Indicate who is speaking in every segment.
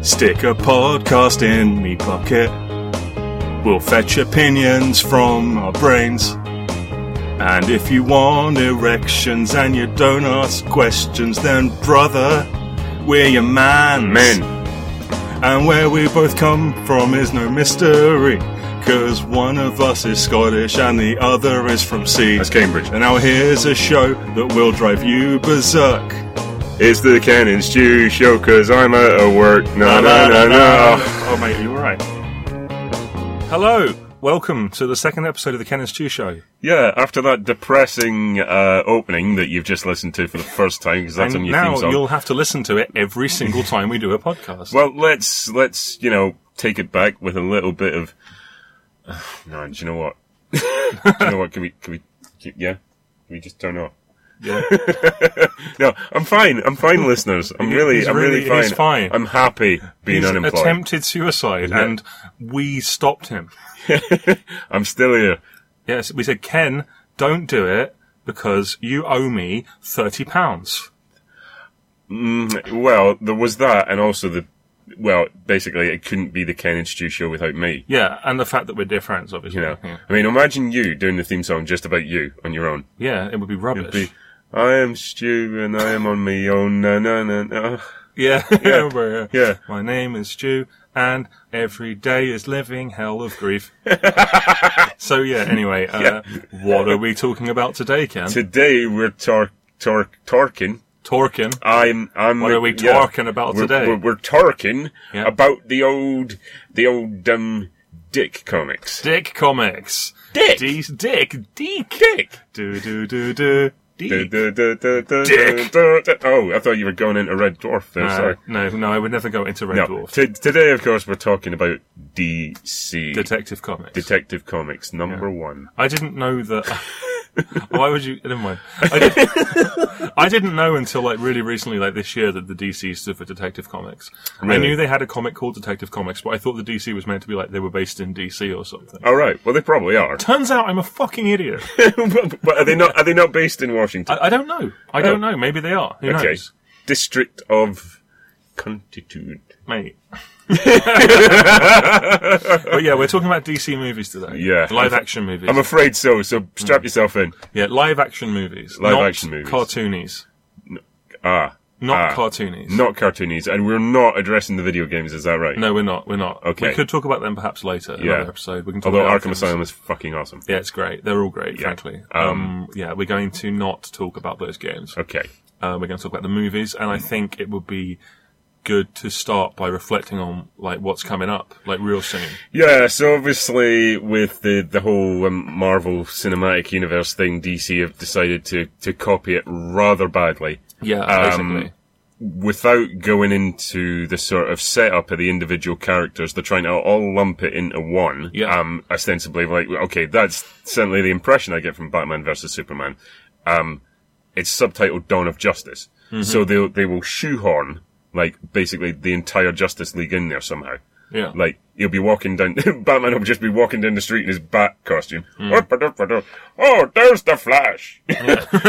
Speaker 1: Stick a podcast in me pocket. We'll fetch opinions from our brains. And if you want erections and you don't ask questions, then brother, we're your man.
Speaker 2: Men.
Speaker 1: And where we both come from is no mystery. Cause one of us is Scottish and the other is from sea.
Speaker 2: That's Cambridge.
Speaker 1: And now here's a show that will drive you berserk.
Speaker 2: It's the Ken and Stew show, cause I'm out of work. No, no, no, no.
Speaker 1: Oh, mate, you alright? Hello! Welcome to the second episode of the Ken and Stew Show.
Speaker 2: Yeah, after that depressing uh, opening that you've just listened to for the first time, because that's
Speaker 1: and
Speaker 2: on your
Speaker 1: now
Speaker 2: theme song.
Speaker 1: you'll have to listen to it every single time we do a podcast.
Speaker 2: Well, let's let's you know take it back with a little bit of. No, do you know what? do you know what? Can we? Can we? Can, yeah, can we just turn off.
Speaker 1: Yeah.
Speaker 2: No, I'm fine. I'm fine, listeners. I'm really,
Speaker 1: He's
Speaker 2: I'm
Speaker 1: really-
Speaker 2: really, fine.
Speaker 1: he's fine.
Speaker 2: I'm happy being
Speaker 1: He's
Speaker 2: unemployed.
Speaker 1: attempted suicide,
Speaker 2: Yeah.
Speaker 1: and we stopped him.
Speaker 2: I'm still here.
Speaker 1: Yes, we said, Ken, don't do it because you owe me thirty pounds.
Speaker 2: Well, there was that, and also the. Well, basically, it couldn't be the Ken and Stu show without me.
Speaker 1: Yeah, and the fact that we're dear friends, obviously.
Speaker 2: You know,
Speaker 1: yeah.
Speaker 2: I mean, imagine you doing the theme song just about you on your own.
Speaker 1: Yeah, it would be rubbish.
Speaker 2: Be, I am Stu and I am on my own. Na na na na.
Speaker 1: Yeah, uh,
Speaker 2: Yeah.
Speaker 1: We're-
Speaker 2: Yeah.
Speaker 1: My name is Stu, and every day is living hell of grief. so yeah. Anyway, uh, what are we talking about today, Ken?
Speaker 2: Today we're tar- tar- talking.
Speaker 1: Torkin.
Speaker 2: I'm. I'm.
Speaker 1: What are we
Speaker 2: yeah.
Speaker 1: talking about
Speaker 2: We're-
Speaker 1: today?
Speaker 2: We're, we're talking
Speaker 1: Yeah.
Speaker 2: about the old, the old um, Dick comics.
Speaker 1: Dick comics.
Speaker 2: Dick.
Speaker 1: D- Dick. Dick.
Speaker 2: Dick.
Speaker 1: Do do do do.
Speaker 2: Du-
Speaker 1: Dick.
Speaker 2: du- du- du- du-
Speaker 1: Dick.
Speaker 2: du- du- Oh, I thought you were going into Red Dwarf there.
Speaker 1: Uh,
Speaker 2: sorry.
Speaker 1: no, no, I would never go into Red
Speaker 2: No.
Speaker 1: Dwarf.
Speaker 2: T- today, of course, we're talking about DC
Speaker 1: Detective Comics.
Speaker 2: Detective Comics number one.
Speaker 1: I didn't know that. Why would you? Never mind. I, did, I didn't know until like really recently, like this year, that the DC stood for Detective Comics. I
Speaker 2: Really?
Speaker 1: knew they had a comic called Detective Comics, but I thought the DC was meant to be like they were based in DC or something.
Speaker 2: All right. Well, they probably are.
Speaker 1: Turns out I'm a fucking idiot.
Speaker 2: but but are they not? Are they not based in Washington?
Speaker 1: I, I don't know. I don't know. Maybe they are. Who
Speaker 2: Oh. okay.
Speaker 1: knows,
Speaker 2: District of Contitude.
Speaker 1: mate? but yeah, we're talking about DC movies today.
Speaker 2: Yeah.
Speaker 1: live action movies.
Speaker 2: I'm afraid so. So strap yourself in.
Speaker 1: yeah, live action movies.
Speaker 2: Live
Speaker 1: not
Speaker 2: action movies.
Speaker 1: Cartoonies.
Speaker 2: Ah,
Speaker 1: Not
Speaker 2: Ah.
Speaker 1: cartoonies.
Speaker 2: not cartoonies, and we're not addressing the video games. Is that right?
Speaker 1: No, we're not. We're not.
Speaker 2: Okay.
Speaker 1: We could talk about them perhaps later in
Speaker 2: Yeah.
Speaker 1: another episode. We can talk
Speaker 2: Although
Speaker 1: about
Speaker 2: Arkham
Speaker 1: things.
Speaker 2: Asylum is fucking awesome.
Speaker 1: Yeah, it's great. They're all great, frankly. Um, yeah, we're going to not talk about those games.
Speaker 2: Okay.
Speaker 1: Uh, we're going to talk about the movies, and I think it would be good to start by reflecting on like what's coming up, like real soon.
Speaker 2: Yeah, so obviously with the the whole um, Marvel Cinematic Universe thing, DC have decided to to copy it rather badly
Speaker 1: Yeah,
Speaker 2: Um,
Speaker 1: basically.
Speaker 2: without going into the sort of setup of the individual characters. They're trying to all lump it into one.
Speaker 1: Yeah.
Speaker 2: Um, ostensibly, like okay, that's certainly the impression I get from Batman versus Superman. Um, it's subtitled Dawn of Justice,
Speaker 1: Mm-hmm.
Speaker 2: so they they will shoehorn like basically the entire Justice League in there somehow.
Speaker 1: Yeah.
Speaker 2: Like he'll be walking down. Batman will just be walking down the street in his bat costume.
Speaker 1: Mm.
Speaker 2: Oh, there's the Flash.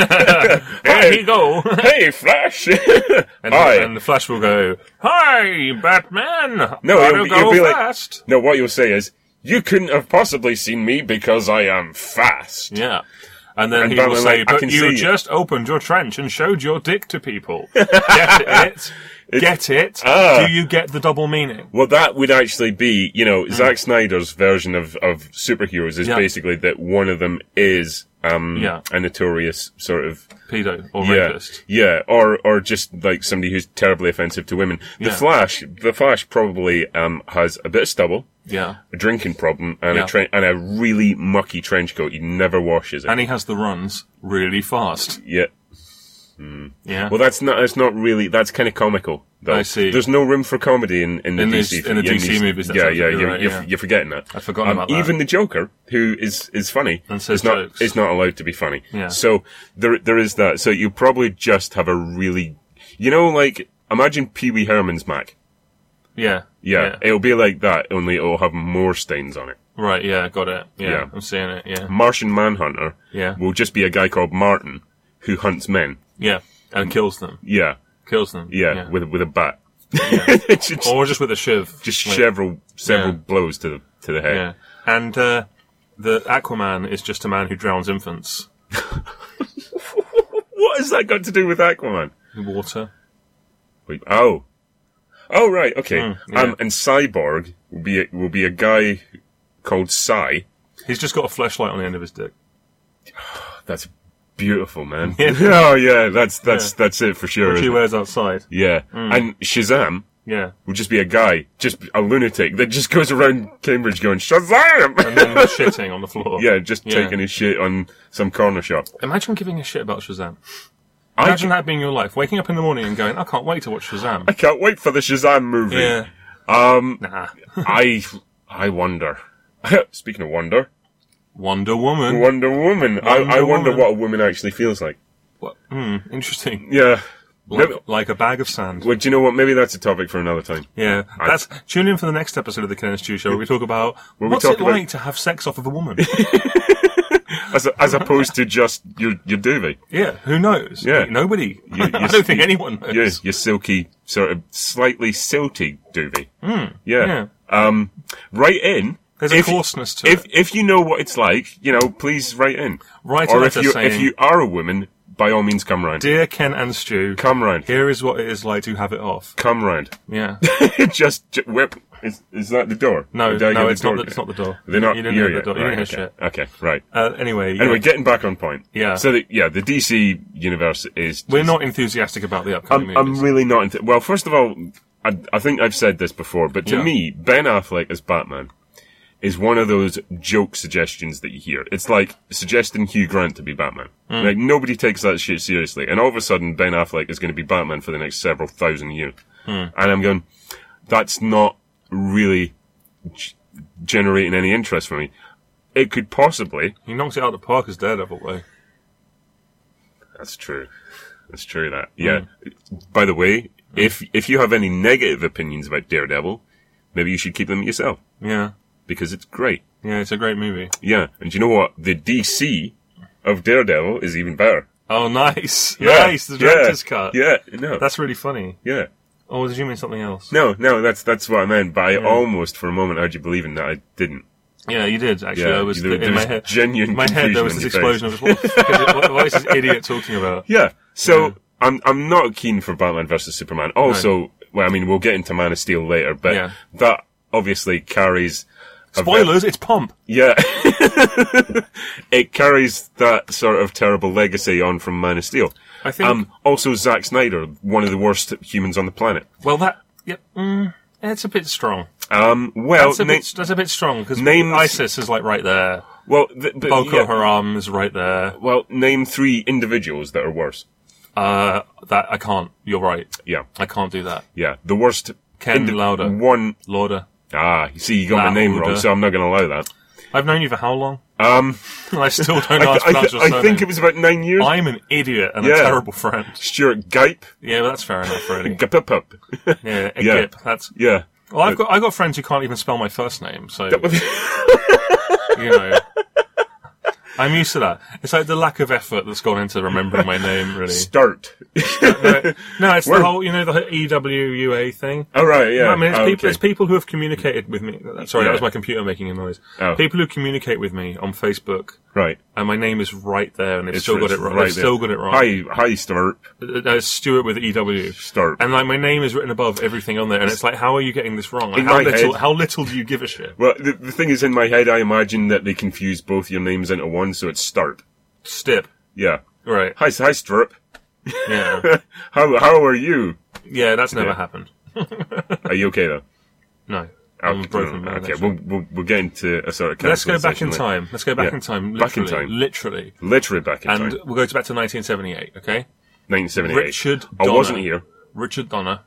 Speaker 1: there you go.
Speaker 2: hey, Flash.
Speaker 1: and,
Speaker 2: Hi.
Speaker 1: and the Flash will go, "Hi, Batman.
Speaker 2: No,
Speaker 1: Gotta
Speaker 2: it'll be-
Speaker 1: go
Speaker 2: it'll be like-
Speaker 1: fast."
Speaker 2: no, what you'll say is, "You couldn't have possibly seen me because I am fast."
Speaker 1: Yeah. And then
Speaker 2: And
Speaker 1: he
Speaker 2: Batman
Speaker 1: will
Speaker 2: like,
Speaker 1: say,
Speaker 2: "I
Speaker 1: but
Speaker 2: can
Speaker 1: you
Speaker 2: see it."
Speaker 1: just opened your trench and showed your dick to people. Get it? get it?
Speaker 2: Ah.
Speaker 1: Do you get the double meaning?
Speaker 2: Well, that would actually be, you know, Zack Snyder's version of, of superheroes is
Speaker 1: Hmm. Yeah.
Speaker 2: basically that one of them is um,
Speaker 1: Yeah.
Speaker 2: a notorious sort of
Speaker 1: Pedo or
Speaker 2: yeah,
Speaker 1: rapist.
Speaker 2: yeah, or or just like somebody who's terribly offensive to women. The
Speaker 1: Yeah.
Speaker 2: Flash, the Flash probably um, has a bit of stubble,
Speaker 1: Yeah.
Speaker 2: a drinking problem, and
Speaker 1: Yeah.
Speaker 2: a tre- and a really mucky trench coat. He never washes it.
Speaker 1: And he has the runs really fast.
Speaker 2: yeah.
Speaker 1: Yeah.
Speaker 2: Well, that's not that's not really that's kind of comical. Though.
Speaker 1: I see.
Speaker 2: There's no room for comedy in in the
Speaker 1: In these-
Speaker 2: DC
Speaker 1: in the
Speaker 2: yeah,
Speaker 1: DC
Speaker 2: these-
Speaker 1: movies, that's
Speaker 2: Yeah, yeah,
Speaker 1: absolutely
Speaker 2: you're,
Speaker 1: right,
Speaker 2: you're,
Speaker 1: yeah.
Speaker 2: you're forgetting that. Um,
Speaker 1: I'd forgotten about that.
Speaker 2: Even the Joker, who is is funny,
Speaker 1: And says
Speaker 2: is not
Speaker 1: jokes.
Speaker 2: is not allowed to be funny.
Speaker 1: Yeah.
Speaker 2: So there there is that. So you probably just have a really, you know, like imagine Pee Wee Herman's Mac.
Speaker 1: yeah.
Speaker 2: Yeah, it'll be like that, only it'll have more stains on it.
Speaker 1: Right, yeah, got it. Yeah,
Speaker 2: Yeah.
Speaker 1: I'm seeing it, yeah.
Speaker 2: Martian Manhunter
Speaker 1: Yeah.
Speaker 2: will just be a guy called Martin who hunts men.
Speaker 1: Yeah. And kills them.
Speaker 2: Yeah,
Speaker 1: Kills them.
Speaker 2: yeah, with with a bat. just
Speaker 1: or just with a shiv.
Speaker 2: just
Speaker 1: Like,
Speaker 2: several several
Speaker 1: Yeah.
Speaker 2: blows to the to the head.
Speaker 1: Yeah. And uh, the Aquaman is just a man who drowns infants
Speaker 2: What has that got to do with Aquaman?
Speaker 1: in water.
Speaker 2: Wait, oh, oh right, okay.
Speaker 1: Hmm, yeah.
Speaker 2: Um, and Cyborg will be a, will be a guy called Cy.
Speaker 1: He's just got a flashlight on the end of his dick.
Speaker 2: That's beautiful, man. oh yeah, that's that's that's it for sure.
Speaker 1: She
Speaker 2: isn't it?
Speaker 1: wears Hmm. outside.
Speaker 2: Yeah, and Shazam
Speaker 1: Yeah.
Speaker 2: will just be a guy, just a lunatic that just goes around Cambridge going Shazam.
Speaker 1: And then shitting on the floor.
Speaker 2: yeah, just
Speaker 1: Yeah.
Speaker 2: taking his shit on some corner shop.
Speaker 1: Imagine giving a shit about Shazam.
Speaker 2: I,
Speaker 1: Imagine that being your life. Waking up in the morning and going, I can't wait to watch Shazam.
Speaker 2: I can't wait for the Shazam movie.
Speaker 1: Yeah. Um. Nah.
Speaker 2: I I wonder. Speaking of wonder,
Speaker 1: Wonder Woman.
Speaker 2: Wonder Woman. I, I
Speaker 1: Wonder
Speaker 2: wonder
Speaker 1: Woman.
Speaker 2: what a woman actually feels like.
Speaker 1: What? Hmm. Interesting.
Speaker 2: Yeah.
Speaker 1: Like,
Speaker 2: Maybe,
Speaker 1: like a bag of sand.
Speaker 2: well, do you know what? Maybe that's a topic for another time.
Speaker 1: Yeah, that's tune in for the next episode of the Ken and Stew Show where we talk about
Speaker 2: we
Speaker 1: what's
Speaker 2: talk
Speaker 1: it
Speaker 2: about-
Speaker 1: like to have sex off of a woman.
Speaker 2: As, as opposed to just your your duvet,
Speaker 1: yeah, who knows?
Speaker 2: Yeah.
Speaker 1: nobody.
Speaker 2: You- you-
Speaker 1: I don't think anyone knows.
Speaker 2: your, your silky, sort of slightly silty duvet. yeah. Um, write in.
Speaker 1: Hmm. There's
Speaker 2: if,
Speaker 1: a coarseness to
Speaker 2: if
Speaker 1: it.
Speaker 2: if you know what it's like, you know, please write in.
Speaker 1: Write a
Speaker 2: or if
Speaker 1: letter
Speaker 2: you if
Speaker 1: saying-
Speaker 2: you are a woman, by all means, come round.
Speaker 1: Dear Ken and Stew,
Speaker 2: Come round.
Speaker 1: here is what it is like to have it off.
Speaker 2: Come round.
Speaker 1: Yeah.
Speaker 2: just, ju- whip. Is, is that the door?
Speaker 1: No,
Speaker 2: Did I hear
Speaker 1: no,
Speaker 2: the
Speaker 1: it's not.
Speaker 2: door?
Speaker 1: The, it's not the door.
Speaker 2: They're not.
Speaker 1: You didn't
Speaker 2: yeah,
Speaker 1: hear
Speaker 2: yeah,
Speaker 1: the door. You
Speaker 2: right,
Speaker 1: didn't hear shit.
Speaker 2: okay, shit. Okay, right.
Speaker 1: Uh, anyway, yeah.
Speaker 2: Anyway, getting back on point.
Speaker 1: Yeah.
Speaker 2: So that yeah, the DC universe is.
Speaker 1: we're not enthusiastic about the upcoming
Speaker 2: I'm, I'm
Speaker 1: movies.
Speaker 2: really not into. Well, first of all, I, I think I've said this before, but to
Speaker 1: Yeah.
Speaker 2: me, Ben Affleck as Batman is one of those joke suggestions that you hear. It's like suggesting Hugh Grant to be Batman.
Speaker 1: Hmm.
Speaker 2: Like nobody takes that shit seriously, and all of a sudden, Ben Affleck is going to be Batman for the next several thousand years.
Speaker 1: Hmm.
Speaker 2: And I'm going, that's not really g- generating any interest for me. It could possibly.
Speaker 1: he knocks it out of the park as Daredevil way.
Speaker 2: That's true. That's true. That yeah.
Speaker 1: Hmm.
Speaker 2: By the way, if if you have any negative opinions about Daredevil, maybe you should keep them yourself
Speaker 1: Yeah,
Speaker 2: because it's great.
Speaker 1: yeah, it's a great movie.
Speaker 2: Yeah, and you know what? The DC of Daredevil is even better.
Speaker 1: Oh, nice,
Speaker 2: Yeah.
Speaker 1: nice. The director's
Speaker 2: yeah.
Speaker 1: cut.
Speaker 2: Yeah, no,
Speaker 1: That's really funny.
Speaker 2: yeah,
Speaker 1: Oh, did you mean something else?
Speaker 2: no, no. That's that's what I meant. But I
Speaker 1: Hmm.
Speaker 2: almost for a moment had you believing that I didn't.
Speaker 1: Yeah, you did actually.
Speaker 2: Yeah,
Speaker 1: I was
Speaker 2: there- there
Speaker 1: in my
Speaker 2: was
Speaker 1: head.
Speaker 2: genuine
Speaker 1: in my head, there was this
Speaker 2: confusion on your
Speaker 1: explosion of what, what, what is this idiot talking about?
Speaker 2: Yeah. So I'm I'm not keen for Batman versus Superman. Also, well, I mean, we'll get into Man of Steel later, but
Speaker 1: Yeah.
Speaker 2: that obviously carries a ve-
Speaker 1: Spoilers! It's Pomp.
Speaker 2: Yeah. it carries that sort of terrible legacy on from Man of Steel.
Speaker 1: I think-
Speaker 2: Um, also, Zack Snyder, one of the worst humans on the planet.
Speaker 1: Well, that yeah, mm, it's a bit strong.
Speaker 2: Um, well,
Speaker 1: That's a
Speaker 2: na-
Speaker 1: bit, that's a bit strong because
Speaker 2: names-
Speaker 1: ISIS is like right there.
Speaker 2: well, th- but,
Speaker 1: Boko
Speaker 2: yeah.
Speaker 1: Haram is right there.
Speaker 2: well, name three individuals that are worse.
Speaker 1: Uh, that I can't. You're right.
Speaker 2: Yeah,
Speaker 1: I can't do that.
Speaker 2: yeah. The worst.
Speaker 1: Ken
Speaker 2: indi-
Speaker 1: Lauda.
Speaker 2: One.
Speaker 1: Lauder.
Speaker 2: Ah, you see, you got my name wrong,
Speaker 1: Lauda.
Speaker 2: so I'm not going to allow that.
Speaker 1: I've known you for how long?
Speaker 2: Um,
Speaker 1: I still don't
Speaker 2: I,
Speaker 1: ask
Speaker 2: th- I,
Speaker 1: pronounce
Speaker 2: th-
Speaker 1: your
Speaker 2: I
Speaker 1: surname.
Speaker 2: think it was about nine years.
Speaker 1: I'm an idiot and a
Speaker 2: Yeah.
Speaker 1: terrible friend.
Speaker 2: Stuart Gipe.
Speaker 1: Yeah, well, that's fair enough, really.
Speaker 2: Gapupup.
Speaker 1: Yeah, a
Speaker 2: Yeah.
Speaker 1: gip. That's
Speaker 2: yeah.
Speaker 1: well, I've got I have got friends who can't even spell my first name, so you know. I'm used to that. It's like the lack of effort that's gone into remembering my name, really.
Speaker 2: Start.
Speaker 1: No, it's
Speaker 2: We're-
Speaker 1: the whole, you know, the E whole EWUA thing.
Speaker 2: Oh, right, yeah.
Speaker 1: I mean, it's,
Speaker 2: Oh,
Speaker 1: people,
Speaker 2: okay.
Speaker 1: it's people who have communicated with me. Sorry,
Speaker 2: Yeah.
Speaker 1: that was my computer making a noise.
Speaker 2: Oh.
Speaker 1: People who communicate with me on Facebook,
Speaker 2: Right.
Speaker 1: and my name is right there, and they've
Speaker 2: It's
Speaker 1: still got
Speaker 2: it's
Speaker 1: it wrong.
Speaker 2: right
Speaker 1: they've
Speaker 2: there.
Speaker 1: still got it wrong.
Speaker 2: Hi, hi, Start.
Speaker 1: Uh, no, it's Stuart with EW.
Speaker 2: Start.
Speaker 1: And like my name is written above everything on there, and it's like, how are you getting this wrong? Like,
Speaker 2: In
Speaker 1: how
Speaker 2: my
Speaker 1: little,
Speaker 2: head-
Speaker 1: how little do you give a shit?
Speaker 2: well, the, the thing is, in my head, I imagine that they confuse both your names into one, so it's Start.
Speaker 1: Stip,
Speaker 2: Yeah.
Speaker 1: right?
Speaker 2: Hi, hi, Start.
Speaker 1: Yeah,
Speaker 2: How, how are you?
Speaker 1: yeah, that's never
Speaker 2: Yeah.
Speaker 1: happened.
Speaker 2: Are you okay, though?
Speaker 1: No, I'm a broken man.
Speaker 2: okay,
Speaker 1: actually.
Speaker 2: we'll, we'll, we'll get into a sort of
Speaker 1: Let's go back
Speaker 2: cancellation
Speaker 1: in
Speaker 2: later.
Speaker 1: time. Let's go back
Speaker 2: Yeah.
Speaker 1: in time.
Speaker 2: Back in
Speaker 1: Literally,
Speaker 2: time.
Speaker 1: literally,
Speaker 2: Literally back in
Speaker 1: and
Speaker 2: time.
Speaker 1: we'll go to back to 1978. Okay,
Speaker 2: 1978.
Speaker 1: Richard.
Speaker 2: I
Speaker 1: Donner.
Speaker 2: wasn't here.
Speaker 1: Richard Donner.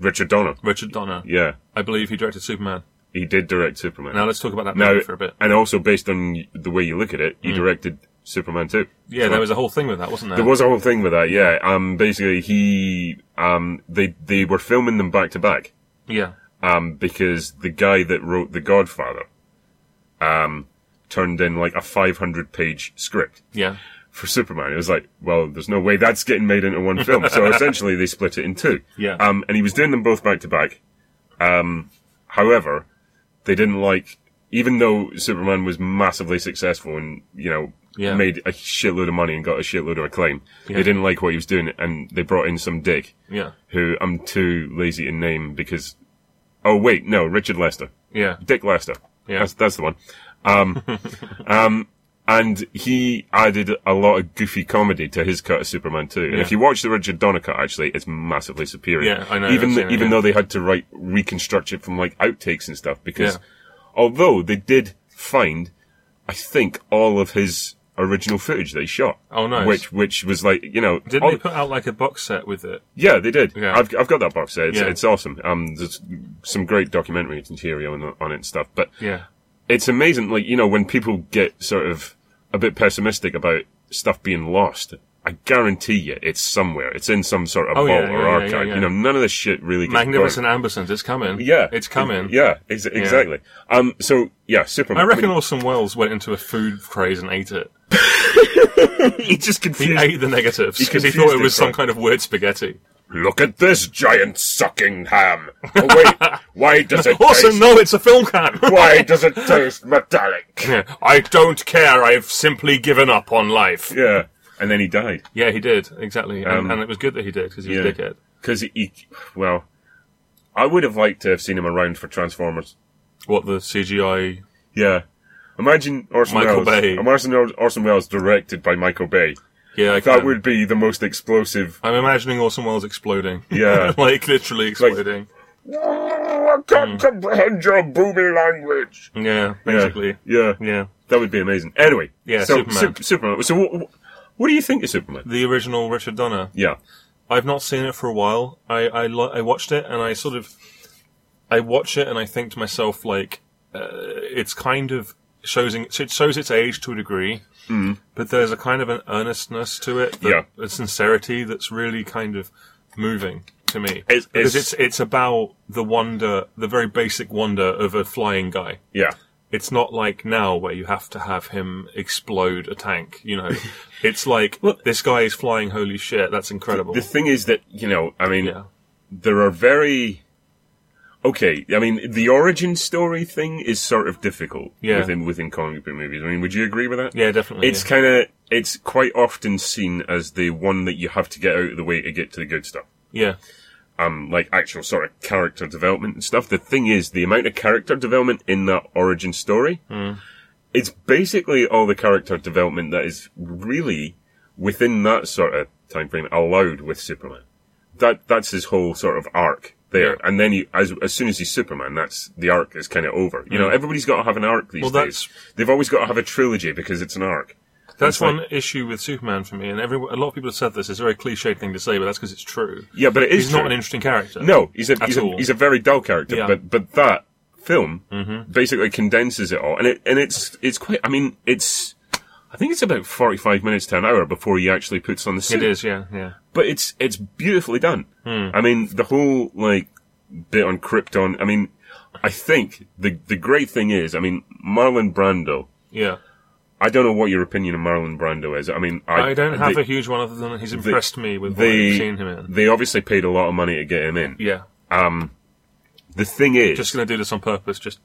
Speaker 2: Richard Donner.
Speaker 1: Richard Donner.
Speaker 2: Yeah.
Speaker 1: I believe he directed Superman.
Speaker 2: He did direct Superman.
Speaker 1: Now let's talk about that
Speaker 2: Now,
Speaker 1: movie for a bit. Mm.
Speaker 2: and also based on the way you look at it, you directed Superman 2.
Speaker 1: Yeah, there was a whole thing with that, wasn't there?
Speaker 2: There was a whole thing with that, yeah. Um, basically, he, um, they, they were filming them back to back,
Speaker 1: yeah.
Speaker 2: um, because the guy that wrote The Godfather, um, turned in like a 500 page script.
Speaker 1: Yeah.
Speaker 2: for Superman. It was like, well, there's no way that's getting made into one film. so essentially, they split it in two.
Speaker 1: Yeah.
Speaker 2: Um, and he was doing them both back to back. Um, however, they didn't like, even though Superman was massively successful and you know
Speaker 1: Yeah.
Speaker 2: made a shitload of money and got a shitload of acclaim, they didn't like what he was doing, and they brought in some dick
Speaker 1: Yeah.
Speaker 2: who I'm too lazy to name because. Oh wait, no, Richard Lester.
Speaker 1: Yeah.
Speaker 2: Dick Lester.
Speaker 1: Yeah.
Speaker 2: That's, that's the one. Um, um, and he added a lot of goofy comedy to his cut of Superman 2. And
Speaker 1: Yeah.
Speaker 2: if you watch the Richard Donner cut, actually, it's massively superior.
Speaker 1: Yeah, I know, I've
Speaker 2: Even,
Speaker 1: seen it,
Speaker 2: even
Speaker 1: yeah.
Speaker 2: though they had to write, reconstruct it from like outtakes and stuff because
Speaker 1: Yeah.
Speaker 2: although they did find, I think, all of his original footage that he shot.
Speaker 1: Oh, nice.
Speaker 2: Which, which was like, you know,
Speaker 1: Didn't
Speaker 2: all-
Speaker 1: they put out like a box set with it?
Speaker 2: yeah, they did.
Speaker 1: Yeah.
Speaker 2: I've, I've got that box set. It's,
Speaker 1: Yeah.
Speaker 2: it's awesome. Um, there's some great documentary material on, on it and stuff. But
Speaker 1: Yeah.
Speaker 2: it's amazing, like, you know, when people get sort of a bit pessimistic about stuff being lost, I guarantee you it's somewhere. It's in some sort of
Speaker 1: Oh,
Speaker 2: vault
Speaker 1: yeah, yeah,
Speaker 2: or
Speaker 1: yeah,
Speaker 2: archive.
Speaker 1: yeah, yeah.
Speaker 2: You know, none of this shit really gets
Speaker 1: Magnificent
Speaker 2: burnt.
Speaker 1: Ambersons, it's coming.
Speaker 2: Yeah.
Speaker 1: It's coming.
Speaker 2: Yeah, ex- exactly. Um, so, yeah, Superman.
Speaker 1: I reckon
Speaker 2: mean,
Speaker 1: Orson Welles went into a food craze and ate it.
Speaker 2: he just
Speaker 1: He
Speaker 2: confused.
Speaker 1: ate the negatives because he,
Speaker 2: confused
Speaker 1: thought it
Speaker 2: it,
Speaker 1: was some
Speaker 2: right.
Speaker 1: kind of word spaghetti.
Speaker 2: Look at this giant sucking ham. Oh, wait. Why does it
Speaker 1: Orson,
Speaker 2: taste-
Speaker 1: no, it's a film can.
Speaker 2: Why does it taste metallic?
Speaker 1: Yeah, I don't care. I've simply given up on life.
Speaker 2: Yeah. And then he died.
Speaker 1: Yeah, he did exactly, and, and it was good that he did because he was
Speaker 2: Um, yeah.
Speaker 1: a dickhead.
Speaker 2: Because he, he, well, I would have liked to have seen him around for Transformers.
Speaker 1: What the CGI?
Speaker 2: Yeah. Imagine Orson
Speaker 1: Michael
Speaker 2: Welles.
Speaker 1: Bay.
Speaker 2: Imagine Or- Orson Welles directed by Michael Bay.
Speaker 1: Yeah, I
Speaker 2: That
Speaker 1: can.
Speaker 2: would be the most explosive.
Speaker 1: I'm imagining Orson Welles exploding.
Speaker 2: Yeah.
Speaker 1: like literally exploding.
Speaker 2: I
Speaker 1: Hmm.
Speaker 2: can't comprehend your booby language.
Speaker 1: yeah, basically.
Speaker 2: Yeah.
Speaker 1: Yeah.
Speaker 2: That would be amazing. Anyway.
Speaker 1: Yeah,
Speaker 2: So,
Speaker 1: Superman.
Speaker 2: Sup- Superman. So, what, what do you think of Superman?
Speaker 1: The original Richard Donner.
Speaker 2: Yeah.
Speaker 1: I've not seen it for a while. I I, lo- I watched it and I sort of I watch it and I think to myself like uh, it's kind of shows in- it shows its age to a degree, but there's a kind of an earnestness to it, that,
Speaker 2: Mm-hmm. Yeah.
Speaker 1: a sincerity that's really kind of moving to me.
Speaker 2: It's-
Speaker 1: because
Speaker 2: it's-
Speaker 1: it's it's about the wonder, the very basic wonder of a flying guy
Speaker 2: Yeah.
Speaker 1: it's not like now where you have to have him explode a tank. You know, it's like this guy is flying. Holy shit, that's incredible.
Speaker 2: The thing is that, you know, I mean,
Speaker 1: yeah,
Speaker 2: there are very okay. I mean, the origin story thing is sort of difficult
Speaker 1: Yeah.
Speaker 2: within within comic book movies. I mean, would you agree with that?
Speaker 1: yeah, definitely.
Speaker 2: It's kind of it's quite often seen as the one that you have to get out of the way to get to the good stuff.
Speaker 1: yeah,
Speaker 2: Um, like actual sort of character development and stuff. The thing is, the amount of character development in that origin story,
Speaker 1: Hmm.
Speaker 2: it's basically all the character development that is really within that sort of time frame allowed with Superman. That that's his whole sort of arc there.
Speaker 1: Yeah.
Speaker 2: And then you, as as soon as he's Superman, that's the arc is kind of over. You know, everybody's got to have an arc these
Speaker 1: Hmm. Well,
Speaker 2: days. They've always got to have a trilogy because it's an arc.
Speaker 1: that's
Speaker 2: like-
Speaker 1: one issue with Superman for me. And every a lot of people have said this. It's a very cliched thing to say, but that's because it's true.
Speaker 2: Yeah, but it is
Speaker 1: He's not
Speaker 2: true.
Speaker 1: an interesting character.
Speaker 2: No, he's a
Speaker 1: At
Speaker 2: he's a,
Speaker 1: all.
Speaker 2: he's a very dull character,
Speaker 1: Yeah. Mm-hmm.
Speaker 2: but but that film basically condenses it all, and it and it's it's quite. I mean, it's I think it's about forty five minutes to an hour before he actually puts on the suit,
Speaker 1: it is. Hmm. Yeah, yeah,
Speaker 2: but it's it's beautifully done. I mean, the whole like bit on Krypton. I mean, I think the the great thing is, I mean, Marlon Brando.
Speaker 1: yeah.
Speaker 2: I don't know what your opinion of Marlon Brando is. I mean, I,
Speaker 1: I don't have
Speaker 2: they,
Speaker 1: a huge one other than he's impressed me with what
Speaker 2: they-
Speaker 1: I've seen him in.
Speaker 2: They obviously paid a lot of money to get him in.
Speaker 1: Yeah,
Speaker 2: The thing is,
Speaker 1: just gonna do this on purpose. Just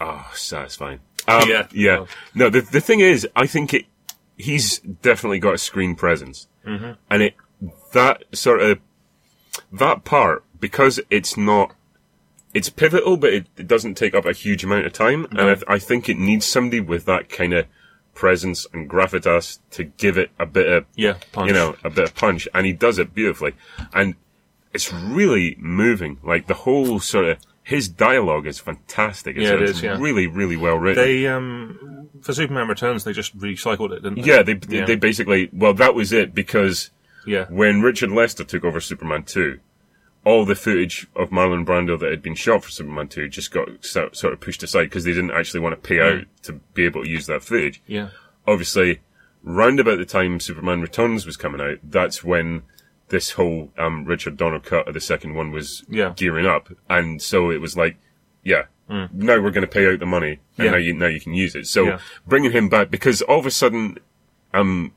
Speaker 2: Oh, satisfying. Um,
Speaker 1: Yeah.
Speaker 2: yeah. No, the, the thing is, I think it, he's definitely got a screen presence. Mm-hmm. And it, that sort of, that part, because it's not, it's pivotal, but it, it doesn't take up a huge amount of time. And I, th- I think it needs somebody with that kind of presence and gravitas to give it a bit of,
Speaker 1: yeah, punch.
Speaker 2: you know, a bit of punch. And he does it beautifully. And it's really moving. Like the whole sort of his dialogue is fantastic. It's,
Speaker 1: Yeah, it
Speaker 2: it's
Speaker 1: is, yeah.
Speaker 2: really, really well written.
Speaker 1: they um for Superman Returns they just recycled it, didn't they?
Speaker 2: yeah, they
Speaker 1: Yeah.
Speaker 2: they basically well that was it because
Speaker 1: yeah.
Speaker 2: when Richard Lester took over Superman two, all the footage of Marlon Brando that had been shot for Superman two just got so, sort of pushed aside because they didn't actually want to pay
Speaker 1: Hmm.
Speaker 2: out to be able to use that footage.
Speaker 1: yeah.
Speaker 2: Obviously, round about the time Superman Returns was coming out, that's when this whole um, Richard Donner cut of the second one was
Speaker 1: Yeah. Mm.
Speaker 2: gearing up, and so it was like, yeah, now we're going to pay out the money, and
Speaker 1: Yeah.
Speaker 2: now you now you can use it. So
Speaker 1: Yeah.
Speaker 2: bringing him back because all of a sudden um,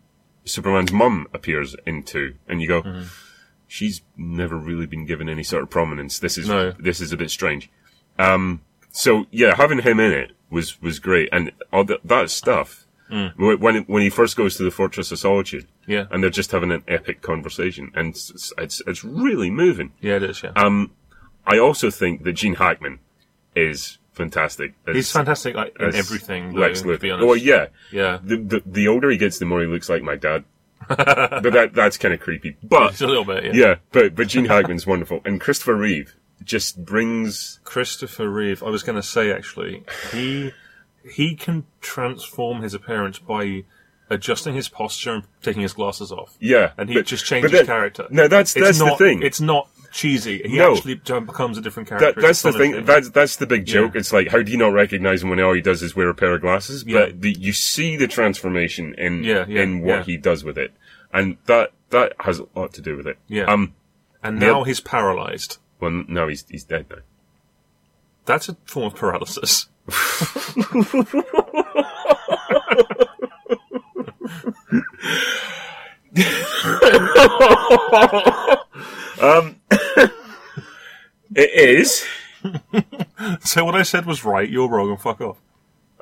Speaker 2: Superman's mum appears in two, and you go,
Speaker 1: Mm-hmm.
Speaker 2: she's never really been given any sort of prominence. This is
Speaker 1: No.
Speaker 2: this is a bit strange. Um, so yeah, having him in it was was great, and all the, that stuff.
Speaker 1: Mm.
Speaker 2: wh- When when he first goes to the Fortress of Solitude,
Speaker 1: Yeah.
Speaker 2: and they're just having an epic conversation, and it's it's, it's really moving.
Speaker 1: Yeah, it is. Yeah,
Speaker 2: Um, I also think that Gene Hackman is fantastic. as-
Speaker 1: he's fantastic like, in
Speaker 2: as
Speaker 1: everything. Though,
Speaker 2: Lex
Speaker 1: to be
Speaker 2: Luthor.
Speaker 1: honest.
Speaker 2: Well, yeah,
Speaker 1: yeah,
Speaker 2: the, the the older he gets, the more he looks like my dad. but that that's kind of creepy. But
Speaker 1: it's a little bit. Yeah.
Speaker 2: yeah, but but Gene Hackman's wonderful, and Christopher Reeve just brings
Speaker 1: Christopher Reeve. I was going to say actually, he he can transform his appearance by adjusting his posture and taking his glasses off.
Speaker 2: yeah,
Speaker 1: and he
Speaker 2: but-
Speaker 1: just
Speaker 2: but
Speaker 1: changes
Speaker 2: that-
Speaker 1: character.
Speaker 2: No, that's
Speaker 1: It's
Speaker 2: that's
Speaker 1: not,
Speaker 2: the thing.
Speaker 1: It's not cheesy. He
Speaker 2: No.
Speaker 1: actually t- becomes a different character.
Speaker 2: that, that's
Speaker 1: It's
Speaker 2: the thing.
Speaker 1: astonishing.
Speaker 2: That's that's the big joke. It's like, how do you not recognize him when all he does is wear a pair of glasses?
Speaker 1: Yeah.
Speaker 2: But the, you see the transformation in
Speaker 1: Yeah, yeah,
Speaker 2: in what
Speaker 1: yeah.
Speaker 2: he does with it, and that that has a lot to do with it.
Speaker 1: Yeah.
Speaker 2: Um.
Speaker 1: and now he's paralyzed.
Speaker 2: Well, no, he's he's dead now.
Speaker 1: That's a form of paralysis.
Speaker 2: It is
Speaker 1: So what I said was right. You're wrong, and fuck off.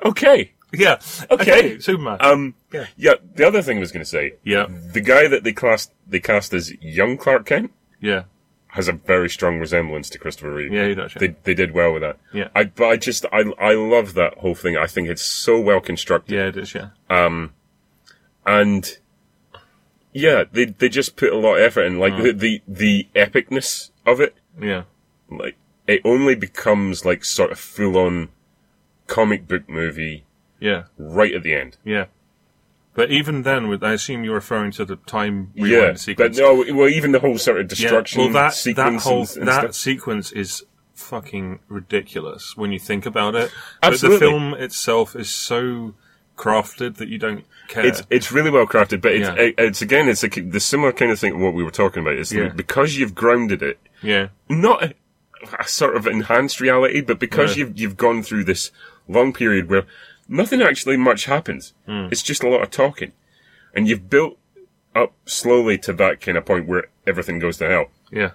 Speaker 2: okay.
Speaker 1: Yeah.
Speaker 2: Okay.
Speaker 1: Superman.
Speaker 2: Um.
Speaker 1: Yeah.
Speaker 2: Yeah. The other thing I was going to say.
Speaker 1: yeah.
Speaker 2: The guy that they cast they cast as young Clark Kent
Speaker 1: Yeah.
Speaker 2: has a very strong resemblance to Christopher Reeve.
Speaker 1: Yeah. You know. Shane.
Speaker 2: They, they did well with that.
Speaker 1: Yeah.
Speaker 2: I but I just I I love that whole thing. I think it's so well constructed.
Speaker 1: Yeah. It is. Yeah.
Speaker 2: and yeah, they they just put a lot of effort in. Like
Speaker 1: Mm.
Speaker 2: the, the the epicness of it,
Speaker 1: Yeah.
Speaker 2: like it only becomes like sort of full on comic book movie
Speaker 1: Yeah.
Speaker 2: right at the end.
Speaker 1: Yeah. But even then, with I assume you're referring to the time rewind
Speaker 2: yeah,
Speaker 1: sequence.
Speaker 2: but no, well, even the whole sort of
Speaker 1: Yeah,
Speaker 2: destruction
Speaker 1: well, that
Speaker 2: sequence
Speaker 1: that whole
Speaker 2: and, and
Speaker 1: that
Speaker 2: stuff.
Speaker 1: sequence is fucking ridiculous when you think about it.
Speaker 2: Absolutely.
Speaker 1: But the film itself is so crafted that you don't care.
Speaker 2: It's it's really well crafted, but it's
Speaker 1: Yeah.
Speaker 2: it, it's again it's a, ki- the similar kind of thing of what we were talking about. Is
Speaker 1: Yeah.
Speaker 2: because you've grounded it
Speaker 1: yeah.
Speaker 2: not a, a sort of enhanced reality, but because you've you've gone through this long period where nothing actually much happens.
Speaker 1: Hmm.
Speaker 2: It's just a lot of talking, and you've built up slowly to that kind of point where everything goes to hell.
Speaker 1: Yeah.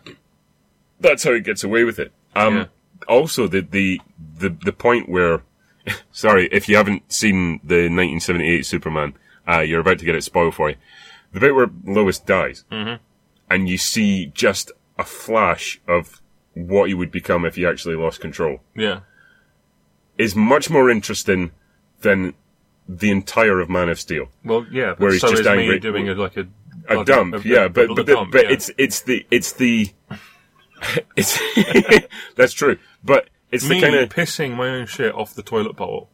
Speaker 2: That's how it gets away with it. Um,
Speaker 1: Yeah.
Speaker 2: Also, the, the the the point where, sorry, if you haven't seen the 1978 Superman, uh, you're about to get it spoiled for you. The bit where Lois dies,
Speaker 1: Mm-hmm.
Speaker 2: and you see just a flash of what he would become if he actually lost control,
Speaker 1: Yeah.
Speaker 2: is much more interesting than the entire of Man of Steel.
Speaker 1: Well, yeah. But
Speaker 2: Where he's
Speaker 1: so
Speaker 2: just
Speaker 1: is
Speaker 2: angry-
Speaker 1: me doing a, like a
Speaker 2: a
Speaker 1: bloody-
Speaker 2: dump, yeah, but
Speaker 1: bloody
Speaker 2: but, the-
Speaker 1: dump,
Speaker 2: but
Speaker 1: yeah.
Speaker 2: it's it's the it's the it's that's true, but it's
Speaker 1: me
Speaker 2: the kind of
Speaker 1: pissing my own shit off the toilet bowl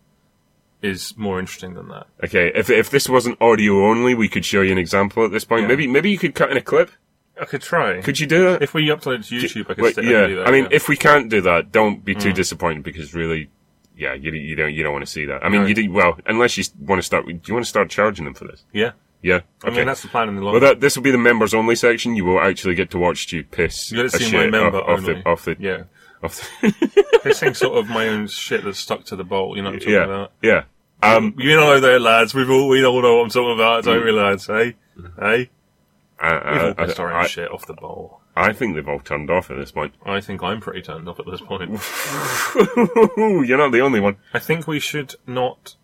Speaker 1: is more interesting than that.
Speaker 2: okay. If if this wasn't audio only, we could show you an example at this point.
Speaker 1: Yeah.
Speaker 2: Maybe maybe you could cut in a clip.
Speaker 1: I could try.
Speaker 2: Could you do that?
Speaker 1: if we upload it to YouTube, I could
Speaker 2: Wait,
Speaker 1: stick I
Speaker 2: yeah,
Speaker 1: could do that.
Speaker 2: I mean,
Speaker 1: yeah. Mm.
Speaker 2: if we can't do that, don't be too disappointed because really, yeah, you you don't you don't want to see that. I mean,
Speaker 1: No.
Speaker 2: you do well unless you want to start. Do you want to start charging them for this?
Speaker 1: yeah.
Speaker 2: Yeah,
Speaker 1: I mean, that's the plan in the long
Speaker 2: Well, that, this will be the members only section. You will actually get to watch you piss.
Speaker 1: You'll
Speaker 2: a
Speaker 1: see my
Speaker 2: shit
Speaker 1: member
Speaker 2: off, off
Speaker 1: only.
Speaker 2: the off the
Speaker 1: Yeah.
Speaker 2: off the.
Speaker 1: Pissing sort of my own shit that's stuck to the bowl, you know what I'm talking
Speaker 2: yeah,
Speaker 1: about?
Speaker 2: yeah. Um,
Speaker 1: You know there, lads. We've all, we all know what I'm talking about, don't we, lads? Hey? Hey?
Speaker 2: I, Mm. Mm-hmm. Uh,
Speaker 1: We've
Speaker 2: I,
Speaker 1: all pissed our
Speaker 2: I-
Speaker 1: own shit off the bowl.
Speaker 2: I think they've all turned off at this point.
Speaker 1: I think I'm pretty turned off at this point.
Speaker 2: You're not the only one.
Speaker 1: I think we should not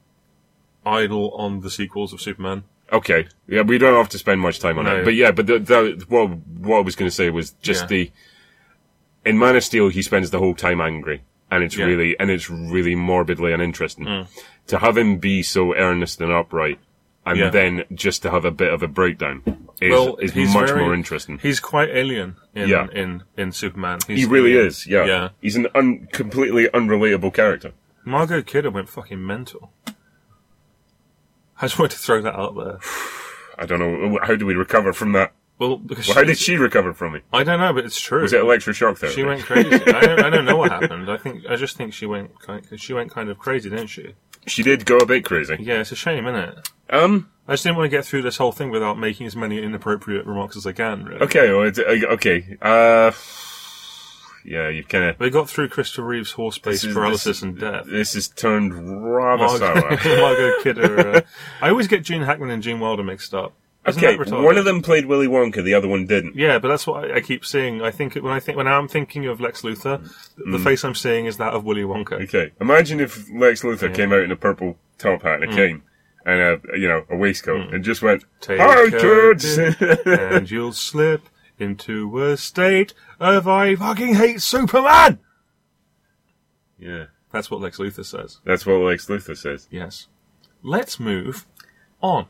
Speaker 1: idle on the sequels of Superman.
Speaker 2: Okay, yeah, we don't have to spend much time on
Speaker 1: No.
Speaker 2: it. But yeah, but the, the, what what I was going to say was just
Speaker 1: Yeah.
Speaker 2: the in Man of Steel he spends the whole time angry, and it's
Speaker 1: Yeah. Mm.
Speaker 2: really and it's really morbidly uninteresting to have him be so earnest and upright, and
Speaker 1: Yeah.
Speaker 2: then just to have a bit of a breakdown is
Speaker 1: Well,
Speaker 2: is
Speaker 1: he's
Speaker 2: much
Speaker 1: very-
Speaker 2: more interesting.
Speaker 1: He's quite alien in
Speaker 2: Yeah.
Speaker 1: in, in Superman. He's,
Speaker 2: He really is, yeah.
Speaker 1: Yeah.
Speaker 2: He's an un- completely unrelatable character.
Speaker 1: Margot Kidder went fucking mental. I just wanted to throw that out there.
Speaker 2: I don't know how do we recover from that.
Speaker 1: Well, because
Speaker 2: Well, how
Speaker 1: she-
Speaker 2: did she recover from it?
Speaker 1: I don't know, but it's true.
Speaker 2: Was it electroshock therapy?
Speaker 1: She went crazy. I, don't, I don't know what happened. I think I just think she went kind she went kind of crazy, didn't she?
Speaker 2: She did go a bit crazy.
Speaker 1: Yeah, it's a shame, isn't it?
Speaker 2: Um.
Speaker 1: I just didn't want to get through this whole thing without making as many inappropriate remarks as I can. Really.
Speaker 2: Okay. Well, it's, uh, okay. Uh. yeah, you kind of
Speaker 1: They got through Christopher Reeve's horse space
Speaker 2: This is-
Speaker 1: paralysis
Speaker 2: this-
Speaker 1: and death.
Speaker 2: this is turned rather sour.
Speaker 1: Margot, Margot Kidder. Uh, I always get Gene Hackman and Gene Wilder mixed up. Isn't
Speaker 2: okay,
Speaker 1: that retarded?
Speaker 2: one of them played Willy Wonka, the other one didn't.
Speaker 1: Yeah, but that's what I, I keep seeing. I think when I think when I'm thinking of Lex Luthor, th-
Speaker 2: Mm.
Speaker 1: the face I'm seeing is that of Willy Wonka.
Speaker 2: Okay, imagine if Lex Luthor came out in a purple top hat
Speaker 1: Mm.
Speaker 2: and a cane and a you know a waistcoat and just went,
Speaker 1: Take
Speaker 2: "Hi
Speaker 1: care,
Speaker 2: kids."
Speaker 1: and you'll slip into a state of I fucking hate Superman.
Speaker 2: yeah,
Speaker 1: That's what Lex Luthor says.
Speaker 2: that's what Lex Luthor says.
Speaker 1: Yes. Let's move on.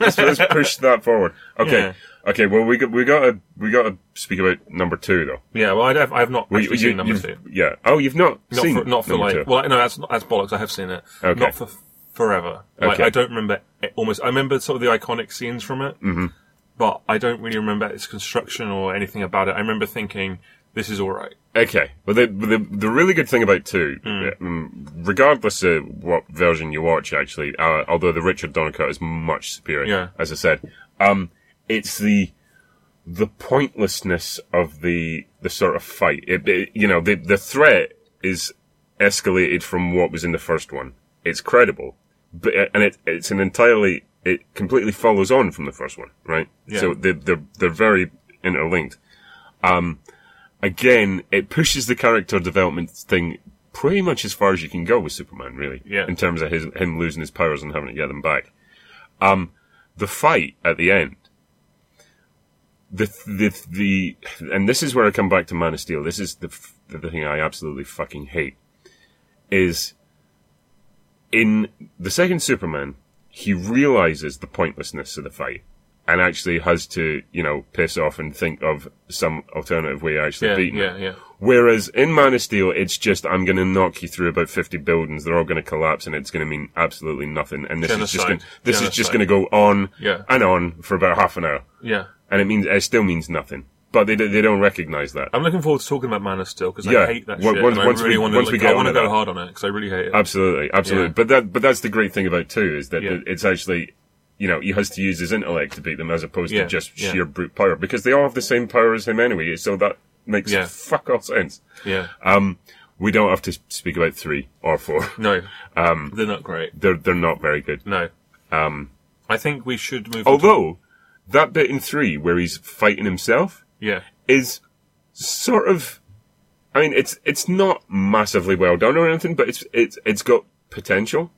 Speaker 2: Let's, let's push that forward. Okay,
Speaker 1: Yeah.
Speaker 2: okay. Well, we got we got to we got to speak about number two though.
Speaker 1: Yeah, well, I've, I've not
Speaker 2: Well,
Speaker 1: actually
Speaker 2: you-
Speaker 1: seen number
Speaker 2: you've-
Speaker 1: two.
Speaker 2: Yeah. Oh, you've not,
Speaker 1: Not
Speaker 2: seen
Speaker 1: for, not for
Speaker 2: number
Speaker 1: like.
Speaker 2: two.
Speaker 1: Well, no, that's that's bollocks. I have seen it.
Speaker 2: Okay.
Speaker 1: Not for f- forever. Like,
Speaker 2: Okay.
Speaker 1: I don't remember it almost. I remember sort of the iconic scenes from it,
Speaker 2: Mm-hmm.
Speaker 1: but I don't really remember its construction or anything about it. I remember thinking this is all right.
Speaker 2: Okay. Well, the, the the really good thing about two,
Speaker 1: Hmm.
Speaker 2: um, regardless of what version you watch, actually, uh, although the Richard Donner cut is much superior,
Speaker 1: Yeah.
Speaker 2: as I said, um, it's the the pointlessness of the the sort of fight. It, it- you know, the the threat is escalated from what was in the first one. It's credible, but uh, and it it's an entirely it completely follows on from the first one, right?
Speaker 1: Yeah.
Speaker 2: So they're, they're they're very interlinked again, it pushes the character development thing pretty much as far as you can go with Superman, really.
Speaker 1: Yeah.
Speaker 2: In terms of his, him losing his powers and having to get them back. Um, the fight at the end. The, the, the, and this is where I come back to Man of Steel. This is the, f- the thing I absolutely fucking hate. Is in the second Superman, he realizes the pointlessness of the fight and actually has to, you know, piss off and think of some alternative way of actually
Speaker 1: Yeah,
Speaker 2: beating it.
Speaker 1: yeah, yeah.
Speaker 2: Whereas in Man of Steel, it's just I'm going to knock you through about 50 buildings. They're all going to collapse, and it's going to mean absolutely nothing. And this is just
Speaker 1: Genocide.
Speaker 2: gonna, this is just
Speaker 1: Genocide.
Speaker 2: going to go on
Speaker 1: Yeah.
Speaker 2: and on for about half an hour,
Speaker 1: Yeah,
Speaker 2: and it means it still means nothing. But they don't- they don't recognize that.
Speaker 1: I'm looking forward to talking about Man of Steel because I
Speaker 2: Yeah.
Speaker 1: hate that
Speaker 2: Once-
Speaker 1: shit.
Speaker 2: once-
Speaker 1: and I
Speaker 2: once we-
Speaker 1: really want to.
Speaker 2: once
Speaker 1: Like,
Speaker 2: we get
Speaker 1: I want to
Speaker 2: onto
Speaker 1: go
Speaker 2: that. Um,
Speaker 1: hard on it because I really hate it.
Speaker 2: Absolutely, absolutely.
Speaker 1: Yeah.
Speaker 2: But that but that's the great thing about two is that
Speaker 1: Yeah.
Speaker 2: it's actually you know he has to use his intellect to beat them as opposed
Speaker 1: Yeah,
Speaker 2: to just
Speaker 1: yeah.
Speaker 2: sheer brute power because they all have the same power as him anyway. So that makes
Speaker 1: Yeah.
Speaker 2: fuck all sense.
Speaker 1: yeah.
Speaker 2: Um, we don't have to speak about three or four.
Speaker 1: No. Um, they're not great.
Speaker 2: They're they're not very good.
Speaker 1: No. Um, I think we should move. on to-
Speaker 2: Although that bit in three where he's fighting himself
Speaker 1: yeah.
Speaker 2: is sort of, I mean, it's it's not massively well done or anything, but it's it's it's got potential.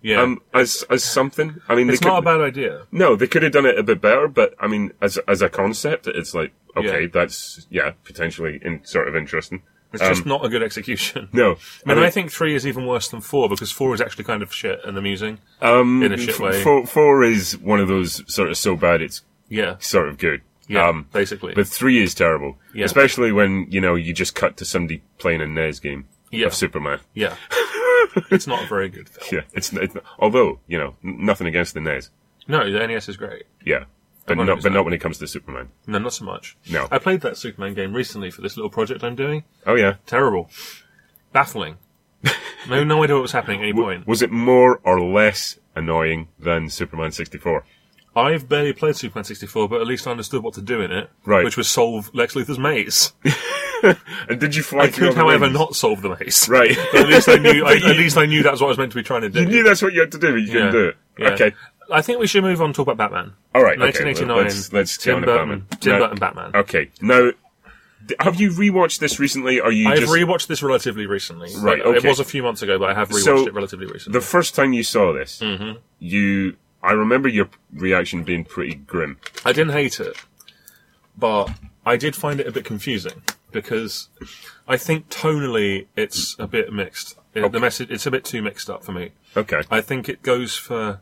Speaker 1: Yeah.
Speaker 2: Um, as as something. I mean,
Speaker 1: it's
Speaker 2: they could,
Speaker 1: not a bad idea.
Speaker 2: no, they could have done it a bit better, but I mean, as as a concept, it's like okay,
Speaker 1: Yeah.
Speaker 2: that's yeah, potentially in sort of interesting.
Speaker 1: It's just not a good execution.
Speaker 2: um, No, mean,
Speaker 1: And I think three is even worse than four because four is actually kind of shit and amusing.
Speaker 2: um,
Speaker 1: in a shit
Speaker 2: f-
Speaker 1: way.
Speaker 2: Four, four is one of those sort of so bad it's
Speaker 1: Yeah,
Speaker 2: sort of good.
Speaker 1: yeah,
Speaker 2: Um,
Speaker 1: basically.
Speaker 2: But three is terrible,
Speaker 1: Yeah.
Speaker 2: especially when you know you just cut to somebody playing a NES game
Speaker 1: Yeah.
Speaker 2: of Superman.
Speaker 1: yeah, it's not a very good film.
Speaker 2: Yeah, it's, it's although you know n- nothing against the NES.
Speaker 1: No, the NES is great.
Speaker 2: Yeah, but
Speaker 1: Everyone
Speaker 2: not
Speaker 1: knows
Speaker 2: but
Speaker 1: that.
Speaker 2: not when it comes to Superman.
Speaker 1: No, not so much.
Speaker 2: No.
Speaker 1: I played that Superman game recently for this little project I'm doing.
Speaker 2: Oh yeah,
Speaker 1: Terrible, baffling. no, no idea what was happening at any point.
Speaker 2: was it more or less annoying than Superman sixty four?
Speaker 1: I've barely played Superman 64, but at least I understood what to do in it,
Speaker 2: Right.
Speaker 1: which was solve Lex Luthor's maze.
Speaker 2: And did you fly
Speaker 1: I
Speaker 2: through
Speaker 1: could,
Speaker 2: all the
Speaker 1: however,
Speaker 2: rings?
Speaker 1: not solve the maze.
Speaker 2: Right.
Speaker 1: But at least I knew. I, at least I knew that's what I was meant to be trying to do.
Speaker 2: you knew that's what you had to do, but you
Speaker 1: Yeah.
Speaker 2: couldn't do it.
Speaker 1: Yeah.
Speaker 2: Okay.
Speaker 1: I think we should move on and talk about Batman.
Speaker 2: All right. okay,
Speaker 1: 1989.
Speaker 2: well, let's let's get
Speaker 1: Tim
Speaker 2: on to
Speaker 1: Burton.
Speaker 2: Batman.
Speaker 1: Tim
Speaker 2: Now-
Speaker 1: Burton Batman.
Speaker 2: Okay. Now, d- have you rewatched this recently? Or you
Speaker 1: I've
Speaker 2: just
Speaker 1: rewatched this relatively recently.
Speaker 2: Right,
Speaker 1: Like, It
Speaker 2: okay.
Speaker 1: was a few months ago, but I have rewatched
Speaker 2: So,
Speaker 1: it relatively recently.
Speaker 2: the first time you saw this?
Speaker 1: Mm-hmm.
Speaker 2: You, I remember your reaction being pretty grim.
Speaker 1: I didn't hate it, but I did find it a bit confusing because I think tonally it's a bit mixed. It- The message it's a bit too mixed up for me.
Speaker 2: Okay.
Speaker 1: I think it goes for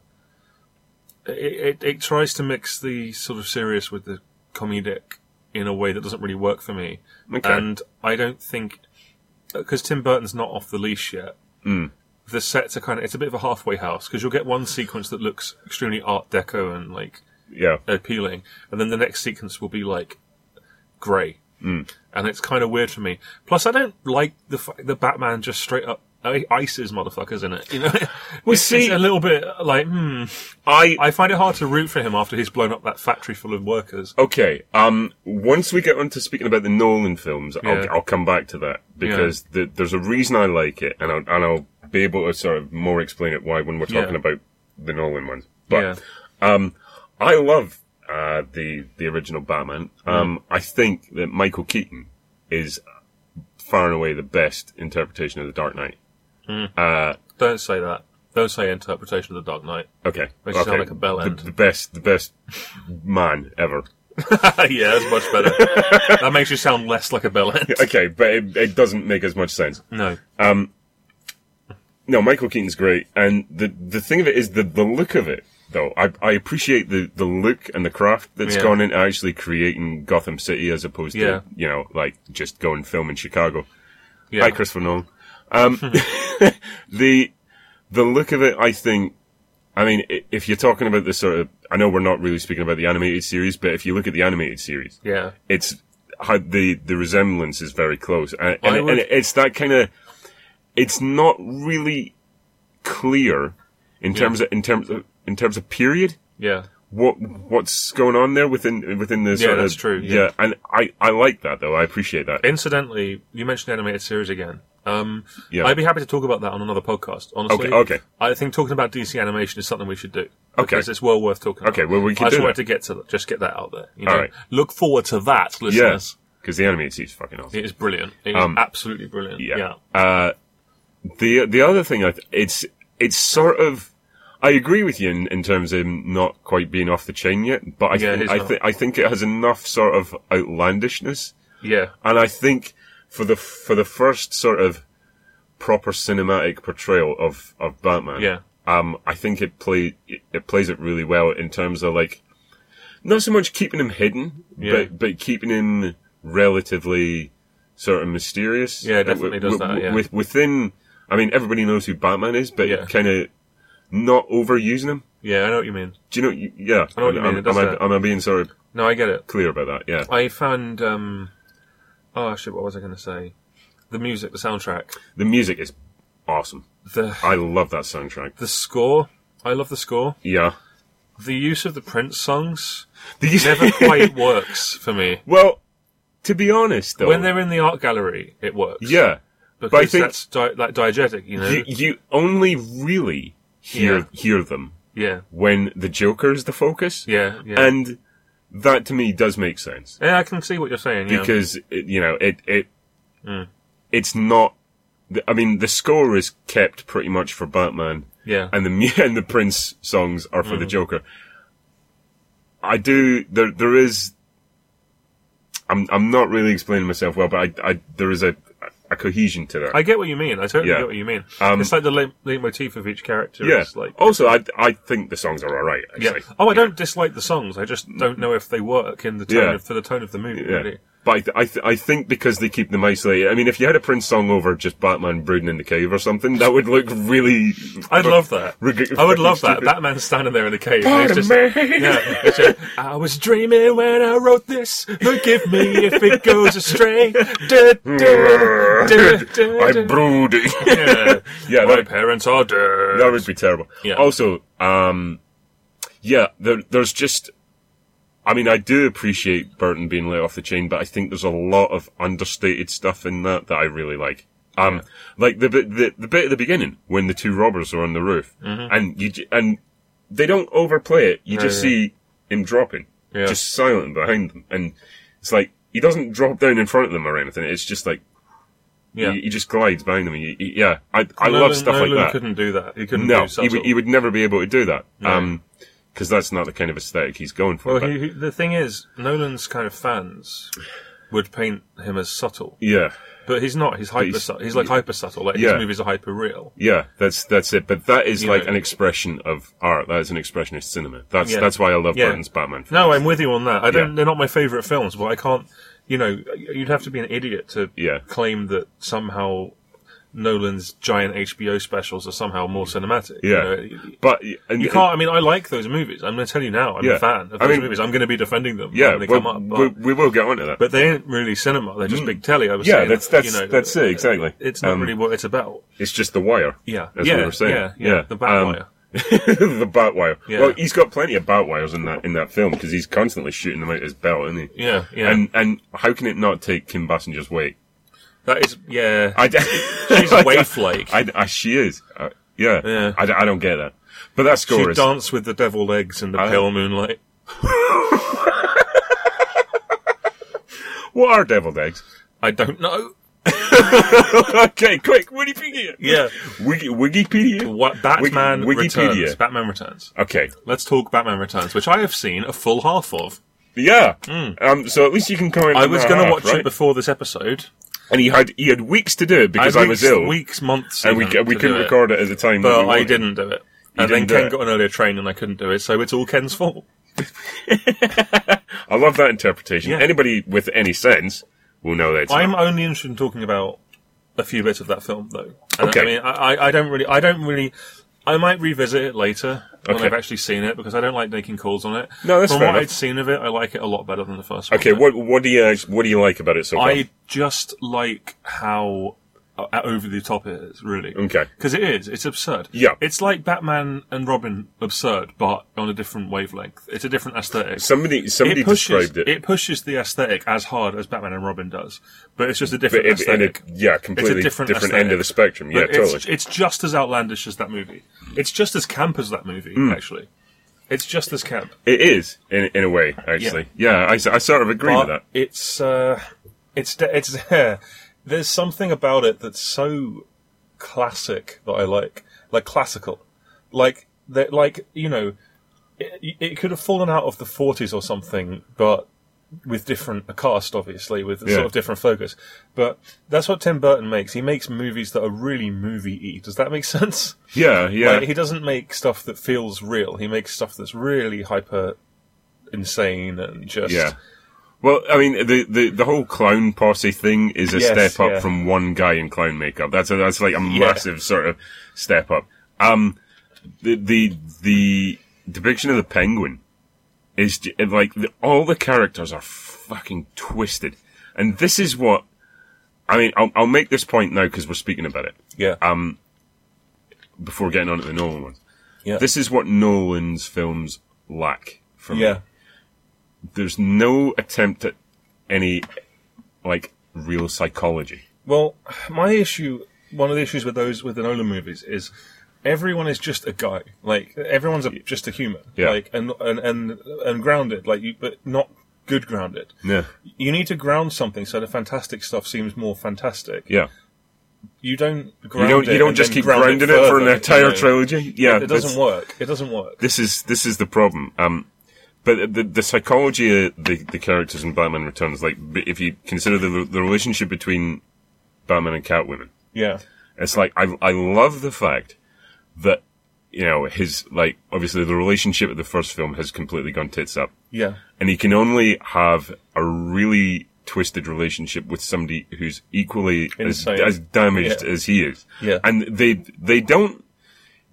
Speaker 1: it, it. It tries to mix the sort of serious with the comedic in a way that doesn't really work for me.
Speaker 2: Okay.
Speaker 1: And I don't think because Tim Burton's not off the leash yet. The sets are kind of it's a bit of a halfway house because you'll get one sequence that looks extremely Art Deco and like
Speaker 2: yeah.
Speaker 1: appealing, and then the next sequence will be like grey, mm. and it's kind of weird for me. Plus, I don't like the fact that Batman just straight up I- ISIS motherfuckers in it. You know,
Speaker 2: Well,
Speaker 1: It's-
Speaker 2: see-
Speaker 1: it's a little bit like, hmm.
Speaker 2: I
Speaker 1: I find it hard to root for him after he's blown up that factory full of workers.
Speaker 2: Okay. Um. Once we get onto speaking about the Nolan films,
Speaker 1: Yeah.
Speaker 2: I'll, I'll come back to that because the, there's a reason I like it, and I'll, and I'll be able to sort of more explain it why when we're talking
Speaker 1: Yeah.
Speaker 2: about the Nolan ones. But um, I love uh the the original Batman.
Speaker 1: Mm-hmm.
Speaker 2: Um, I think that Michael Keaton is far and away the best interpretation of the Dark Knight.
Speaker 1: Don't say that. Don't say interpretation of the Dark Knight.
Speaker 2: Okay.
Speaker 1: Makes you
Speaker 2: okay.
Speaker 1: sound like a bell
Speaker 2: the,
Speaker 1: end.
Speaker 2: the best, the best man ever.
Speaker 1: yeah, that's much better. that makes you sound less like a bellend.
Speaker 2: Okay, but it, it doesn't make as much sense.
Speaker 1: No.
Speaker 2: no, Michael Keaton's great, and the the thing of it is the the look of it. Though I I appreciate the the look and the craft that's
Speaker 1: Yeah.
Speaker 2: gone into actually creating Gotham City as opposed
Speaker 1: Yeah.
Speaker 2: to you know like just go and film in Chicago.
Speaker 1: Yeah.
Speaker 2: Hi, Christopher Nolan. Um, the the look of it, I think. I mean, i- if you're talking about the sort of, I know we're not really speaking about the animated series, but if you look at the animated series,
Speaker 1: yeah.
Speaker 2: it's how the the resemblance is very close, and, and,
Speaker 1: I would-
Speaker 2: and it's that kind of. It's not really clear in terms of in terms of in terms of period
Speaker 1: Yeah.
Speaker 2: what what's going on there within within the
Speaker 1: Yeah,
Speaker 2: sort of-
Speaker 1: that's true,
Speaker 2: yeah.
Speaker 1: yeah.
Speaker 2: and I I like that though I appreciate that
Speaker 1: Incidentally, you mentioned the animated series again. Um,
Speaker 2: Yeah.
Speaker 1: I'd be happy to talk about that on another podcast, honestly.
Speaker 2: Okay, okay.
Speaker 1: I think talking about DC animation is something we should do.
Speaker 2: Okay.
Speaker 1: Because it's well worth talking
Speaker 2: Okay,
Speaker 1: about.
Speaker 2: well, we can
Speaker 1: I just
Speaker 2: do
Speaker 1: wanted
Speaker 2: that.
Speaker 1: to get to just get that out there. You know?
Speaker 2: All right.
Speaker 1: Look forward to that, listeners.
Speaker 2: yes because the animated series is fucking awesome
Speaker 1: It is brilliant. It is absolutely brilliant.
Speaker 2: Um, yeah.
Speaker 1: yeah.
Speaker 2: the the other thing I th- it's it's sort of I agree with you in, in terms of him not quite being off the chain yet, but I
Speaker 1: Yeah,
Speaker 2: think
Speaker 1: he's
Speaker 2: I,
Speaker 1: not.
Speaker 2: th- I think it has enough sort of outlandishness
Speaker 1: Yeah.
Speaker 2: and I think for the for the first sort of proper cinematic portrayal of of Batman,
Speaker 1: Yeah.
Speaker 2: um, I think it play it, it plays it really well in terms of like not so much keeping him hidden,
Speaker 1: Yeah.
Speaker 2: but but keeping him relatively sort of mysterious.
Speaker 1: Yeah, it definitely does that, yeah.
Speaker 2: With, within, I mean, everybody knows who Batman is, but
Speaker 1: Yeah.
Speaker 2: kind of not overusing him.
Speaker 1: Yeah, I know what you mean.
Speaker 2: Do you know? Yeah,
Speaker 1: know what you mean,
Speaker 2: am
Speaker 1: it does
Speaker 2: am
Speaker 1: that.
Speaker 2: I, am I being sort of
Speaker 1: No, I get it.
Speaker 2: clear about that? Yeah.
Speaker 1: I found um oh shit, what was I gonna say? The music, the soundtrack.
Speaker 2: The music is awesome.
Speaker 1: The
Speaker 2: I love that soundtrack.
Speaker 1: the score. I love the score.
Speaker 2: Yeah.
Speaker 1: The use of the Prince songs
Speaker 2: Did you
Speaker 1: never quite works for me.
Speaker 2: Well, to be honest, though,
Speaker 1: When they're in the art gallery, it works.
Speaker 2: yeah,
Speaker 1: because
Speaker 2: but I think-
Speaker 1: that's di- like diegetic, you know.
Speaker 2: you, you only really hear
Speaker 1: Yeah.
Speaker 2: hear them
Speaker 1: yeah,
Speaker 2: when the Joker is the focus,
Speaker 1: yeah, yeah.
Speaker 2: and that to me does make sense
Speaker 1: yeah, I can see what you're saying. Yeah, Mm.
Speaker 2: because it, you know it it it's not. th- I mean, the score is kept pretty much for Batman,
Speaker 1: yeah,
Speaker 2: and the mu- and the Prince songs are
Speaker 1: Mm-hmm.
Speaker 2: for the Joker. I do there there is. I'm I'm not really explaining myself well, but I, I there is a a cohesion to that.
Speaker 1: I get what you mean. I totally
Speaker 2: Yeah.
Speaker 1: get what you mean.
Speaker 2: Um,
Speaker 1: it's like the le- leitmotif of each character.
Speaker 2: Yeah.
Speaker 1: is like
Speaker 2: also, I I think the songs are all right.
Speaker 1: Yeah.
Speaker 2: Actually.
Speaker 1: Oh, I don't dislike the songs. I just don't know if they work in the tone
Speaker 2: Yeah.
Speaker 1: of, for the tone of the movie.
Speaker 2: Yeah.
Speaker 1: Really.
Speaker 2: But I, th- I, th- I think because they keep them isolated. I mean, if you had a Prince song over just Batman brooding in the cave or something, that would look really.
Speaker 1: I'd love that.
Speaker 2: Ridiculous.
Speaker 1: I would love that. Batman standing there in the cave. and it's just-
Speaker 2: Spider-Man!
Speaker 1: yeah, it's just, I was dreaming when I wrote this. Forgive me if it goes astray. Da, da, da, da,
Speaker 2: I'm
Speaker 1: da.
Speaker 2: brooding.
Speaker 1: Yeah.
Speaker 2: yeah,
Speaker 1: My
Speaker 2: that,
Speaker 1: parents are dead.
Speaker 2: that would be terrible.
Speaker 1: Yeah.
Speaker 2: Also, um, yeah, there, there's just. I mean, I do appreciate Burton being let off the chain, but I think there's a lot of understated stuff in that that I really like. Um, like the bit, the, the bit at the beginning when the two robbers are on the roof, and you j- and they don't overplay it. You just
Speaker 1: Mm-hmm. yeah.
Speaker 2: see him dropping,
Speaker 1: Yeah.
Speaker 2: just silent behind them, and it's like he doesn't drop down in front of them or anything. It's just like
Speaker 1: Yeah.
Speaker 2: he, he just glides behind them. and you- you- yeah, I I
Speaker 1: Nolan-
Speaker 2: love stuff
Speaker 1: Nolan
Speaker 2: like that.
Speaker 1: couldn't do that. He couldn't
Speaker 2: No,
Speaker 1: do
Speaker 2: he
Speaker 1: subtle.
Speaker 2: would, he would never be able to do that. Um 'cause because that's not the kind of aesthetic he's going for.
Speaker 1: well,
Speaker 2: but-
Speaker 1: he, he- the thing is, Nolan's kind of fans would paint him as subtle.
Speaker 2: yeah,
Speaker 1: But he's not. He's hyper.
Speaker 2: he's-
Speaker 1: He's, like hyper subtle. Like
Speaker 2: Yeah.
Speaker 1: his movies are hyper real.
Speaker 2: yeah, that's that's it. But that is
Speaker 1: You
Speaker 2: like
Speaker 1: know.
Speaker 2: an expression of art. That is an expression of cinema. That's
Speaker 1: Yeah.
Speaker 2: that's why I love
Speaker 1: Yeah.
Speaker 2: Burton's Batman.
Speaker 1: No, I'm with you on that. I don't.
Speaker 2: Yeah.
Speaker 1: They're not my favourite films, but I can't. You know, you'd have to be an idiot to
Speaker 2: Yeah.
Speaker 1: claim that somehow Nolan's giant HBO specials are somehow more cinematic. you
Speaker 2: Yeah.
Speaker 1: know.
Speaker 2: But and,
Speaker 1: you can't. I mean, I like those movies. I'm going to tell you now. I'm
Speaker 2: Yeah.
Speaker 1: a fan of those
Speaker 2: I mean-
Speaker 1: movies. I'm going to be defending them
Speaker 2: Yeah,
Speaker 1: when they
Speaker 2: well,
Speaker 1: come up. But,
Speaker 2: we, we will get onto that.
Speaker 1: but they ain't really cinema. They're just big telly. I was
Speaker 2: Yeah,
Speaker 1: saying,
Speaker 2: that's- that's-
Speaker 1: you know,
Speaker 2: that's it, exactly.
Speaker 1: It's not
Speaker 2: Um,
Speaker 1: really what it's about.
Speaker 2: it's just the wire.
Speaker 1: Yeah,
Speaker 2: as
Speaker 1: yeah,
Speaker 2: we were saying.
Speaker 1: yeah, yeah, The bat
Speaker 2: Um,
Speaker 1: wire.
Speaker 2: the bat wire.
Speaker 1: Yeah.
Speaker 2: Well, he's got plenty of bat wires in that in that film because he's constantly shooting them out his belt, isn't he?
Speaker 1: Yeah, yeah.
Speaker 2: And and how can it not take Kim Basinger's weight?
Speaker 1: that is yeah.
Speaker 2: I d-
Speaker 1: She's a waif like.
Speaker 2: I, I- she is. Uh, yeah.
Speaker 1: Yeah.
Speaker 2: I, d- I don't get that. But that score
Speaker 1: She
Speaker 2: is.
Speaker 1: danced with the devil legs in the pale moonlight.
Speaker 2: What are deviled eggs?
Speaker 1: I don't know.
Speaker 2: okay, quick, Wikipedia.
Speaker 1: Yeah,
Speaker 2: Wiki, Wikipedia.
Speaker 1: what Batman
Speaker 2: Wiki- Wikipedia.
Speaker 1: returns. Batman returns.
Speaker 2: Okay.
Speaker 1: Let's talk Batman Returns, which I have seen a full half of.
Speaker 2: Yeah. Um. So at least you can comment.
Speaker 1: Hmm. I
Speaker 2: on
Speaker 1: was
Speaker 2: that
Speaker 1: going to
Speaker 2: half,
Speaker 1: watch it
Speaker 2: right?
Speaker 1: before this episode.
Speaker 2: and he had he had weeks to do it because I,
Speaker 1: had
Speaker 2: was
Speaker 1: weeks-
Speaker 2: ill,
Speaker 1: weeks, months,
Speaker 2: and we
Speaker 1: even,
Speaker 2: we
Speaker 1: to
Speaker 2: couldn't
Speaker 1: do it.
Speaker 2: record it at the time. that
Speaker 1: but
Speaker 2: we
Speaker 1: I
Speaker 2: wanted.
Speaker 1: didn't do it. And
Speaker 2: didn't
Speaker 1: then
Speaker 2: do
Speaker 1: Ken
Speaker 2: it.
Speaker 1: got an earlier train, and I couldn't do it, so it's all Ken's fault.
Speaker 2: I love that interpretation.
Speaker 1: Yeah.
Speaker 2: Anybody with any sense will know that.
Speaker 1: I'm only interested in talking about a few bits of that film, though. And
Speaker 2: Okay.
Speaker 1: I mean, I, I, I don't really, I don't really, I might revisit it later when
Speaker 2: Okay.
Speaker 1: I've actually seen it because I don't like making calls on it.
Speaker 2: No, that's
Speaker 1: From
Speaker 2: fair
Speaker 1: what
Speaker 2: enough.
Speaker 1: I'd seen of it, I like it a lot better than the first one.
Speaker 2: okay. What what do you act- what do you like about it so far?
Speaker 1: I just like how uh, over the top it is, really.
Speaker 2: Okay.
Speaker 1: Because it is. It's absurd.
Speaker 2: Yeah.
Speaker 1: It's like Batman and Robin absurd, but on a different wavelength. It's a different aesthetic.
Speaker 2: somebody somebody
Speaker 1: it pushes,
Speaker 2: described it,
Speaker 1: pushes the aesthetic as hard as Batman and Robin does, but it's just a
Speaker 2: but
Speaker 1: different
Speaker 2: it- in a
Speaker 1: aesthetic.
Speaker 2: yeah completely
Speaker 1: different
Speaker 2: end of the
Speaker 1: aesthetic.
Speaker 2: spectrum. Yeah,
Speaker 1: But it's,
Speaker 2: totally.
Speaker 1: It's just as outlandish as that movie. It's just as camp as that movie,
Speaker 2: Hmm.
Speaker 1: actually. It's just as camp.
Speaker 2: It is in in a way actually. Yeah, I s I I, sort of agree with that.
Speaker 1: But It's uh, it's de- it's there. There's something about it that's so classic that I like, like classical, like that, like you know, it, it could have fallen out of the 40s or something, but with different a cast, obviously, with a
Speaker 2: Yeah.
Speaker 1: sort of different focus. But that's what Tim Burton makes. He makes movies that are really movie-y. Does that make sense?
Speaker 2: Yeah, yeah.
Speaker 1: Like, he doesn't make stuff that feels real. He makes stuff that's really hyper insane and just
Speaker 2: Yeah. Well, I mean, the, the, the whole clown posse thing is a
Speaker 1: Yes,
Speaker 2: step up
Speaker 1: yeah.
Speaker 2: from one guy in clown makeup. That's a, that's like a massive sort of step up. Um, the the the depiction of the penguin is j- like the, all the characters are fucking twisted, and this is what I mean. I'll, I'll make this point now because we're speaking about it
Speaker 1: yeah.
Speaker 2: before getting on to the Nolan ones.
Speaker 1: Yeah.
Speaker 2: This is what Nolan's films lack from
Speaker 1: yeah.
Speaker 2: there's no attempt at any like real psychology.
Speaker 1: Well, my issue, one of the issues with those with the Nolan movies is everyone is just a guy. Like everyone's a, just a human.
Speaker 2: Yeah.
Speaker 1: Like and and and and grounded. Like you, but not good grounded.
Speaker 2: Yeah.
Speaker 1: You need to ground something so the fantastic stuff seems more fantastic.
Speaker 2: Yeah.
Speaker 1: You don't
Speaker 2: You
Speaker 1: ground
Speaker 2: don't
Speaker 1: it
Speaker 2: you don't
Speaker 1: and
Speaker 2: just
Speaker 1: then
Speaker 2: keep
Speaker 1: ground
Speaker 2: grounding it, for an
Speaker 1: further,
Speaker 2: entire
Speaker 1: you know.
Speaker 2: trilogy. Yeah.
Speaker 1: It
Speaker 2: that's-
Speaker 1: doesn't work. It doesn't work.
Speaker 2: This is this is the problem. Um but the, the psychology of the, the characters in Batman Returns, like b- if you consider the the relationship between Batman and Catwoman,
Speaker 1: Yeah.
Speaker 2: It's like I I love the fact that you know his like obviously the relationship of the first film has completely gone tits up,
Speaker 1: Yeah.
Speaker 2: and he can only have a really twisted relationship with somebody who's equally as,
Speaker 1: Insane.
Speaker 2: as damaged
Speaker 1: Yeah.
Speaker 2: as he is.
Speaker 1: Yeah.
Speaker 2: and they they don't.